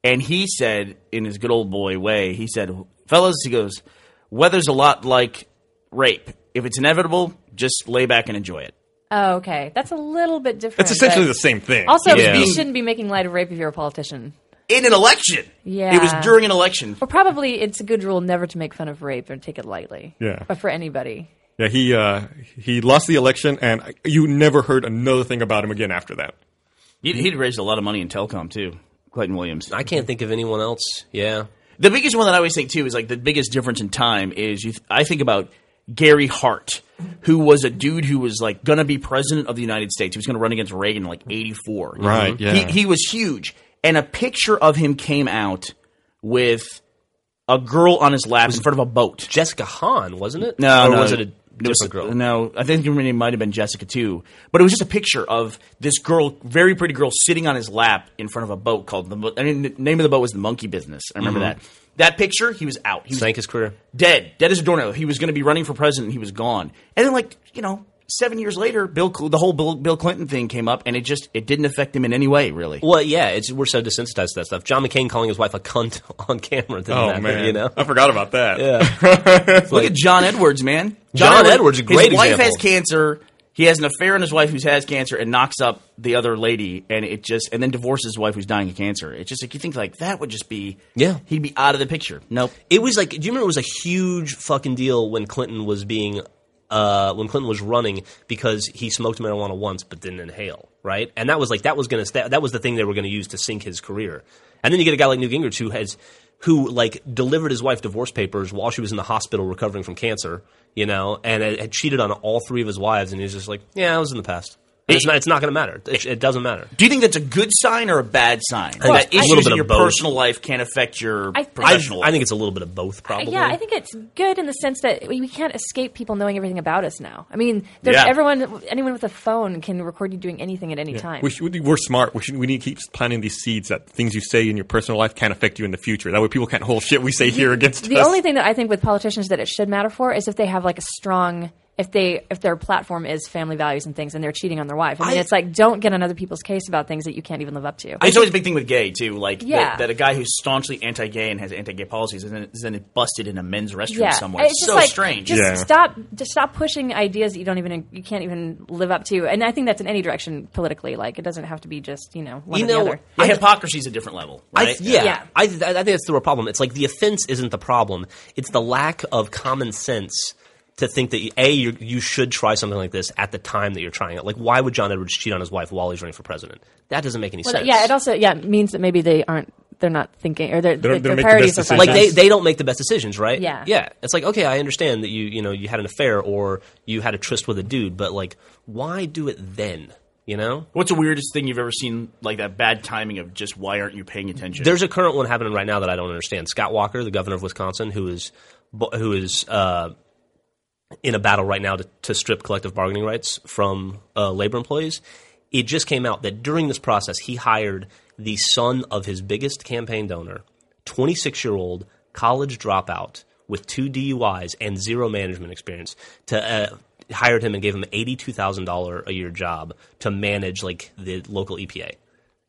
D: And he said, in his good old boy way, he said, "Fellas," he goes, "Weather's a lot like rape. If it's inevitable, just lay back and enjoy it."
E: Oh, okay, that's a little bit different.
B: That's essentially
E: but-
B: the same thing.
E: Also,
C: Yeah.
E: you shouldn't be making light of rape if you're a politician.
D: In an election,
E: Yeah.
D: it was during an election.
E: Or probably it's a good rule never to make fun of rape and take it lightly.
B: Yeah.
E: But for anybody.
B: Yeah, he uh, he lost the election, and I- you never heard another thing about him again after that.
D: He'd, he'd raised a lot of money in telecom too. Clayton Williams.
C: I can't think of anyone else. Yeah,
D: The biggest one that I always think too is like the biggest difference in time is you. Th- I think about Gary Hart, who was a dude who was like gonna be president of the United States. He was gonna run against Reagan in like '84.
B: Right, yeah.
D: He, he was huge, and a picture of him came out with a girl on his lap in front of a boat.
C: Jessica Hahn wasn't it?
D: No,
C: or
D: no,
C: was it a
D: it
C: different
D: was-
C: girl?
D: No, I think her name might have been Jessica too. But it was just a picture of this girl, very pretty girl, sitting on his lap in front of a boat called the. Mo- I mean, the name of the boat was the Monkey Business. I remember
C: Mm-hmm.
D: that. That picture, he was out. He was
C: Sank his career.
D: dead, dead as a doornail. He was going to be running for president. He was gone. And then, like you know, seven years later, Bill, Cl- the whole Bill, Bill Clinton thing came up, and it just it didn't affect him in any way, really.
C: Well, yeah, it's, we're so desensitized to that stuff. John McCain calling his wife a cunt on camera. Didn't
B: Oh
C: happen,
B: man,
C: you know.
B: I forgot about that.
D: Look at John Edwards, man.
C: John Edwards, a great
D: His wife
C: example.
D: has cancer. He has an affair on his wife who has cancer and knocks up the other lady, and it just and then divorces his wife who's dying of cancer. It's just like you think like that would just be
C: Yeah.
D: he'd be out of the picture. Nope.
C: It was like, do you remember it was a huge fucking deal when Clinton was being, uh, when Clinton was running because he smoked marijuana once but didn't inhale, right? And that was like that was gonna that, that was the thing they were gonna use to sink his career. And then you get a guy like Newt Gingrich who has who like delivered his wife divorce papers while she was in the hospital recovering from cancer, you know, and had, had cheated on all three of his wives, and he's just like, yeah, it was in the past. And it's not. It's not gonna matter. It, it doesn't matter.
D: Do you think that's a good sign or a bad sign?
C: Well,
D: that
C: it's a little
D: issues
C: bit
D: in
C: of
D: your
C: both.
D: personal life can affect your
E: I- I-
D: professional.
C: I think it's a little bit of both, probably.
E: Uh, Yeah, I think it's good in the sense that we we can't escape people knowing everything about us now. I mean, there's
D: Yeah.
E: everyone, anyone with a phone can record you doing anything at any time.
B: We should, we're smart. We, should, we need to keep planting these seeds that things you say in your personal life can affect you in the future. That way, people can't hold shit we say here against
E: the
B: us.
E: only thing that I think with politicians that it should matter for is if they have like a strong if they if their platform is family values and things and they're cheating on their wife. I mean,
D: I-
E: it's like don't get on other people's case about things that you can't even live up to.
D: It's always a big thing with gay too, like
E: Yeah.
D: that, that a guy who's staunchly anti-gay and has anti-gay policies is then, is then busted in a men's restroom
E: yeah,
D: somewhere.
E: it's just
D: so
E: like,
D: strange.
E: Just
B: Yeah.
E: stop, just stop pushing ideas that you don't even you can't even live up to. And I think that's in any direction politically. Like it doesn't have to be just you know one
C: You
E: or
C: know,
E: the other.
D: Yeah, hypocrisy is a different level,
C: I,
D: right?
C: yeah,
E: Yeah.
C: I, I think that's the real problem. It's like the offense isn't the problem; it's the lack of common sense to think that a you you should try something like this at the time that you're trying it. Like, why would John Edwards cheat on his wife while he's running for president? That doesn't make any
E: Well,
C: sense.
E: yeah, it also yeah means that maybe they aren't they're not thinking or their
B: They don't- they
E: their
B: don't make the
E: priorities
B: best
E: are
B: decisions.
C: like they, they don't make the best decisions, right?
E: Yeah.
C: yeah. It's like okay, I understand that you you know you had an affair or you had a tryst with a dude, but like why do it then? You know,
D: What's the weirdest thing you've ever seen? Like that bad timing of just why aren't you paying attention?
C: There's a current one happening right now that I don't understand. Scott Walker, the governor of Wisconsin, who is bu- who is uh, in a battle right now to, to strip collective bargaining rights from uh, labor employees. It just came out that during this process, he hired the son of his biggest campaign donor, 26 year old college dropout with two DUIs and zero management experience, to uh, hired him and gave him eighty-two thousand dollar a year job to manage like the local EPA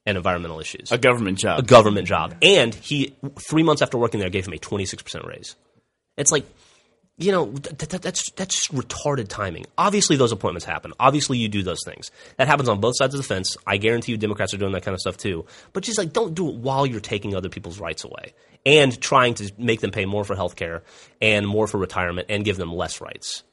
C: and environmental issues
D: a government job.
C: a government job. And he, three months after working there, gave him a 26% raise. It's like, you know, th- th- that's, that's just retarded timing. Obviously, those appointments happen. Obviously, you do those things. That happens on both sides of the fence. I guarantee you Democrats are doing that kind of stuff too. But just like, don't do it while you're taking other people's rights away and trying to make them pay more for health care and more for retirement and give them less rights.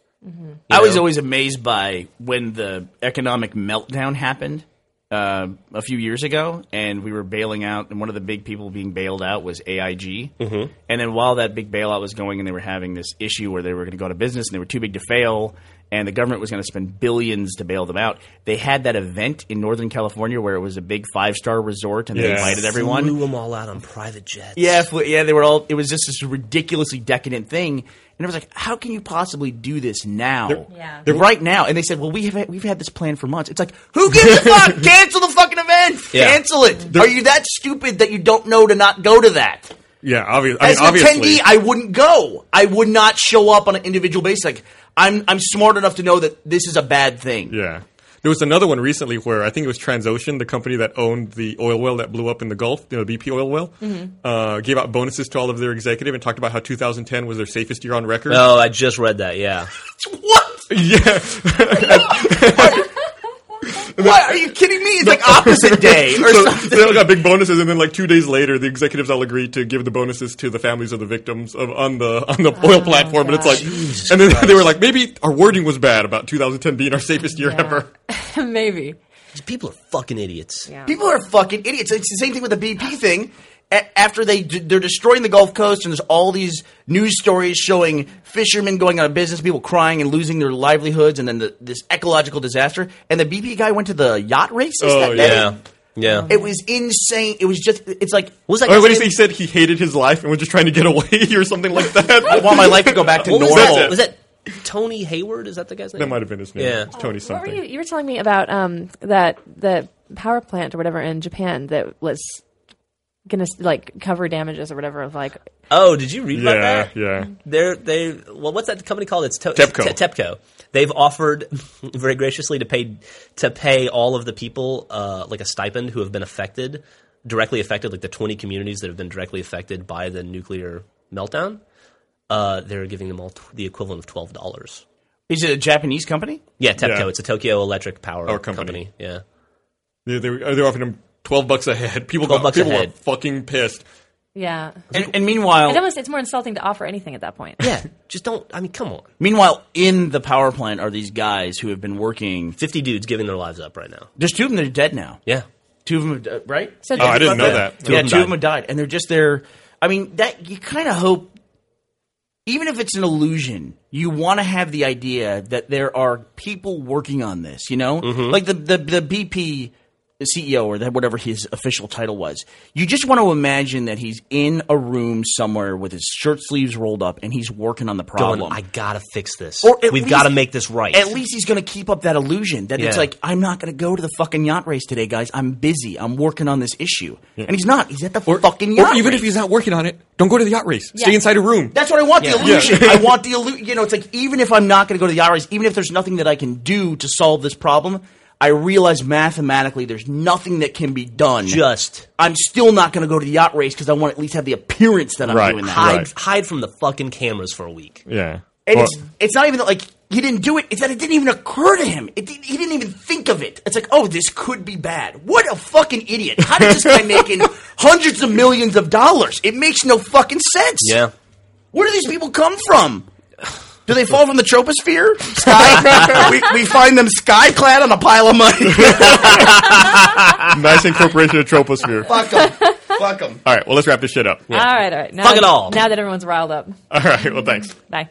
D: I was always amazed by when the economic meltdown happened uh, a few years ago, and we were bailing out, and one of the big people being bailed out was AIG. Mm-hmm. And then while that big bailout was going, and they were having this issue where they were going to go out of business, and they were too big to fail, and the government was going to spend billions to bail them out. They had that event in Northern California where it was a big five star resort, and they
B: Yes.
D: invited everyone.
C: Blew them all out on private jets.
D: Yeah, fl- yeah, they were all. It was just this ridiculously decadent thing, and it was like, how can you possibly do this now?
E: Yeah.
D: right now. And they said, well, we have we've had this plan for months. It's like, who gives a fuck? Cancel the fucking event.
C: Yeah.
D: Cancel it. Are you that stupid that you don't know to not go to that?
B: Yeah, obvi- I mean,
D: As an
B: obviously.
D: attendee, I wouldn't go. I would not show up on an individual basis. Like, I'm I'm smart enough to know that this is a bad thing.
B: yeah. There was another one recently where I think it was Transocean, the company that owned the oil well that blew up in the Gulf, you know, BP oil well,
E: Mm-hmm.
B: uh, gave out bonuses to all of their executive and talked about how 2010 was their safest year on record.
C: Oh, I just read that. Yeah.
D: What?
B: Yeah,
D: What? Are you kidding me? It's like opposite day or
B: so
D: something.
B: they all got big bonuses, and then like two days later, the executives all agreed to give the bonuses to the families of the victims of on the on the
C: Oh
B: oil platform. And it's like, and then they were like, maybe our wording was bad about 2010 being our safest year
E: Yeah.
B: ever.
E: Maybe.
C: People are fucking idiots.
E: Yeah.
D: People are fucking idiots. It's the same thing with the BP thing. A- after they d- they're destroying the Gulf Coast, and there's all these news stories showing fishermen going out of business, people crying and losing their livelihoods, and then the, this ecological disaster. And the BP guy went to the yacht races.
B: Oh,
D: that day.
C: Yeah. Yeah.
D: It was insane. It was just. It's like
C: was that
B: Oh, what
C: guy's
B: he, he said he hated his life and was just trying to get away or something like
D: I
B: that.
D: want my life to go back to
C: What was
D: normal.
C: that? Oh, Was that Tony Hayward? Is that the guy's name?
B: that might have been his name.
C: Yeah.
B: It's Tony
E: What were you?
B: something.
E: You were telling me about um that the power plant or whatever in Japan that was gonna like cover damages or whatever of like
C: Oh, did you read about
B: Yeah,
C: that? Mm.
B: yeah.
C: They're they well, what's that company called? It's to-
B: Tepco.
C: Te- Tepco. They've offered very graciously to pay to pay all of the people uh, like a stipend who have been affected directly affected, like the twenty communities that have been directly affected by the nuclear meltdown. Uh, they're giving them all t- the equivalent of twelve dollars.
D: Is it a Japanese company?
C: Yeah, Tepco.
B: Yeah.
C: It's a Tokyo Electric Power
B: Power company.
C: Yeah.
B: They, they, were- they were offering him 12 bucks a head. People,
C: 12
B: got,
C: bucks a
B: people were
C: head.
B: fucking pissed.
E: yeah.
D: And, and meanwhile,
E: It almost it's more insulting to offer anything at that point.
C: Yeah. Just don't. I mean, come on.
D: meanwhile, in the power plant are these guys who have been working.
C: Fifty dudes giving their lives up right now.
D: There's two of them that are dead now.
C: Yeah.
D: Two of them, have, uh, right?
E: So
B: Oh, I didn't know that.
D: yeah,
C: them
D: two
C: died.
D: of them have died, and they're just there. I mean, that you kind of hope, even if it's an illusion, you want to have the idea that there are people working on this. You know,
B: Mm-hmm.
D: like the the the BP CEO E or that whatever his official title was. You just want to imagine that he's in a room somewhere with his shirt sleeves rolled up and he's working on the
C: Going,
D: problem.
C: I gotta fix this.
D: Or at
C: We've
D: least-
C: got to make this right.
D: At least he's going to keep up that illusion that it's
C: Yeah.
D: like I'm not going to go to the fucking yacht race today, guys. I'm busy. I'm working on this issue, and he's not. He's at the fucking yacht.
B: Or even
D: race.
B: if he's not working on it, don't go to the yacht race. Stay
E: Yeah.
B: inside a room.
D: That's what I want. The
C: Yeah.
D: illusion. I want the illusion. You know, it's like even if I'm not going to go to the yacht race, even if there's nothing that I can do to solve this problem, I realize mathematically there's nothing that can be done.
C: just
D: I'm still not going to go to the yacht race because I want to at least have the appearance that I'm
B: Right.
D: doing that.
C: hide
B: Right.
C: hide from the fucking cameras for a week.
B: yeah.
D: And
B: Or-
D: it's it's not even that like he didn't do it. It's that it didn't even occur to him. It didn't, he didn't even think of it. It's like, oh, this could be bad. What a fucking idiot! How did this guy making hundreds of millions of dollars? It makes no fucking sense. Where do these people come from? Do they fall from the troposphere? Sky? we, we find them sky clad on a pile of money.
B: nice incorporation of troposphere.
D: Fuck them. Fuck them.
B: All right, well, let's wrap this shit up.
E: Uh, All right, all right. Now
C: Fuck
E: that-
C: it all.
E: Now that everyone's riled up.
B: All right, well, thanks.
E: Bye.